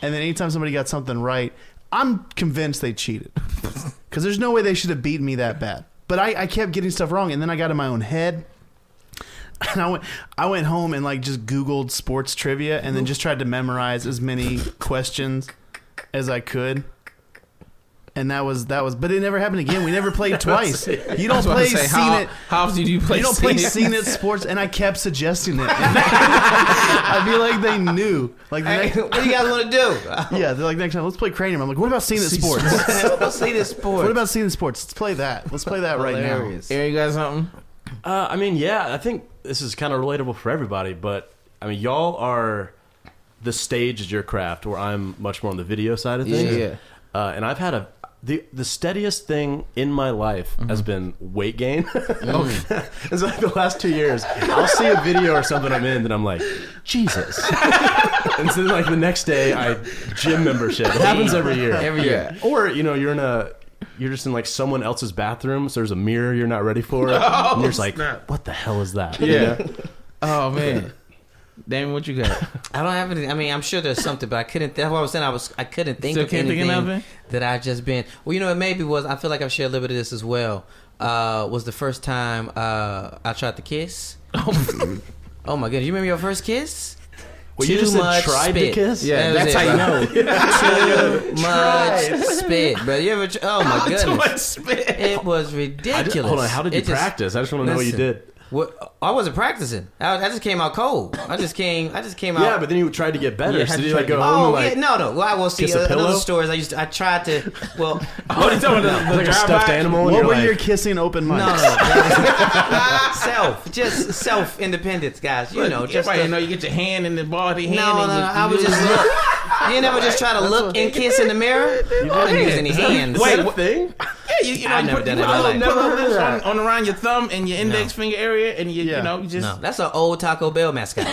[SPEAKER 3] And then anytime somebody got something right, I'm convinced they cheated <laughs> because there's no way they should have beaten me that bad. But I, I kept getting stuff wrong, and then I got in my own head. And I went, I went home and like just Googled sports trivia, and then just tried to memorize as many questions as I could. And that was that was, but it never happened again. We
[SPEAKER 2] <laughs>
[SPEAKER 3] never played twice. You
[SPEAKER 2] I
[SPEAKER 3] don't
[SPEAKER 2] was about
[SPEAKER 3] play
[SPEAKER 2] to say,
[SPEAKER 3] seen
[SPEAKER 2] how,
[SPEAKER 3] it.
[SPEAKER 2] How often do you play?
[SPEAKER 3] You don't play
[SPEAKER 2] Seen It?
[SPEAKER 3] seen it sports, and I kept suggesting
[SPEAKER 2] <laughs>
[SPEAKER 3] it. I feel like they knew. Like the
[SPEAKER 4] Hey,
[SPEAKER 3] next,
[SPEAKER 4] <laughs> what do you guys want to do?
[SPEAKER 3] yeah, they're like next time, let's play cranium. I'm like, what about seen it
[SPEAKER 4] <laughs>
[SPEAKER 3] sports?
[SPEAKER 4] Let's see this sport.
[SPEAKER 3] What about seeing sports? Let's play that. Let's play that right now.
[SPEAKER 4] Hilarious.
[SPEAKER 2] Aaron, you got something?
[SPEAKER 6] Uh, I mean, yeah, I think this is kind of relatable for everybody, but I mean, y'all are the stage is your craft, where I'm much more on the video side of things.
[SPEAKER 2] Yeah.
[SPEAKER 6] Uh, and I've had a the the steadiest thing in my life has been weight gain. <laughs> it's like the last two years. I'll see a video or something I'm in, and I'm like, Jesus. <laughs> and so then, like the next day, I gym membership. It happens every year.
[SPEAKER 4] Every year.
[SPEAKER 6] Or you know, you're in a you're just in like someone else's bathroom. So there's a mirror you're not ready for, and you're just like, what the hell is that?
[SPEAKER 4] <laughs>
[SPEAKER 6] You know?
[SPEAKER 2] Oh man. Damon, what you <laughs> got?
[SPEAKER 4] I don't have anything. I mean, I'm sure there's something, but I couldn't. That's what I was saying. I was. I couldn't think
[SPEAKER 2] Still
[SPEAKER 4] of
[SPEAKER 2] can't think
[SPEAKER 4] anything
[SPEAKER 2] of nothing?
[SPEAKER 4] that I just been. Well, you know, it maybe was. I feel like I've shared a little bit of this as well. Uh, was the first time uh, I tried to kiss. <laughs> oh my goodness! You remember your first kiss?
[SPEAKER 6] Well, you just said tried to kiss?
[SPEAKER 2] Yeah,
[SPEAKER 4] That
[SPEAKER 2] that's
[SPEAKER 4] was it,
[SPEAKER 2] how you
[SPEAKER 4] bro.
[SPEAKER 2] know.
[SPEAKER 4] <laughs>
[SPEAKER 2] <laughs>
[SPEAKER 4] Too much spit, bro. You ever? Tr- oh my goodness! It was
[SPEAKER 6] I
[SPEAKER 4] ridiculous.
[SPEAKER 6] just, hold on, how did you
[SPEAKER 4] It just-
[SPEAKER 6] practice? I just want to know what you
[SPEAKER 4] Listen.
[SPEAKER 6] did.
[SPEAKER 4] What, I wasn't practicing. I, I just came out cold. I just came. I just came out.
[SPEAKER 6] Yeah, but then you tried to get better.
[SPEAKER 2] Yeah,
[SPEAKER 6] so
[SPEAKER 2] how'd
[SPEAKER 6] did
[SPEAKER 2] you
[SPEAKER 6] you like
[SPEAKER 2] try to
[SPEAKER 6] go home
[SPEAKER 4] Oh
[SPEAKER 6] and like?
[SPEAKER 4] yeah, no, no. Well, I will see
[SPEAKER 6] kiss a
[SPEAKER 4] uh, another
[SPEAKER 6] pillow?
[SPEAKER 4] story. is I used. To, I tried to. Well,
[SPEAKER 6] <laughs> What are you talking about? Like a stuffed animal. and
[SPEAKER 3] What
[SPEAKER 6] you're
[SPEAKER 3] were
[SPEAKER 6] like,
[SPEAKER 3] your kissing open
[SPEAKER 4] no,
[SPEAKER 3] mics?
[SPEAKER 4] no. that was- <laughs> self, just self independence, guys. You know, just
[SPEAKER 2] everybody
[SPEAKER 4] the-
[SPEAKER 2] know you get your hand in the body hand.
[SPEAKER 4] No, no,
[SPEAKER 2] and
[SPEAKER 4] no.
[SPEAKER 2] you-
[SPEAKER 4] I
[SPEAKER 2] you
[SPEAKER 4] was
[SPEAKER 2] do
[SPEAKER 4] just
[SPEAKER 2] this.
[SPEAKER 4] look. <laughs> You ain't never just try to look and kiss in the mirror. I didn't use any hands.
[SPEAKER 6] <laughs> Wait, what thing?
[SPEAKER 2] Yeah, you, you know,
[SPEAKER 4] I've
[SPEAKER 2] you
[SPEAKER 4] never
[SPEAKER 2] put,
[SPEAKER 4] done
[SPEAKER 2] you put
[SPEAKER 4] that in my
[SPEAKER 2] little-
[SPEAKER 4] life.
[SPEAKER 2] put little
[SPEAKER 7] Never
[SPEAKER 2] lips
[SPEAKER 7] heard
[SPEAKER 2] on, on around your thumb and your index finger area, and you,
[SPEAKER 3] Yeah.
[SPEAKER 2] you know, you just
[SPEAKER 4] no, that's an old Taco Bell
[SPEAKER 6] <laughs>
[SPEAKER 4] mascot.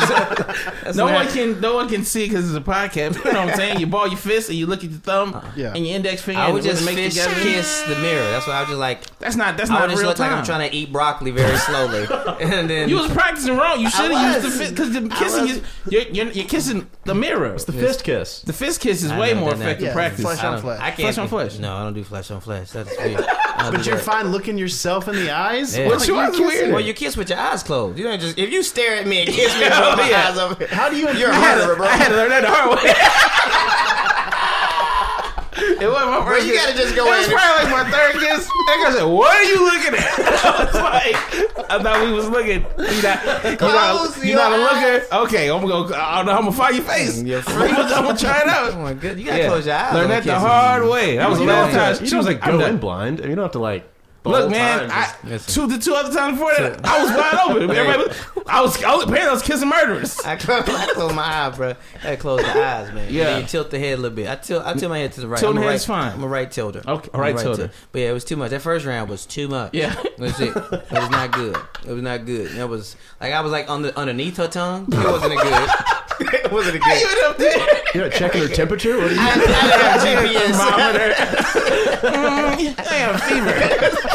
[SPEAKER 4] That's
[SPEAKER 2] No
[SPEAKER 4] what
[SPEAKER 2] one
[SPEAKER 4] I-
[SPEAKER 2] can, no one can see because it's a podcast. but You know what I'm saying? You ball your fist and you look at your thumb
[SPEAKER 3] Yeah.
[SPEAKER 2] and your index finger.
[SPEAKER 4] I would
[SPEAKER 2] and it
[SPEAKER 4] just
[SPEAKER 2] make
[SPEAKER 4] fish
[SPEAKER 2] together.
[SPEAKER 4] kiss the mirror. That's why I was just like.
[SPEAKER 2] That's not. That's
[SPEAKER 4] I
[SPEAKER 2] not
[SPEAKER 4] would just
[SPEAKER 2] real
[SPEAKER 4] look
[SPEAKER 2] time.
[SPEAKER 4] like I'm trying to eat broccoli
[SPEAKER 2] <laughs>
[SPEAKER 4] very slowly, and then
[SPEAKER 2] you was practicing wrong. You should have
[SPEAKER 4] was.
[SPEAKER 2] used the fist because the kissing is you're, you're, you're kissing the mirror.
[SPEAKER 6] The fist kiss.
[SPEAKER 2] The fist kiss is
[SPEAKER 4] I
[SPEAKER 2] way
[SPEAKER 4] never
[SPEAKER 2] more
[SPEAKER 4] done that.
[SPEAKER 2] effective
[SPEAKER 3] Yeah,
[SPEAKER 2] practice.
[SPEAKER 3] flesh
[SPEAKER 4] I
[SPEAKER 3] on
[SPEAKER 4] don't-
[SPEAKER 3] flesh.
[SPEAKER 4] I can't
[SPEAKER 2] Flesh on flesh.
[SPEAKER 4] No, I don't do flesh on
[SPEAKER 2] <laughs>
[SPEAKER 4] flesh. That's weird. I don't
[SPEAKER 3] But
[SPEAKER 4] do
[SPEAKER 3] you're
[SPEAKER 4] that.
[SPEAKER 3] fine looking yourself in the eyes.
[SPEAKER 4] Yeah.
[SPEAKER 3] What's
[SPEAKER 2] Which one's weird?
[SPEAKER 4] Well, you kiss with your eyes closed. You ain't just if you stare at me and
[SPEAKER 2] <laughs>
[SPEAKER 4] kiss me with my eyes open.
[SPEAKER 3] How do you?
[SPEAKER 4] You're a
[SPEAKER 3] improve-
[SPEAKER 4] murderer, bro.
[SPEAKER 2] <laughs> I had to learn that the hard way. <laughs> it wasn't my first.
[SPEAKER 4] you
[SPEAKER 2] kiss.
[SPEAKER 4] gotta just go
[SPEAKER 2] It was
[SPEAKER 4] in and-
[SPEAKER 2] probably like my third kiss. That guy said, "What are you looking at?" <laughs> I was like, "I thought we was looking. You not, you
[SPEAKER 4] Close
[SPEAKER 2] not, you
[SPEAKER 4] your
[SPEAKER 2] not a looker.
[SPEAKER 4] eyes.
[SPEAKER 2] Okay, I'm gonna go. I don't know. I'm gonna find your face.
[SPEAKER 4] Mm,
[SPEAKER 2] <laughs>
[SPEAKER 4] Your
[SPEAKER 2] I'm, gonna, I'm gonna try it
[SPEAKER 4] Oh
[SPEAKER 2] out.
[SPEAKER 4] my god, you gotta close your eyes.
[SPEAKER 2] Learn
[SPEAKER 4] on
[SPEAKER 2] that the
[SPEAKER 4] kisses.
[SPEAKER 2] hard way. That was the
[SPEAKER 6] You don't
[SPEAKER 2] last
[SPEAKER 6] have
[SPEAKER 2] time.
[SPEAKER 6] to- you
[SPEAKER 2] She was
[SPEAKER 6] don't
[SPEAKER 2] like,
[SPEAKER 6] have to
[SPEAKER 2] "I'm
[SPEAKER 6] go in
[SPEAKER 2] done."
[SPEAKER 6] blind. You don't have to like. the whole
[SPEAKER 2] Look, man,
[SPEAKER 6] time
[SPEAKER 2] I,
[SPEAKER 6] just-
[SPEAKER 4] Listen.
[SPEAKER 2] two the two other times before that, I was wide
[SPEAKER 3] <laughs>
[SPEAKER 2] open. Everybody was- I was, I was apparently I was kissing murderers. <laughs>
[SPEAKER 4] I close, I close my eye, bro. I gotta close the eyes, man.
[SPEAKER 2] Yeah.
[SPEAKER 4] Yeah, you tilt the head a little bit. I tilt, I tilt my head to the right.
[SPEAKER 2] Tilting
[SPEAKER 4] I'm a
[SPEAKER 2] head's
[SPEAKER 4] right,
[SPEAKER 2] fine.
[SPEAKER 4] I'm a right tilter.
[SPEAKER 2] Okay,
[SPEAKER 4] I'm a
[SPEAKER 2] right tilter.
[SPEAKER 4] But yeah, it was too much. That first round was too much.
[SPEAKER 2] Yeah.
[SPEAKER 4] that's it. It was not good. It was not good. That was like I was like on the underneath her tongue. It wasn't a good. it wasn't a good.
[SPEAKER 2] Even up there.
[SPEAKER 6] You're checking her
[SPEAKER 4] <laughs>
[SPEAKER 6] temperature. What are you?
[SPEAKER 4] I, I didn't
[SPEAKER 2] <laughs>
[SPEAKER 4] have GPS.
[SPEAKER 3] <laughs>
[SPEAKER 4] <laughs>
[SPEAKER 2] I have a fever.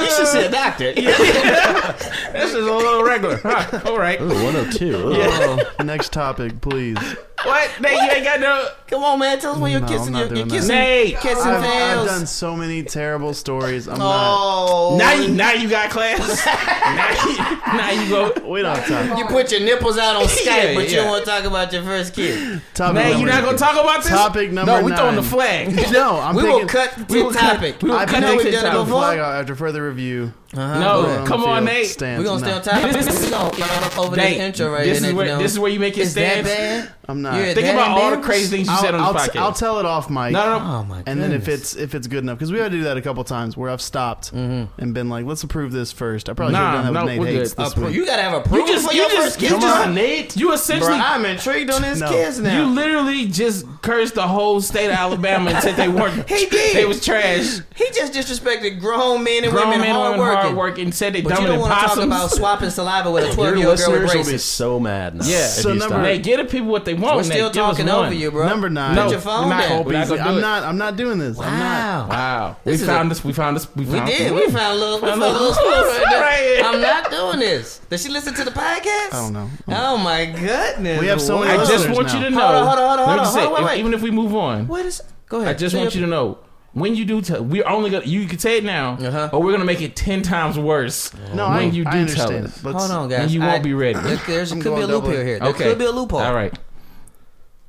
[SPEAKER 4] You should see a <laughs> doctor.
[SPEAKER 2] This is a little regular. Huh, All right.
[SPEAKER 6] Oh, 102. Oh.
[SPEAKER 3] <laughs> Next topic, please.
[SPEAKER 2] What? Nate, you ain't got no.
[SPEAKER 4] Come on, man. Tell us when you're
[SPEAKER 3] No, I'm
[SPEAKER 4] kissing.
[SPEAKER 3] not
[SPEAKER 4] You're, you're
[SPEAKER 3] doing that.
[SPEAKER 4] kissing.
[SPEAKER 2] Nate.
[SPEAKER 4] Kissing
[SPEAKER 3] I've, I've
[SPEAKER 4] fails.
[SPEAKER 3] done so many terrible stories. I'm
[SPEAKER 4] oh,
[SPEAKER 2] Now you, now you got class. <laughs> now, you, now you
[SPEAKER 3] not.
[SPEAKER 2] go.
[SPEAKER 3] We don't talk.
[SPEAKER 4] You put your nipples out on Skype,
[SPEAKER 2] Yeah,
[SPEAKER 4] but you
[SPEAKER 2] yeah.
[SPEAKER 4] don't want to talk about your first kiss.
[SPEAKER 3] Topic
[SPEAKER 2] Nate, you
[SPEAKER 3] number-
[SPEAKER 2] not gonna talk about this?
[SPEAKER 3] Topic number
[SPEAKER 2] No, we throwing the
[SPEAKER 3] nine. <laughs>
[SPEAKER 2] flag.
[SPEAKER 3] No, I'm
[SPEAKER 4] we
[SPEAKER 3] thinking,
[SPEAKER 4] will cut
[SPEAKER 2] we
[SPEAKER 4] the
[SPEAKER 2] will cut-
[SPEAKER 4] topic.
[SPEAKER 2] we will
[SPEAKER 3] I
[SPEAKER 2] cut
[SPEAKER 4] know
[SPEAKER 2] the
[SPEAKER 4] we've
[SPEAKER 2] shit
[SPEAKER 4] done it
[SPEAKER 2] topic.
[SPEAKER 4] before.
[SPEAKER 3] flag out after further review.
[SPEAKER 4] Uh-huh.
[SPEAKER 2] No, come on, Nate.
[SPEAKER 4] We're gonna stay on topic. We're gonna flop over
[SPEAKER 2] Nate,
[SPEAKER 4] this intro right
[SPEAKER 2] this
[SPEAKER 4] here.
[SPEAKER 2] is
[SPEAKER 4] you
[SPEAKER 2] where-
[SPEAKER 4] know.
[SPEAKER 2] this is where you make your
[SPEAKER 4] Is that
[SPEAKER 2] stance?
[SPEAKER 4] bad?
[SPEAKER 3] I'm not.
[SPEAKER 4] You're
[SPEAKER 2] Think
[SPEAKER 4] that
[SPEAKER 2] about all the
[SPEAKER 4] embarrassed?
[SPEAKER 2] crazy things you said
[SPEAKER 3] I'll,
[SPEAKER 2] on
[SPEAKER 3] I'll
[SPEAKER 2] the
[SPEAKER 3] t-
[SPEAKER 2] podcast.
[SPEAKER 3] I'll tell it off, Mike.
[SPEAKER 2] no, no, no.
[SPEAKER 4] Oh my god.
[SPEAKER 3] And then if it's if it's good enough, because we had to do that a couple times where I've stopped
[SPEAKER 4] Mm-hmm.
[SPEAKER 3] and been like, let's approve this first. I probably
[SPEAKER 2] Nah,
[SPEAKER 3] should have done that
[SPEAKER 2] no,
[SPEAKER 3] with
[SPEAKER 2] we're
[SPEAKER 3] Nate Hates
[SPEAKER 2] good.
[SPEAKER 3] this
[SPEAKER 4] Appro-
[SPEAKER 3] week.
[SPEAKER 4] you gotta have approval
[SPEAKER 2] You just,
[SPEAKER 4] for
[SPEAKER 2] you
[SPEAKER 4] your
[SPEAKER 2] just,
[SPEAKER 4] first kiss.
[SPEAKER 2] you
[SPEAKER 4] Come
[SPEAKER 2] just,
[SPEAKER 4] on,
[SPEAKER 2] Nate. You essentially,
[SPEAKER 4] bro. I'm intrigued on this
[SPEAKER 3] No.
[SPEAKER 4] kiss now.
[SPEAKER 2] you literally just cursed the whole state of Alabama and said they
[SPEAKER 3] <laughs>
[SPEAKER 2] weren't.
[SPEAKER 4] He did.
[SPEAKER 2] They was trash.
[SPEAKER 4] he just disrespected grown men and
[SPEAKER 2] Grown
[SPEAKER 4] women,
[SPEAKER 2] men
[SPEAKER 4] hard
[SPEAKER 2] and women
[SPEAKER 4] working.
[SPEAKER 2] hard working said they
[SPEAKER 4] But
[SPEAKER 2] dumb
[SPEAKER 4] you
[SPEAKER 2] and
[SPEAKER 4] don't want to talk about
[SPEAKER 2] possums.
[SPEAKER 4] swapping
[SPEAKER 2] <laughs>
[SPEAKER 4] saliva with a
[SPEAKER 6] Your
[SPEAKER 4] 12 year old girl with
[SPEAKER 6] listeners will be
[SPEAKER 4] braces.
[SPEAKER 6] so mad now.
[SPEAKER 2] Yeah.
[SPEAKER 6] if
[SPEAKER 2] So
[SPEAKER 6] you
[SPEAKER 3] number-
[SPEAKER 6] stop.
[SPEAKER 2] They get the people what they want.
[SPEAKER 4] We're still
[SPEAKER 2] Nate. Give us
[SPEAKER 4] talking
[SPEAKER 2] one.
[SPEAKER 4] over you, bro.
[SPEAKER 3] Number nine.
[SPEAKER 4] Put
[SPEAKER 3] No,
[SPEAKER 4] your phone
[SPEAKER 2] not
[SPEAKER 4] down.
[SPEAKER 2] Cole Beasley.
[SPEAKER 3] Beasley,
[SPEAKER 2] gonna do
[SPEAKER 3] I'm
[SPEAKER 2] it.
[SPEAKER 3] not. I'm not doing this. I'm not.
[SPEAKER 4] Wow.
[SPEAKER 2] Wow.
[SPEAKER 4] This
[SPEAKER 2] we
[SPEAKER 4] is
[SPEAKER 2] found
[SPEAKER 4] a-
[SPEAKER 2] this. We found this. We
[SPEAKER 4] We
[SPEAKER 2] found
[SPEAKER 4] did.
[SPEAKER 2] some-
[SPEAKER 4] We found a little, we
[SPEAKER 2] Found
[SPEAKER 4] found a little spot right there.
[SPEAKER 2] <laughs> Right.
[SPEAKER 4] I'm not doing this. Does she listen to the podcast? I
[SPEAKER 3] don't know.
[SPEAKER 4] Oh my goodness.
[SPEAKER 3] We have so many
[SPEAKER 2] I just
[SPEAKER 3] listeners
[SPEAKER 2] want you
[SPEAKER 3] now.
[SPEAKER 2] to know.
[SPEAKER 4] Hold on, hold on, hold
[SPEAKER 2] Let me
[SPEAKER 4] on,
[SPEAKER 2] just say,
[SPEAKER 4] hold on, wait,
[SPEAKER 2] if-
[SPEAKER 4] wait.
[SPEAKER 2] Even if we move on,
[SPEAKER 4] What is? Go ahead.
[SPEAKER 2] I just want you to know when you do. Tell, we're only gonna. You can say it now,
[SPEAKER 4] Uh-huh.
[SPEAKER 2] or we're gonna make it ten times worse
[SPEAKER 3] No,
[SPEAKER 2] when
[SPEAKER 3] I,
[SPEAKER 2] you do
[SPEAKER 3] I
[SPEAKER 2] tell
[SPEAKER 3] understand.
[SPEAKER 2] us.
[SPEAKER 3] Let's-
[SPEAKER 4] Hold on, guys.
[SPEAKER 2] And you
[SPEAKER 4] I-
[SPEAKER 2] won't be ready.
[SPEAKER 4] There, there's,
[SPEAKER 3] I'm
[SPEAKER 4] could
[SPEAKER 3] going
[SPEAKER 4] be a
[SPEAKER 3] double.
[SPEAKER 4] loophole here. There
[SPEAKER 2] Okay.
[SPEAKER 4] could be a loophole.
[SPEAKER 2] All right.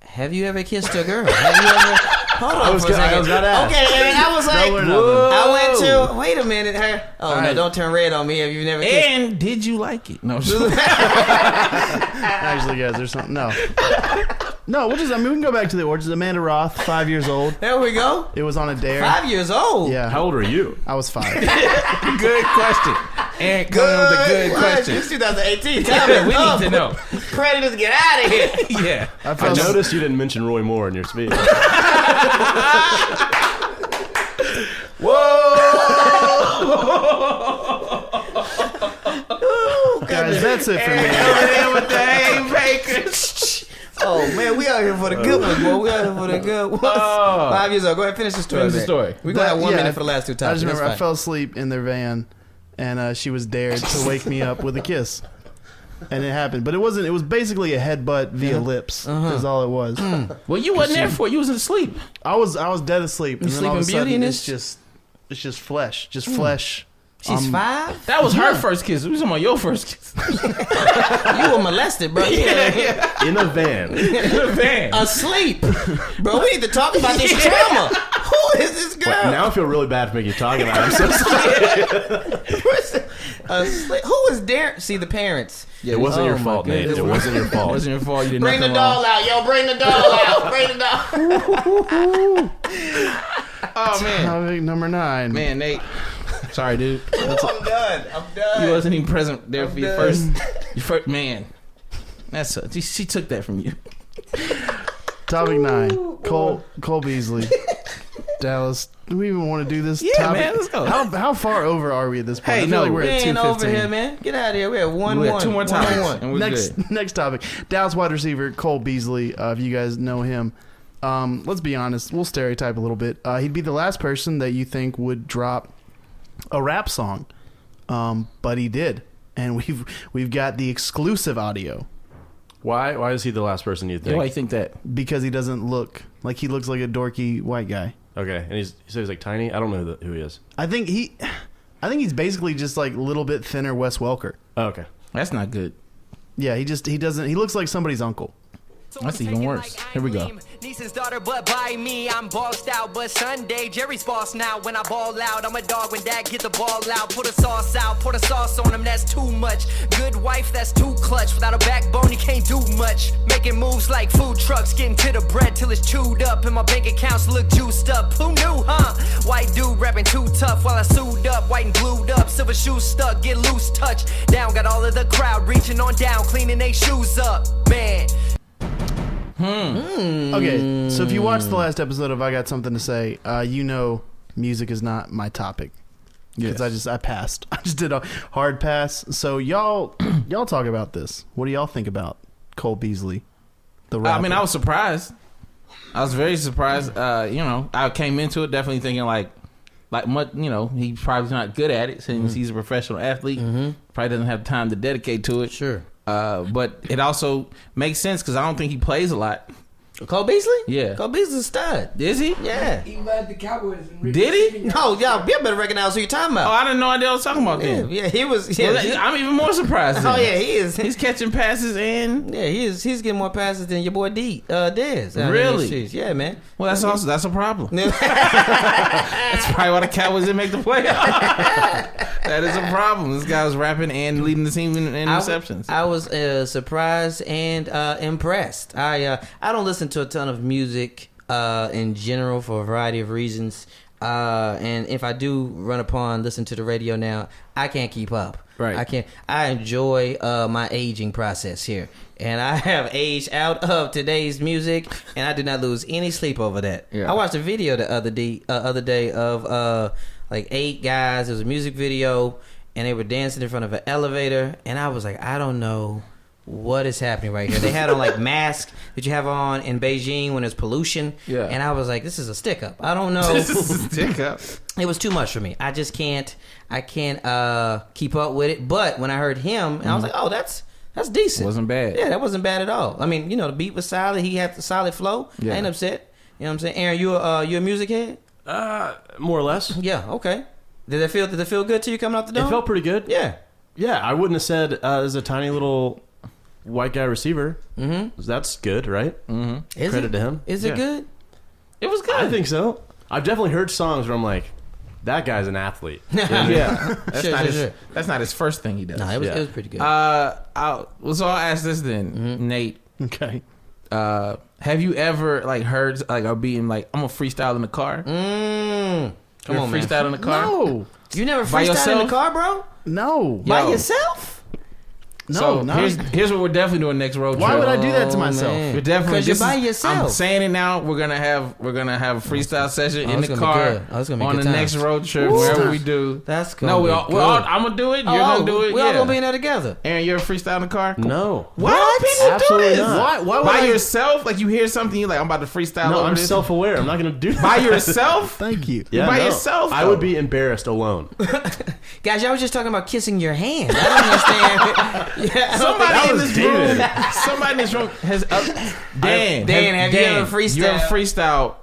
[SPEAKER 4] Have you ever kissed a girl? Have you ever? Hold on
[SPEAKER 3] I was
[SPEAKER 4] for a
[SPEAKER 3] gonna- I
[SPEAKER 4] second.
[SPEAKER 3] was about to ask.
[SPEAKER 4] Okay, and I was like,
[SPEAKER 3] we're not done.
[SPEAKER 4] I went to. Wait a minute, her. Oh no,
[SPEAKER 3] right.
[SPEAKER 4] don't turn red on me. Have you never kissed?
[SPEAKER 2] And did you like it?
[SPEAKER 4] <laughs>
[SPEAKER 2] No. I'm just-
[SPEAKER 3] Actually, guys, there's something. No. <laughs> No, we'll just. I mean, we can go back to the origins. Amanda Roth, five years old.
[SPEAKER 4] There we go.
[SPEAKER 3] It was on a dare.
[SPEAKER 4] Five years old.
[SPEAKER 3] Yeah,
[SPEAKER 6] How old are you?
[SPEAKER 3] I was five.
[SPEAKER 4] <laughs>
[SPEAKER 2] good question. And coming with a Uh, good question.
[SPEAKER 4] It's 2018. Time
[SPEAKER 2] Yeah, <laughs>
[SPEAKER 4] is
[SPEAKER 2] we
[SPEAKER 4] up.
[SPEAKER 2] need to know.
[SPEAKER 4] Predators, get out of here.
[SPEAKER 2] <laughs> Yeah.
[SPEAKER 3] I
[SPEAKER 6] I
[SPEAKER 3] felt
[SPEAKER 6] noticed you didn't mention Roy Moore in your speech.
[SPEAKER 3] guys. That's it for me.
[SPEAKER 2] Over there with the haymakers.
[SPEAKER 4] Oh man, we out here for the good ones, boy. We out here for the good ones.
[SPEAKER 2] Oh.
[SPEAKER 4] Five years old. Go ahead, finish the story.
[SPEAKER 2] Finish the
[SPEAKER 4] man.
[SPEAKER 2] story.
[SPEAKER 4] <laughs> We gonna
[SPEAKER 3] That-
[SPEAKER 4] have one
[SPEAKER 3] yeah,
[SPEAKER 4] minute for the last two
[SPEAKER 3] I
[SPEAKER 4] times.
[SPEAKER 3] just remember I
[SPEAKER 4] That's
[SPEAKER 3] fell asleep in their van, and uh, she was dared to wake me up with a kiss, and it happened. But it wasn't. It was basically a headbutt via
[SPEAKER 4] Uh-huh.
[SPEAKER 3] lips. Is all it was.
[SPEAKER 4] <clears throat>
[SPEAKER 2] Well, you wasn't there for it. You was asleep.
[SPEAKER 3] I was I was dead asleep. And then all of a
[SPEAKER 4] Sleeping Beauty
[SPEAKER 3] sudden,
[SPEAKER 4] in
[SPEAKER 3] it's
[SPEAKER 4] this?
[SPEAKER 3] just it's just flesh,
[SPEAKER 2] Hmm.
[SPEAKER 3] just flesh.
[SPEAKER 4] fine. She's
[SPEAKER 3] Um,
[SPEAKER 4] five.
[SPEAKER 2] That was her first kiss. We was talking about your first kiss. <laughs>
[SPEAKER 4] You were
[SPEAKER 3] <laughs>
[SPEAKER 4] molested, bro.
[SPEAKER 6] in a van.
[SPEAKER 2] <laughs> Van.
[SPEAKER 4] Asleep, bro. We need to talk about this trauma. Who is this girl?
[SPEAKER 6] now I feel really bad for making you talk about it. I'm so sorry.
[SPEAKER 4] <laughs> Asleep. Who is there? See the parents.
[SPEAKER 6] It wasn't
[SPEAKER 4] Oh
[SPEAKER 6] your
[SPEAKER 4] my
[SPEAKER 6] fault, Nate.
[SPEAKER 4] goodness.
[SPEAKER 6] It wasn't your
[SPEAKER 2] It
[SPEAKER 6] fault.
[SPEAKER 2] wasn't your fault. You didn't
[SPEAKER 4] Bring the doll out, yo. Bring the doll out. Bring the doll.
[SPEAKER 2] <laughs> Oh man,
[SPEAKER 3] Topic number nine.
[SPEAKER 2] man, Nate. Sorry, dude.
[SPEAKER 4] <laughs> I'm done. I'm done.
[SPEAKER 2] You wasn't even present there for your
[SPEAKER 4] I'm
[SPEAKER 2] first, your
[SPEAKER 4] <laughs>
[SPEAKER 2] first man. That's a, she took that from you.
[SPEAKER 3] Topic nine. Cole
[SPEAKER 2] <laughs>
[SPEAKER 3] Cole Beasley. Dallas. Do we even want to do this?
[SPEAKER 2] Yeah,
[SPEAKER 3] topic?
[SPEAKER 2] man, let's go.
[SPEAKER 3] How how far over are we at this point?
[SPEAKER 2] Hey,
[SPEAKER 3] I feel
[SPEAKER 2] no,
[SPEAKER 3] like we're
[SPEAKER 4] we
[SPEAKER 3] at two
[SPEAKER 4] ain't over here,
[SPEAKER 3] fifteen.
[SPEAKER 4] man. Get out of here. We have one
[SPEAKER 2] We had
[SPEAKER 4] one.
[SPEAKER 2] two more
[SPEAKER 4] One
[SPEAKER 2] times,
[SPEAKER 4] one.
[SPEAKER 2] and we're
[SPEAKER 3] Next
[SPEAKER 2] good.
[SPEAKER 3] <laughs> next topic. Dallas wide receiver Cole Beasley. Uh, if you guys know him, um, let's be honest. We'll stereotype a little bit. Uh, he'd be the last person that you think would drop a rap song, um, but he did, and <laughs> we've we've got the exclusive audio
[SPEAKER 6] Why? Why is he the last person you
[SPEAKER 2] Why you
[SPEAKER 6] think?
[SPEAKER 2] think that?
[SPEAKER 3] because he doesn't look like he looks like a dorky white guy.
[SPEAKER 6] Okay, and he's he said he's like tiny. I don't know who, the, who he is.
[SPEAKER 3] I think he, <sighs> I think he's basically just like a little bit thinner Wes Welker.
[SPEAKER 6] Oh, okay,
[SPEAKER 2] That's not good.
[SPEAKER 3] Yeah, he just he doesn't. He looks like somebody's uncle.
[SPEAKER 2] That's even worse. Here we go.
[SPEAKER 8] Neeson's daughter, but by me, I'm bossed out. But Sunday, Jerry's boss now. When I ball out, I'm a dog. When dad get the ball out, put the sauce out, pour the sauce on him. That's too much. Good wife, that's too clutch. Without a backbone, you can't do much. Making moves like food trucks, getting to the bread till it's chewed up, and my bank accounts look juiced up. Who knew, huh? White dude rapping too tough while I sued up, white and glued up. Silver shoes stuck, get loose touch. Down, got all of the crowd reaching on down, cleaning they shoes up. Man,
[SPEAKER 3] Okay, so if you watched
[SPEAKER 2] Mm.
[SPEAKER 3] the last episode of I Got Something to Say, uh, you know music is not my topic because I just I passed. <laughs> I just did a hard pass. So y'all <clears throat> y'all talk about this. What do y'all think about Cole Beasley? The rapper?
[SPEAKER 2] I mean, I was surprised. I was very surprised. Uh, you know, I came into it definitely thinking like, like much. You know, he's probably not good at it since
[SPEAKER 4] Mm-hmm.
[SPEAKER 2] he's a professional athlete. Probably doesn't have time to dedicate to it.
[SPEAKER 4] Sure.
[SPEAKER 2] Uh, but it also makes sense because I don't think he plays a lot.
[SPEAKER 4] Cole Beasley?
[SPEAKER 2] Yeah.
[SPEAKER 4] Cole Beasley's a stud. Is he? Yeah.
[SPEAKER 7] He led the Cowboys. In
[SPEAKER 2] Did he?
[SPEAKER 7] receiving yards.
[SPEAKER 4] No, y'all, y'all better recognize who you're talking
[SPEAKER 2] Oh,
[SPEAKER 4] about.
[SPEAKER 2] I didn't know idea what Oh, I was talking about
[SPEAKER 4] yeah,
[SPEAKER 2] then.
[SPEAKER 4] yeah, he was. Yeah,
[SPEAKER 2] Well, that- I'm even more surprised.
[SPEAKER 4] oh
[SPEAKER 2] then.
[SPEAKER 4] yeah, he is.
[SPEAKER 2] he's catching passes and
[SPEAKER 4] yeah, he is. He's getting more passes than your boy D. Uh, Dez. out here in
[SPEAKER 2] Really?
[SPEAKER 4] these streets. Yeah, man.
[SPEAKER 2] well, that's also that's a problem. <laughs> that's probably why the Cowboys didn't make the
[SPEAKER 4] <laughs>
[SPEAKER 2] playoffs. that is a problem. This guy was rapping and leading the team in, in
[SPEAKER 4] I w-
[SPEAKER 2] interceptions.
[SPEAKER 4] I was uh, surprised and uh, impressed. I uh, I don't listen to a ton of music uh, in general for a variety of reasons. Uh, and if I do run upon listen to the radio now, I can't keep up.
[SPEAKER 2] Right.
[SPEAKER 4] I can't. I enjoy uh, my aging process here, and I have aged out of today's music, and I did not lose any sleep over that.
[SPEAKER 2] Yeah.
[SPEAKER 4] I watched a video the other day, uh, other day of uh, like eight guys. It was a music video, and they were dancing in front of an elevator, and I was like, I don't know what is happening right here. They had
[SPEAKER 2] <laughs>
[SPEAKER 4] on like masks that you have on in Beijing when there's pollution,
[SPEAKER 2] Yeah.
[SPEAKER 4] and I was like, this is a stick up.
[SPEAKER 2] <laughs>
[SPEAKER 4] I don't
[SPEAKER 2] <laughs>
[SPEAKER 4] know.
[SPEAKER 2] This is dick up.
[SPEAKER 4] it was too much for me. I just can't I can't uh keep up with it. But when I heard him and I was like, Oh, that's that's decent.
[SPEAKER 2] Mm-hmm. Wasn't bad.
[SPEAKER 4] Yeah, that wasn't bad at all. I mean, you know, the beat was solid, he had the solid flow.
[SPEAKER 2] Yeah.
[SPEAKER 4] I ain't upset. You know what I'm saying? Aaron, you a uh you a music head?
[SPEAKER 6] Uh, more or less.
[SPEAKER 4] Yeah, okay. Did that feel did it feel good to you coming out the door?
[SPEAKER 6] It felt pretty good.
[SPEAKER 4] Yeah.
[SPEAKER 6] Yeah, I wouldn't have said uh, as a tiny little white guy receiver. Mm-hmm. That's good, right?
[SPEAKER 4] Is
[SPEAKER 6] Credit
[SPEAKER 4] it,
[SPEAKER 6] to him.
[SPEAKER 4] Is it
[SPEAKER 6] Yeah.
[SPEAKER 4] good?
[SPEAKER 6] It was good. I think so. I've definitely heard songs where I'm like, that guy's an athlete.
[SPEAKER 2] Yeah, that's
[SPEAKER 4] Sure,
[SPEAKER 2] not
[SPEAKER 4] sure,
[SPEAKER 2] his.
[SPEAKER 4] sure.
[SPEAKER 2] That's not his first thing he does.
[SPEAKER 4] No, it was
[SPEAKER 6] Yeah.
[SPEAKER 4] it was pretty good.
[SPEAKER 2] Uh, I'll, well, so I'll ask this then,
[SPEAKER 4] Mm-hmm.
[SPEAKER 2] Nate.
[SPEAKER 3] Okay.
[SPEAKER 2] Uh, have you ever like heard like a being like I'm a freestyle in the car?
[SPEAKER 4] mm. Mm-hmm. Come
[SPEAKER 2] You're
[SPEAKER 4] on, man.
[SPEAKER 2] freestyle in the car.
[SPEAKER 3] No.
[SPEAKER 4] You never
[SPEAKER 2] By
[SPEAKER 4] freestyle in the
[SPEAKER 2] yourself?
[SPEAKER 4] car, bro?
[SPEAKER 3] No.
[SPEAKER 4] By
[SPEAKER 2] Yo.
[SPEAKER 4] yourself?
[SPEAKER 3] No.
[SPEAKER 2] so
[SPEAKER 3] no.
[SPEAKER 2] here's here's what we're definitely doing next road trip.
[SPEAKER 3] Why would I do that to
[SPEAKER 4] Oh,
[SPEAKER 3] myself?
[SPEAKER 4] man.
[SPEAKER 2] We're definitely
[SPEAKER 4] 'Cause you're
[SPEAKER 2] this
[SPEAKER 4] by
[SPEAKER 2] is-
[SPEAKER 4] yourself.
[SPEAKER 2] I'm saying it now. We're gonna have we're gonna have a freestyle session
[SPEAKER 4] oh,
[SPEAKER 2] in
[SPEAKER 4] it's
[SPEAKER 2] the
[SPEAKER 4] gonna be
[SPEAKER 2] car
[SPEAKER 4] good. Oh, it's gonna be
[SPEAKER 2] on
[SPEAKER 4] good
[SPEAKER 2] the
[SPEAKER 4] times.
[SPEAKER 2] next road trip
[SPEAKER 3] Woo.
[SPEAKER 2] wherever we do.
[SPEAKER 4] That's gonna
[SPEAKER 2] no, we
[SPEAKER 4] be
[SPEAKER 2] all,
[SPEAKER 4] good.
[SPEAKER 2] we all I'm gonna do it. You're
[SPEAKER 4] Oh,
[SPEAKER 2] gonna do it.
[SPEAKER 4] We
[SPEAKER 2] yeah.
[SPEAKER 4] all gonna be in there together.
[SPEAKER 2] Aaron, you're a freestyle in the car.
[SPEAKER 6] No.
[SPEAKER 2] Why do people
[SPEAKER 6] Absolutely
[SPEAKER 2] do this?
[SPEAKER 6] not.
[SPEAKER 3] Why- why would
[SPEAKER 2] by
[SPEAKER 3] I-
[SPEAKER 2] yourself? Like you hear something, you're like I'm about to freestyle.
[SPEAKER 6] No,
[SPEAKER 2] over
[SPEAKER 6] I'm
[SPEAKER 2] this.
[SPEAKER 6] self aware. I'm not going to do that.
[SPEAKER 2] By
[SPEAKER 4] <laughs>
[SPEAKER 2] yourself?
[SPEAKER 3] Thank you.
[SPEAKER 6] <laughs> Yeah,
[SPEAKER 2] by
[SPEAKER 6] no.
[SPEAKER 2] yourself,
[SPEAKER 6] I
[SPEAKER 2] though.
[SPEAKER 6] would be embarrassed alone.
[SPEAKER 4] Guys, y'all was just talking about kissing your hand.
[SPEAKER 2] <laughs>
[SPEAKER 4] I don't understand. <laughs> yeah, I don't
[SPEAKER 2] Somebody
[SPEAKER 4] think-
[SPEAKER 2] in
[SPEAKER 6] was
[SPEAKER 2] this
[SPEAKER 4] <laughs>
[SPEAKER 6] David.
[SPEAKER 2] room. Somebody in this room has. Uh, Dan,
[SPEAKER 4] Dan, have you ever
[SPEAKER 2] You ever
[SPEAKER 4] freestyled?
[SPEAKER 2] freestyle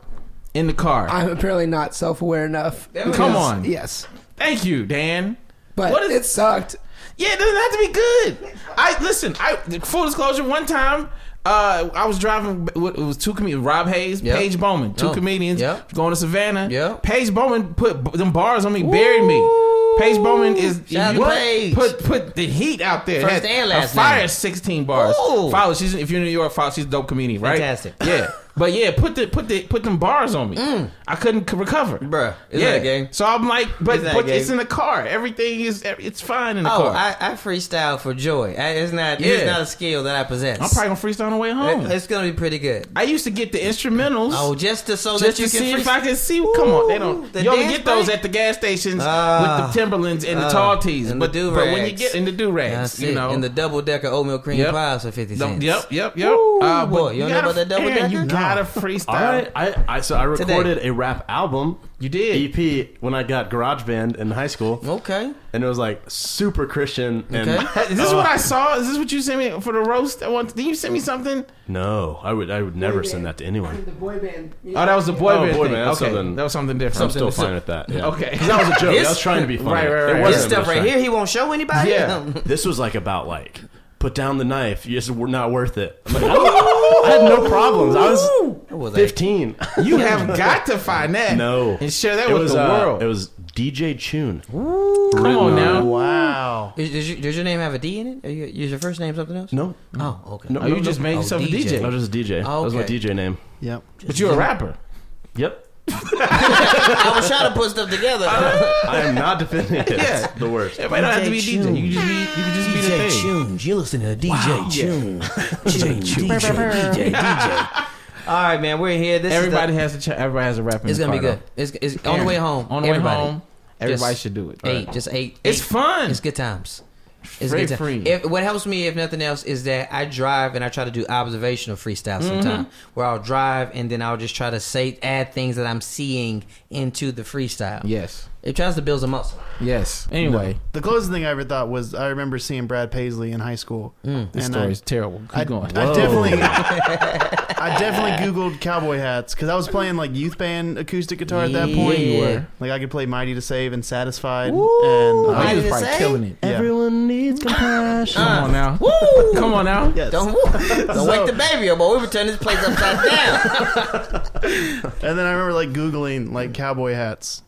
[SPEAKER 2] in the car?
[SPEAKER 7] I'm apparently not self-aware enough.
[SPEAKER 2] Come on.
[SPEAKER 7] Yes,
[SPEAKER 2] Thank you, Dan.
[SPEAKER 7] but
[SPEAKER 2] What is-
[SPEAKER 7] it sucked.
[SPEAKER 2] Yeah, it doesn't have to be good. I listen. I full disclosure. One time, uh, I was driving. It was two comedians: Rob Hayes,
[SPEAKER 4] Yep.
[SPEAKER 2] Paige Bowman. Two
[SPEAKER 4] Oh,
[SPEAKER 2] comedians
[SPEAKER 4] yep.
[SPEAKER 2] going to Savannah.
[SPEAKER 4] Yep.
[SPEAKER 2] Paige Bowman put b- them bars on me, buried me. Paige Bowman is
[SPEAKER 4] Shout out to
[SPEAKER 2] what?
[SPEAKER 4] Paige.
[SPEAKER 2] put put the heat out there.
[SPEAKER 4] First
[SPEAKER 2] Had
[SPEAKER 4] and last
[SPEAKER 2] a fire
[SPEAKER 4] name.
[SPEAKER 2] sixteen bars.
[SPEAKER 4] Ooh.
[SPEAKER 2] Follow. She's if you're in New York, follow. She's a dope comedian, right?
[SPEAKER 4] Fantastic. <laughs> Mm.
[SPEAKER 2] Yeah. But yeah, put the put the put them bars on me. I couldn't c- recover,
[SPEAKER 4] Bruh, isn't
[SPEAKER 2] Yeah,
[SPEAKER 4] that gay?
[SPEAKER 2] so I'm like, but
[SPEAKER 4] Isn't that
[SPEAKER 2] but
[SPEAKER 4] gay?
[SPEAKER 2] it's in the car. Everything is e, it's fine in the
[SPEAKER 4] Oh,
[SPEAKER 2] car.
[SPEAKER 4] I, I freestyle for joy. I, it's not. It's
[SPEAKER 2] Yeah.
[SPEAKER 4] not a skill that I possess.
[SPEAKER 2] I'm probably gonna freestyle on the way home.
[SPEAKER 4] It- it's gonna be pretty good.
[SPEAKER 2] I used to get the instrumentals
[SPEAKER 4] Oh, just to so
[SPEAKER 2] just
[SPEAKER 4] that you
[SPEAKER 2] to
[SPEAKER 4] can
[SPEAKER 2] see if
[SPEAKER 4] freestyle.
[SPEAKER 2] I can see. Come on, they don't.
[SPEAKER 4] The
[SPEAKER 2] you only
[SPEAKER 4] dance
[SPEAKER 2] get those
[SPEAKER 4] break?
[SPEAKER 2] at the gas stations
[SPEAKER 4] Ah.
[SPEAKER 2] with the Timberlands and the
[SPEAKER 4] Ah.
[SPEAKER 2] tall tees.
[SPEAKER 4] And the
[SPEAKER 2] but, but when you
[SPEAKER 4] do-rags.
[SPEAKER 2] get in the do
[SPEAKER 4] That's
[SPEAKER 2] rags, you
[SPEAKER 4] it.
[SPEAKER 2] know,
[SPEAKER 4] and the double decker oatmeal cream
[SPEAKER 2] Yep.
[SPEAKER 4] pies for fifty
[SPEAKER 2] the-
[SPEAKER 4] cents.
[SPEAKER 2] yep, yep, yep.
[SPEAKER 4] Ooh,
[SPEAKER 2] uh, but
[SPEAKER 4] boy, you don't know
[SPEAKER 2] gotta-
[SPEAKER 4] about that double
[SPEAKER 2] Aaron, You
[SPEAKER 4] decker?
[SPEAKER 2] gotta
[SPEAKER 6] All right,
[SPEAKER 2] freestyle.
[SPEAKER 6] I, I so I
[SPEAKER 4] Today.
[SPEAKER 6] recorded a rap album.
[SPEAKER 2] You did.
[SPEAKER 6] EP when I got GarageBand in high school,
[SPEAKER 4] Okay.
[SPEAKER 6] and it was like super Christian. And
[SPEAKER 4] Okay.
[SPEAKER 2] Is this
[SPEAKER 6] Oh,
[SPEAKER 2] what I said? Is this what you sent me for the roast? I want. Did you send me something?
[SPEAKER 6] No, I would I would never send that to anyone.
[SPEAKER 7] The boy band.
[SPEAKER 2] Oh, that was the boy
[SPEAKER 6] Oh,
[SPEAKER 2] band.
[SPEAKER 6] boy
[SPEAKER 2] thing.
[SPEAKER 6] band, that's
[SPEAKER 2] okay,
[SPEAKER 6] something-
[SPEAKER 2] that was something different.
[SPEAKER 6] I'm still fine with that.
[SPEAKER 4] <laughs>
[SPEAKER 6] yeah.
[SPEAKER 2] Okay.
[SPEAKER 6] 'Cause
[SPEAKER 2] <laughs>
[SPEAKER 6] that was a joke.
[SPEAKER 4] This-
[SPEAKER 6] I was trying to be funny.
[SPEAKER 2] Right, right, right.
[SPEAKER 6] It
[SPEAKER 2] This
[SPEAKER 4] This
[SPEAKER 6] wasn't,
[SPEAKER 4] stuff
[SPEAKER 6] but I was
[SPEAKER 4] right
[SPEAKER 6] trying.
[SPEAKER 4] here, he won't show anybody.
[SPEAKER 2] Yeah.
[SPEAKER 4] <laughs>
[SPEAKER 6] This was like about like put down the knife. It's not worth it. I'm like, I, don't- I had no problems. I was
[SPEAKER 4] was like,
[SPEAKER 6] fifteen.
[SPEAKER 2] <laughs> You have got to find that.
[SPEAKER 6] no
[SPEAKER 2] <laughs> And share that
[SPEAKER 6] It
[SPEAKER 2] with
[SPEAKER 6] was,
[SPEAKER 2] the
[SPEAKER 6] uh,
[SPEAKER 2] world.
[SPEAKER 6] It was DJ Tune.
[SPEAKER 2] Come on now.
[SPEAKER 3] Wow.
[SPEAKER 4] Is- does, your- does your name have a D in it? Are you, is your first name something else?
[SPEAKER 6] No,
[SPEAKER 4] Oh, okay.
[SPEAKER 6] no,
[SPEAKER 2] Oh,
[SPEAKER 6] no,
[SPEAKER 2] you just
[SPEAKER 6] no.
[SPEAKER 2] made
[SPEAKER 4] Oh,
[SPEAKER 2] yourself
[SPEAKER 4] DJ.
[SPEAKER 2] a DJ.
[SPEAKER 6] I was just a DJ. That was my
[SPEAKER 4] Okay.
[SPEAKER 6] DJ name.
[SPEAKER 3] Yep.
[SPEAKER 2] But you're a rapper.
[SPEAKER 6] Yep.
[SPEAKER 4] I was trying to put
[SPEAKER 2] <laughs>
[SPEAKER 4] stuff together.
[SPEAKER 2] Uh,
[SPEAKER 4] <laughs>
[SPEAKER 6] I am not defending it.
[SPEAKER 2] Yeah.
[SPEAKER 6] It's the worst.
[SPEAKER 2] It might not have to be
[SPEAKER 4] DJ
[SPEAKER 2] DJ. You can just be. You can just be the
[SPEAKER 4] DJ
[SPEAKER 2] thing.
[SPEAKER 4] Tunes. You're listening to DJ <laughs> Tunes. DJ
[SPEAKER 2] <laughs>
[SPEAKER 4] Tunes. DJ, DJ. All right, man, we're here. This
[SPEAKER 2] Everybody
[SPEAKER 4] is
[SPEAKER 2] has a. Ch- everybody has a rap. in
[SPEAKER 4] the, it's
[SPEAKER 2] the
[SPEAKER 4] gonna be
[SPEAKER 2] car,
[SPEAKER 4] good. It's, it's on the way home.
[SPEAKER 2] though. On the way
[SPEAKER 4] everybody.
[SPEAKER 2] home, everybody
[SPEAKER 4] Just
[SPEAKER 2] should do it.
[SPEAKER 4] Eight, just eight.
[SPEAKER 2] It's
[SPEAKER 4] eight.
[SPEAKER 2] fun.
[SPEAKER 4] It's good times. It's
[SPEAKER 2] Very
[SPEAKER 4] good
[SPEAKER 2] free.
[SPEAKER 4] time. If, what helps me, if nothing else, is that I drive and I try to do observational freestyle
[SPEAKER 2] Mm-hmm.
[SPEAKER 4] sometime, where I'll drive and then I'll just try to say add things that I'm seeing into the freestyle.
[SPEAKER 2] Yes.
[SPEAKER 4] it tries to build a muscle.
[SPEAKER 2] Yes. Anyway,
[SPEAKER 3] The closest thing I ever thought was I remember seeing Brad Paisley in high school. and
[SPEAKER 2] the
[SPEAKER 3] I-
[SPEAKER 2] story's terrible. Keep
[SPEAKER 3] I,
[SPEAKER 2] going.
[SPEAKER 3] I definitely, I <laughs> I definitely Googled cowboy hats because I was playing like youth band acoustic guitar at that point.
[SPEAKER 4] Yeah. You were.
[SPEAKER 3] Like I could play Mighty to Save and uh, Satisfied. and
[SPEAKER 2] He
[SPEAKER 3] I
[SPEAKER 2] was
[SPEAKER 4] Mighty to
[SPEAKER 3] was,
[SPEAKER 2] probably
[SPEAKER 4] Save?
[SPEAKER 2] killing it.
[SPEAKER 3] yeah.
[SPEAKER 6] Everyone needs compassion.
[SPEAKER 2] Come on now. Come on now.
[SPEAKER 3] Yes.
[SPEAKER 4] Don't, don't wake the baby up, boy. We return this place upside down. <laughs>
[SPEAKER 3] And then I remember like Googling like cowboy hats,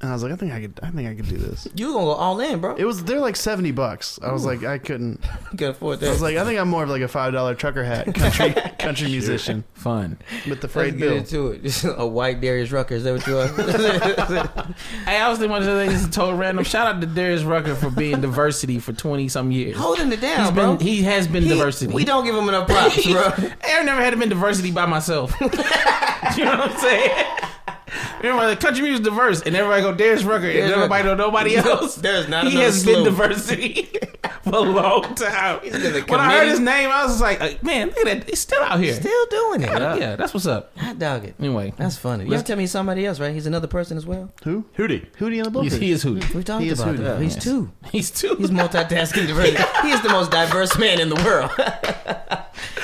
[SPEAKER 3] and I was like, I think I could, I think I could do this.
[SPEAKER 4] You gonna go all in, bro?
[SPEAKER 3] It was they're like seventy bucks. I was like, I couldn't.
[SPEAKER 4] You can afford
[SPEAKER 3] I was
[SPEAKER 4] that.
[SPEAKER 3] like, I think I'm more of like a five dollar trucker hat country country musician
[SPEAKER 2] Fun.
[SPEAKER 3] with the
[SPEAKER 4] Let's
[SPEAKER 3] frayed
[SPEAKER 4] get
[SPEAKER 3] bill.
[SPEAKER 4] into it. <laughs> a white Darius Rucker. Is that what you are? <laughs>
[SPEAKER 2] Hey, I was thinking about this other day, just told random. Shout out to Darius Rucker for being diversity for twenty some years.
[SPEAKER 4] Holding it down,
[SPEAKER 2] He's
[SPEAKER 4] bro.
[SPEAKER 2] been, he has been
[SPEAKER 4] He-
[SPEAKER 2] diversity.
[SPEAKER 4] We don't give him enough props, bro.
[SPEAKER 2] I've never had to been diversity by myself. <laughs> you know what I'm saying? Remember, the country music diverse, and everybody go Darius Rucker, and
[SPEAKER 4] Darius
[SPEAKER 2] everybody
[SPEAKER 4] Rucker.
[SPEAKER 2] know nobody else.
[SPEAKER 4] There's not
[SPEAKER 2] He
[SPEAKER 4] another
[SPEAKER 2] has been
[SPEAKER 4] Snoop.
[SPEAKER 2] diversity <laughs> for a long time.
[SPEAKER 4] been a
[SPEAKER 2] When I heard
[SPEAKER 4] committee.
[SPEAKER 2] his name, I was just like, uh, man, look at that. He's still out here.
[SPEAKER 4] Still doing it.
[SPEAKER 2] yeah. that's what's up.
[SPEAKER 4] Hot dog it.
[SPEAKER 2] Anyway,
[SPEAKER 4] That's funny. You
[SPEAKER 2] Let's-
[SPEAKER 4] have to tell me he's somebody else, right? He's another person as well.
[SPEAKER 3] Who?
[SPEAKER 6] Hootie.
[SPEAKER 3] Hootie and the
[SPEAKER 2] he's,
[SPEAKER 3] Blowfish.
[SPEAKER 2] he is who.
[SPEAKER 4] We've talked
[SPEAKER 3] He is
[SPEAKER 4] about
[SPEAKER 3] who?
[SPEAKER 4] that.
[SPEAKER 3] Yeah.
[SPEAKER 4] He's two.
[SPEAKER 2] He's too.
[SPEAKER 4] He's multitasking diverse. he is the most diverse man in the world.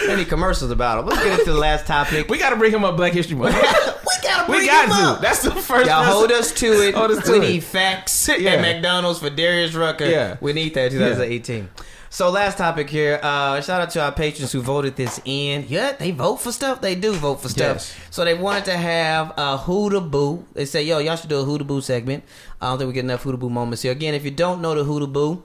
[SPEAKER 4] Any commercials about him? Let's get into the last <laughs>
[SPEAKER 2] <laughs>
[SPEAKER 4] topic.
[SPEAKER 2] we got to bring him up Black History <laughs> Month.
[SPEAKER 4] gotta
[SPEAKER 2] we got to. That's the first.
[SPEAKER 4] Y'all
[SPEAKER 2] lesson.
[SPEAKER 4] hold us to it.
[SPEAKER 2] Hold us to
[SPEAKER 4] we
[SPEAKER 2] it.
[SPEAKER 4] need facts
[SPEAKER 2] Yeah.
[SPEAKER 4] at McDonald's for Darius Rucker.
[SPEAKER 2] Yeah.
[SPEAKER 4] We need that in 2018. So last topic here. Uh, shout out to our patrons who voted this in. Yeah, they vote for stuff. They do vote for stuff.
[SPEAKER 2] Yes.
[SPEAKER 4] So they wanted to have a Huda Boo. They say, yo, y'all should do a Huda Boo segment. I don't think we get enough Huda Boo moments here. Again, if you don't know the Huda Boo,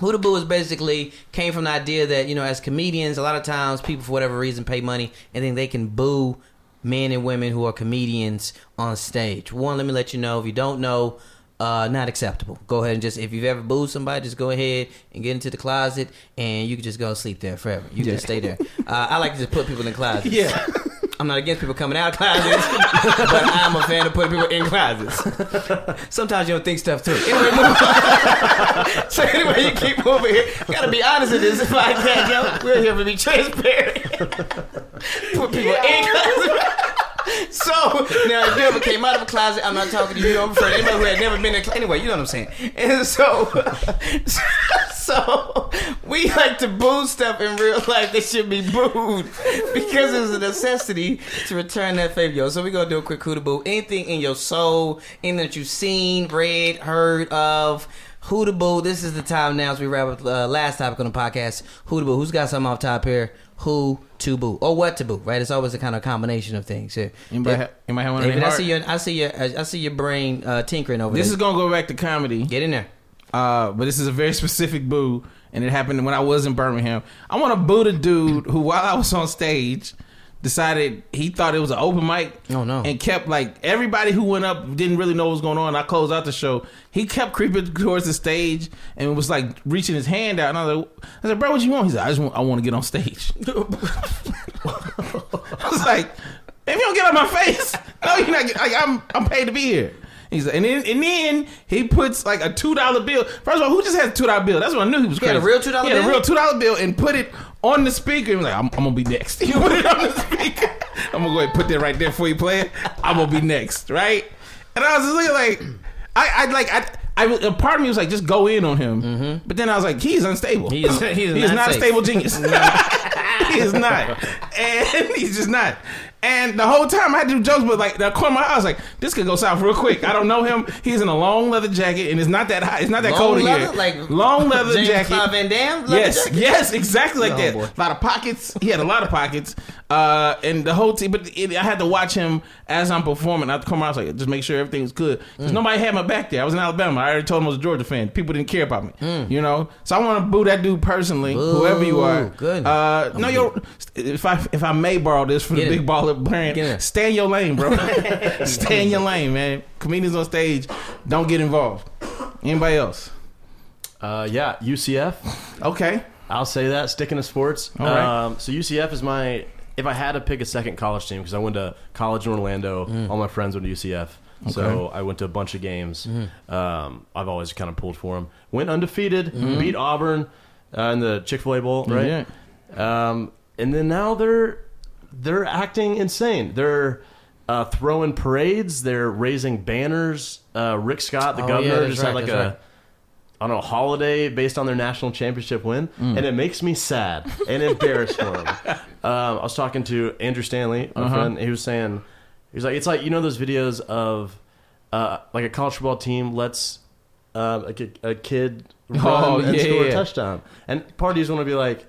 [SPEAKER 4] Huda Boo is basically came from the idea that, you know, as comedians, a lot of times people, for whatever reason, pay money and then they can boo men and women who are comedians on stage. One, let me let you know if you don't know, uh, not acceptable. Go ahead and just, if you've ever booed somebody, just go ahead and get into the closet and you can just go sleep there forever. You just stay there. Uh, I like to just put people in closets. <laughs> Yeah. I'm not against people coming out of closets, <laughs> but I'm a fan of putting people in closets. <laughs> Sometimes you don't think stuff through. Anyway, move on. <laughs> so anyway, you keep moving here. Gotta be honest in this podcast, yo. We're here to be transparent. <laughs> Put people in closets. So now, if you ever came out of a closet, I'm not talking to you. I'm afraid anybody who had never been in. a clo- Anyway, you know what I'm saying. And so, <laughs> so we like to boo stuff in real life that should be booed because it's a necessity to return that favor. Yo, so we're gonna do a quick who to boo. Anything in your soul, anything that you've seen, read, heard of. Who to boo? This is the time now as we wrap up the uh, last topic on the podcast. Who to boo? Who's got something off top here? Who to boo or what to boo? Right? It's always a kind of combination of things here.
[SPEAKER 2] Anybody,
[SPEAKER 4] Yeah.
[SPEAKER 2] ha- anybody have one in
[SPEAKER 4] David,
[SPEAKER 2] their
[SPEAKER 4] I
[SPEAKER 2] heart?
[SPEAKER 4] see your, I see your, I see your brain uh, tinkering over
[SPEAKER 2] This
[SPEAKER 4] there.
[SPEAKER 2] is gonna go back to comedy.
[SPEAKER 4] Get in there.
[SPEAKER 2] Uh, but this is a very <laughs> specific boo, and it happened when I was in Birmingham. I want to boo the dude who, while I was on stage, decided he thought it was an open mic.
[SPEAKER 4] Oh, no.
[SPEAKER 2] And kept like everybody who went up didn't really know what was going on. I closed out the show. He kept creeping towards the stage and was like reaching his hand out. And I was like, I said, "Bro, what you want?" He said, "I just want, I want to get on stage." I was like, if you don't get out my face, <laughs> no, you're not. Get, like, I'm I'm paid to be here. He's like, and then and then he puts like a two dollar bill. First of all, who just has a two dollar bill? That's what I knew he was
[SPEAKER 4] had
[SPEAKER 2] crazy.
[SPEAKER 4] a real $2
[SPEAKER 2] He had a
[SPEAKER 4] bill?
[SPEAKER 2] real two dollar bill and put it on the speaker. He was like, I'm, I'm gonna be next. <laughs> He put it on the speaker. I'm gonna go ahead and put that right there before you play it. I'm gonna be next, right? And I was just looking like, I I like I. I, was- a part of me was like, just go in on him,
[SPEAKER 4] Mm-hmm.
[SPEAKER 2] but then I was like, he's unstable.
[SPEAKER 4] He is- he is
[SPEAKER 2] He is
[SPEAKER 4] not
[SPEAKER 2] not a
[SPEAKER 4] safe.
[SPEAKER 2] stable
[SPEAKER 4] <laughs>
[SPEAKER 2] genius. <laughs> he is not. And he's just not. And the whole time I had to do jokes, but like the corner of my eye, I was like, this could go south real quick. I don't know him. He's in a long leather jacket and it's not that hot. It's not that
[SPEAKER 4] Long
[SPEAKER 2] cold in
[SPEAKER 4] leather?
[SPEAKER 2] here.
[SPEAKER 4] Like
[SPEAKER 2] long leather
[SPEAKER 4] James
[SPEAKER 2] jacket.
[SPEAKER 4] Clyde Van Damme leather
[SPEAKER 2] yes,
[SPEAKER 4] jacket?
[SPEAKER 2] yes, exactly like
[SPEAKER 4] Oh,
[SPEAKER 2] that.
[SPEAKER 4] boy.
[SPEAKER 2] A lot of pockets. He had a lot of pockets. Uh, and the whole team, but it, I had to watch him as I'm performing. I had to come around, I was like, just make sure everything was good. Because
[SPEAKER 4] Mm.
[SPEAKER 2] nobody had my back there. I was in Alabama. I already told him I was a Georgia fan. People didn't care about me. You know? So I want to boo that dude personally, whoever you are.
[SPEAKER 4] Mm. Boo, goodness.
[SPEAKER 2] Uh, no, yo, if I if I may borrow this from
[SPEAKER 4] Get
[SPEAKER 2] the
[SPEAKER 4] it.
[SPEAKER 2] big baller
[SPEAKER 4] Get
[SPEAKER 2] brand,
[SPEAKER 4] it.
[SPEAKER 2] stay in your lane,
[SPEAKER 4] <laughs>
[SPEAKER 2] bro. stay in your lane, man. Comedians on stage, don't get involved. Anybody else?
[SPEAKER 6] Uh, yeah, UCF.
[SPEAKER 2] Okay.
[SPEAKER 6] I'll say that. Sticking to sports.
[SPEAKER 2] All right.
[SPEAKER 6] Um, so UCF is my. If I had to pick a second college team, because I went to college in Orlando,
[SPEAKER 4] Mm.
[SPEAKER 6] all my friends went to UCF, so I went to a bunch of games.
[SPEAKER 4] Mm-hmm.
[SPEAKER 6] Um, I've always kind of pulled for them. Went undefeated,
[SPEAKER 4] Mm-hmm.
[SPEAKER 6] beat Auburn uh, in the Chick Fil A Bowl, right? Um, and then now they're they're acting insane. They're uh, throwing parades. They're raising banners. Uh, Rick Scott, the
[SPEAKER 4] Oh, yeah,
[SPEAKER 6] governor,
[SPEAKER 4] that's
[SPEAKER 6] just
[SPEAKER 4] right,
[SPEAKER 6] had like
[SPEAKER 4] that's
[SPEAKER 6] a
[SPEAKER 4] right.
[SPEAKER 6] a on a holiday based on their national championship win,
[SPEAKER 2] Mm.
[SPEAKER 6] and it makes me sad and embarrassed
[SPEAKER 2] <laughs>
[SPEAKER 6] for them. Um, I was talking to Andrew Stanley, my
[SPEAKER 2] Uh-huh.
[SPEAKER 6] friend. He was saying, he was like, it's like you know those videos of uh, like a college football team lets uh, a, ki- a kid run
[SPEAKER 2] <laughs> Oh,
[SPEAKER 6] and
[SPEAKER 2] yeah,
[SPEAKER 6] score
[SPEAKER 2] yeah.
[SPEAKER 6] a touchdown, and parties want to be like,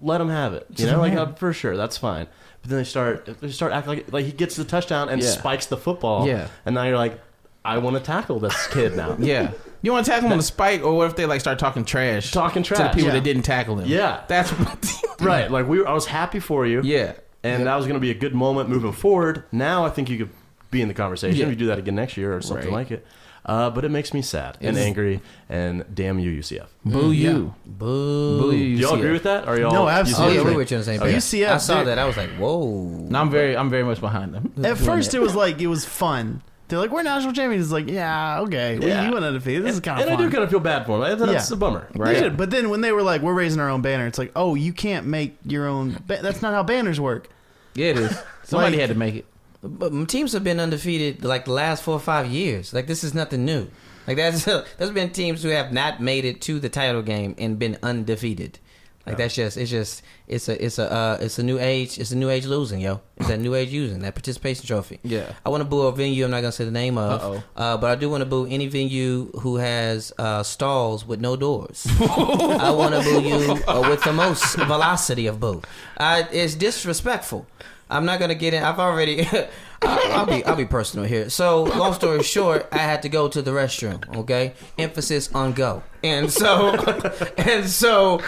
[SPEAKER 6] let him have it. You know, like uh, for sure, that's fine. But then they start they start acting like like he gets the touchdown and
[SPEAKER 2] Yeah.
[SPEAKER 6] spikes the football.
[SPEAKER 2] Yeah.
[SPEAKER 6] And now you're like, I want to tackle this kid now.
[SPEAKER 2] <laughs> Yeah. You want to tackle him on the spike, or what if they like start talking trash?
[SPEAKER 6] Talking
[SPEAKER 2] to the
[SPEAKER 6] trash.
[SPEAKER 2] people
[SPEAKER 6] Yeah.
[SPEAKER 2] that didn't tackle him.
[SPEAKER 6] Yeah.
[SPEAKER 2] that's
[SPEAKER 6] <laughs> Right. Like we were, I was happy for you.
[SPEAKER 2] Yeah,
[SPEAKER 6] And that was going to be a good moment moving forward. Now I think you could be in the conversation
[SPEAKER 2] Yeah.
[SPEAKER 6] if you do that again next year or something
[SPEAKER 2] Right.
[SPEAKER 6] like it. Uh, but it makes me sad and angry and damn you, UCF.
[SPEAKER 2] boo you,
[SPEAKER 4] Boo.
[SPEAKER 2] boo
[SPEAKER 6] Do
[SPEAKER 2] you.
[SPEAKER 6] y'all
[SPEAKER 2] UCF.
[SPEAKER 6] agree with that? Are y'all?
[SPEAKER 3] No,
[SPEAKER 6] you see
[SPEAKER 4] Oh,
[SPEAKER 3] absolutely.
[SPEAKER 4] yeah,
[SPEAKER 6] it?
[SPEAKER 4] we were with you on the same page.
[SPEAKER 3] UCF,
[SPEAKER 4] I saw
[SPEAKER 3] they're-
[SPEAKER 4] that. I was like, whoa.
[SPEAKER 2] No, I'm very, I'm very much behind them.
[SPEAKER 3] At
[SPEAKER 4] doing
[SPEAKER 3] first,
[SPEAKER 4] it.
[SPEAKER 3] it was like it was fun. They're like, we're national champions. It's like, yeah, okay, we,
[SPEAKER 6] Yeah.
[SPEAKER 3] you went undefeated. This is kind of
[SPEAKER 6] And
[SPEAKER 3] fun.
[SPEAKER 6] I do kind of feel bad for him. That's
[SPEAKER 3] Yeah.
[SPEAKER 6] a bummer.
[SPEAKER 3] They should- But then when they were like, we're raising our own banner, it's like, oh, you can't make your own. Ba- that's not how banners work.
[SPEAKER 2] Yeah, it <laughs> is. Somebody
[SPEAKER 3] Like-
[SPEAKER 2] had to make it.
[SPEAKER 4] But m- teams have been undefeated like the last four or five years. Like this is nothing new. Like that's <laughs> there's been teams who have not made it to the title game and been undefeated. Like that's just it's just it's a it's a uh, it's a new age it's a new age losing yo it's that new age using that participation trophy
[SPEAKER 2] Yeah.
[SPEAKER 4] I want to boo a venue I'm not gonna say the name of
[SPEAKER 2] Uh-oh.
[SPEAKER 4] uh, but I do want to boo any venue who has uh, stalls with no doors
[SPEAKER 2] <laughs>
[SPEAKER 4] I want to boo you uh, with the most velocity of boo. I, it's disrespectful. I'm not gonna get in. I've already. <laughs> I, I'll be. I'll be personal here. So, long story short, I had to go to the restroom. Okay, emphasis on go. And so, <laughs> and so,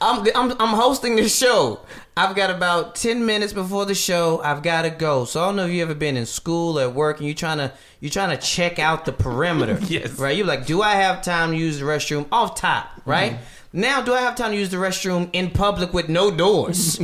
[SPEAKER 4] I'm, I'm, I'm hosting this show. I've got about 10 minutes before the show. I've got to go. So I don't know if you ever been in school or at work and you're trying to, you're trying to check out the perimeter.
[SPEAKER 2] Yes.
[SPEAKER 4] Right? You're like, do I have time to use the restroom off top? Right? Now, do I have time to use the restroom in public with no doors?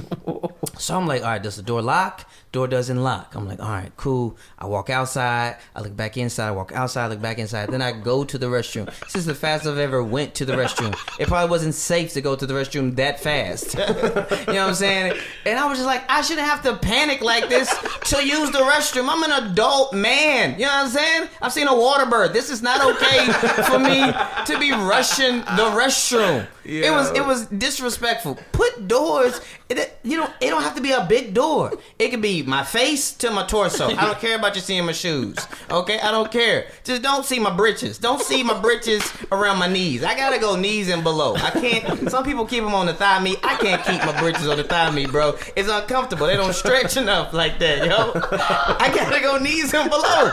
[SPEAKER 4] So I'm like, all right, does the door lock? Door doesn't lock. I'm like, all right, cool. I walk outside. I look back inside. I walk outside. I look back inside. Then I go to the restroom. This is the fastest I've ever went to the restroom. It probably wasn't safe to go to the restroom that fast. you know what I'm saying? And I was just like, I shouldn't have to panic like this to use the restroom. I'm an adult man. You know what I'm saying? I've seen a water bird. This is not okay for me to be rushing the restroom. It was it was disrespectful. Put doors. It, you don't. It don't have to be a big door. It could be my face to my torso. I don't care about you seeing my shoes. Okay, I don't care. Just don't see my britches. Don't see my britches around my knees. I gotta go knees and below. I can't. Some people keep them on the thigh meat. I can't keep my britches on the thigh meat, bro. It's uncomfortable. They don't stretch enough like that, yo. I gotta go knees and below.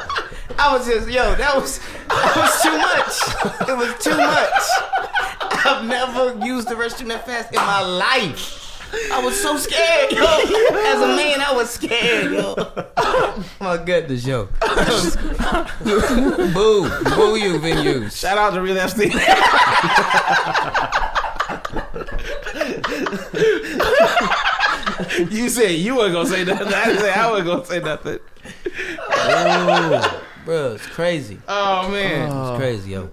[SPEAKER 4] I was just yo. That was that was too much. It was too much. I've never used the restroom that fast in my life. I was so scared, yo. As a man, I was scared,
[SPEAKER 2] <laughs>
[SPEAKER 4] yo. my goodness, yo. <laughs> boo, boo you, venues.
[SPEAKER 2] Shout out to Real Epstein. <laughs> you said you weren't gonna say nothing. I said I wasn't gonna say nothing.
[SPEAKER 4] Bro, it's crazy.
[SPEAKER 2] Oh man,
[SPEAKER 4] It's crazy, yo.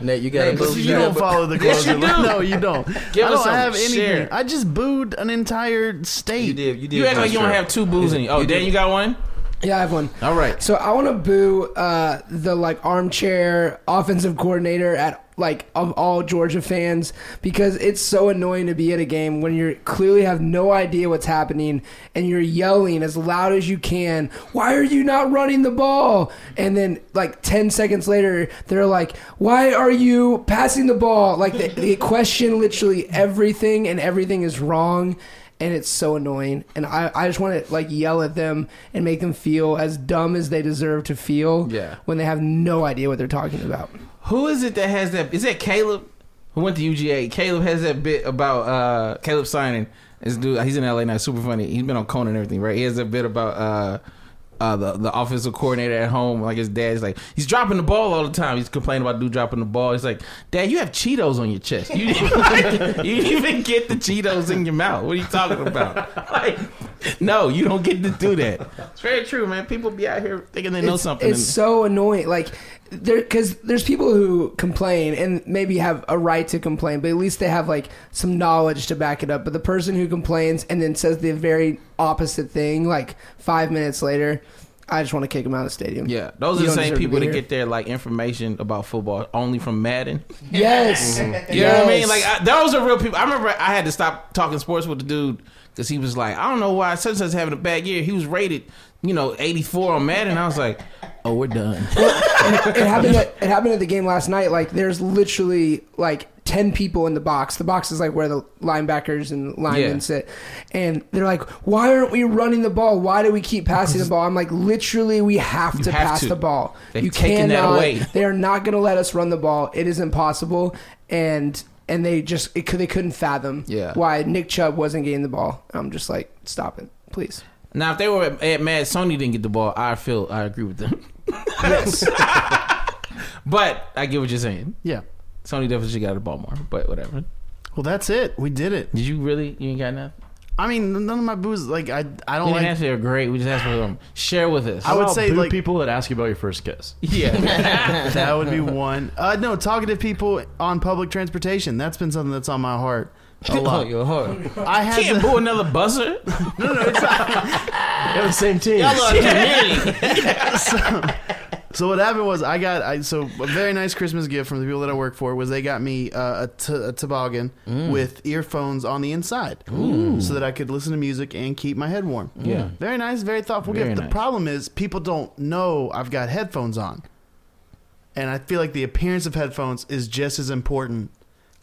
[SPEAKER 4] Nate, you got a
[SPEAKER 2] Nate,
[SPEAKER 4] boo.
[SPEAKER 2] you
[SPEAKER 3] You don't follow the
[SPEAKER 2] <laughs> Yes,
[SPEAKER 3] closer.
[SPEAKER 2] you do.
[SPEAKER 3] No, you don't.
[SPEAKER 2] <laughs> Give
[SPEAKER 3] I
[SPEAKER 2] us
[SPEAKER 3] don't
[SPEAKER 2] some
[SPEAKER 3] have
[SPEAKER 2] share.
[SPEAKER 3] anything. I just booed an entire state.
[SPEAKER 4] You did. You did.
[SPEAKER 2] you act like you don't
[SPEAKER 4] sure.
[SPEAKER 2] have two booze in you. Oh, Dan, you got one.
[SPEAKER 7] Yeah, I have one.
[SPEAKER 2] All right.
[SPEAKER 7] So I want to boo uh, the like armchair offensive coordinator at like of all Georgia fans because it's so annoying to be at a game when you clearly have no idea what's happening and you're yelling as loud as you can, "Why are you not running the ball?" And then like 10 seconds later, they're like, "Why are you passing the ball?" Like they, they question literally everything and everything is wrong and it's so annoying. And I, I just want to like yell at them and make them feel as dumb as they deserve to feel.
[SPEAKER 2] Yeah.
[SPEAKER 7] When they have no idea what they're talking about.
[SPEAKER 2] Who is it that has that? Is that Caleb who went to UGA? Caleb has that bit about uh, Caleb signing. This dude, he's in LA now. Super funny. He's been on Conan and everything, right? He has a bit about uh, uh, the the offensive coordinator at home. Like his dad's like he's dropping the ball all the time. He's complaining about dude dropping the ball. He's like, Dad, you have Cheetos on your chest. You <laughs> didn't, you didn't even get the Cheetos in your mouth. What are you talking about? Like, no, you don't get to do that. It's very true, man. People be out here thinking they know
[SPEAKER 7] it's,
[SPEAKER 2] something.
[SPEAKER 7] It's
[SPEAKER 2] and-
[SPEAKER 7] so annoying. Like there, because there's people who complain and maybe have a right to complain, but at least they have like some knowledge to back it up. But the person who complains and then says the very opposite thing like five minutes later, I just want to kick him out of the stadium.
[SPEAKER 2] Yeah, those
[SPEAKER 7] You
[SPEAKER 2] are the
[SPEAKER 7] don't
[SPEAKER 2] same
[SPEAKER 7] deserve to
[SPEAKER 2] people
[SPEAKER 7] be
[SPEAKER 2] that
[SPEAKER 7] here.
[SPEAKER 2] get their like information about football only from Madden. <laughs>
[SPEAKER 7] Yes.
[SPEAKER 2] You know what I mean? Like I, those are real people. I remember I had to stop talking sports with the dude because he was like, I don't know why such and such having a bad year. He was rated, you know, 84 on Madden. I was like, oh, we're done.
[SPEAKER 7] it
[SPEAKER 2] <laughs>
[SPEAKER 7] happened. At, it happened at the game last night. Like there's literally like ten people in the box. The box is like where the linebackers and linemen
[SPEAKER 2] Yeah.
[SPEAKER 7] sit, and they're like, "Why aren't we running the ball? Why do we keep passing the ball?" I'm like, "Literally, we have to
[SPEAKER 2] have
[SPEAKER 7] pass
[SPEAKER 2] to.
[SPEAKER 7] the ball.
[SPEAKER 2] They've
[SPEAKER 7] you
[SPEAKER 2] taken
[SPEAKER 7] cannot.
[SPEAKER 2] that away."
[SPEAKER 7] They are not going to let us run the ball. It is impossible." And and they just it, could- they couldn't fathom
[SPEAKER 2] Yeah.
[SPEAKER 7] why Nick Chubb wasn't getting the ball. I'm just like, stop it, please.
[SPEAKER 2] now, if they were at, at Mad Sony didn't get the ball, I feel I agree with them.
[SPEAKER 7] <laughs> Yes.
[SPEAKER 2] <laughs> But I get what you're saying.
[SPEAKER 3] Yeah.
[SPEAKER 2] Sony definitely should got the ball more. But whatever.
[SPEAKER 3] Well, that's it. We did it.
[SPEAKER 2] Did you really? You ain't got nothing.
[SPEAKER 3] I mean, none of my booze. Like I, Oh, I
[SPEAKER 2] We
[SPEAKER 3] don't
[SPEAKER 2] didn't
[SPEAKER 3] like.
[SPEAKER 2] ask if they were great. We just asked for them. Share with us.
[SPEAKER 3] I would
[SPEAKER 6] How
[SPEAKER 3] say,
[SPEAKER 6] about boo
[SPEAKER 3] like-
[SPEAKER 6] people that ask you about your first kiss.
[SPEAKER 2] <laughs> yeah. <laughs>
[SPEAKER 3] <laughs> that would be one. Uh, no, talkative people on public transportation. That's been something that's on my heart a
[SPEAKER 4] Oh,
[SPEAKER 3] lot. <laughs>
[SPEAKER 4] your heart.
[SPEAKER 3] I had
[SPEAKER 2] Can't
[SPEAKER 3] the-
[SPEAKER 2] boo another <laughs> buzzer.
[SPEAKER 6] They're the same team.
[SPEAKER 3] so what happened was I got I so a very nice Christmas gift from the people that I work for was they got me uh, a, t- a toboggan with earphones on the inside so that I could listen to music and keep my head warm.
[SPEAKER 2] Yeah.
[SPEAKER 3] very nice, very thoughtful
[SPEAKER 2] Very
[SPEAKER 3] gift. The
[SPEAKER 2] nice.
[SPEAKER 3] problem is people don't know I've got headphones on, and I feel like the appearance of headphones is just as important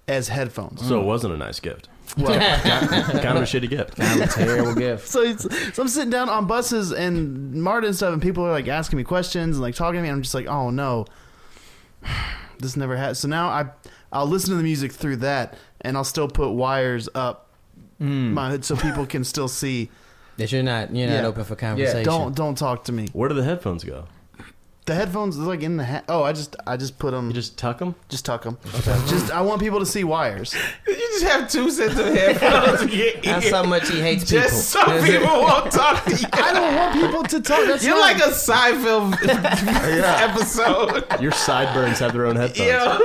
[SPEAKER 3] as headphones.
[SPEAKER 2] Mm.
[SPEAKER 6] So it wasn't a nice gift.
[SPEAKER 3] Well,
[SPEAKER 2] <laughs>
[SPEAKER 6] Kind of a shitty gift.
[SPEAKER 2] Terrible gift.
[SPEAKER 3] <laughs> so, it's, so I'm sitting down on buses and Marta and stuff, and people are like asking me questions and like talking to me. And I'm just like, oh no, <sighs> this never has. So now I I'll listen to the music through that, and I'll still put wires up my hood so people can still see.
[SPEAKER 4] That you're not you're not
[SPEAKER 3] Yeah.
[SPEAKER 4] open for conversation.
[SPEAKER 3] Don't don't talk to me.
[SPEAKER 6] Where do the headphones go?
[SPEAKER 3] The headphones they're like in the hat. Oh, I just I just put them.
[SPEAKER 6] You
[SPEAKER 3] Just
[SPEAKER 6] just tuck them?
[SPEAKER 3] just tuck them. Just I want people to see wires.
[SPEAKER 2] You just have two sets of headphones
[SPEAKER 3] <laughs>
[SPEAKER 2] in your
[SPEAKER 4] That's
[SPEAKER 2] ear.
[SPEAKER 4] how much he hates people.
[SPEAKER 2] <laughs> Just so people won't talk to you.
[SPEAKER 3] I don't want people to talk. That's
[SPEAKER 2] You're like
[SPEAKER 3] not-
[SPEAKER 2] a Seinfeld episode.
[SPEAKER 6] Your sideburns have their own headphones.
[SPEAKER 2] Yeah.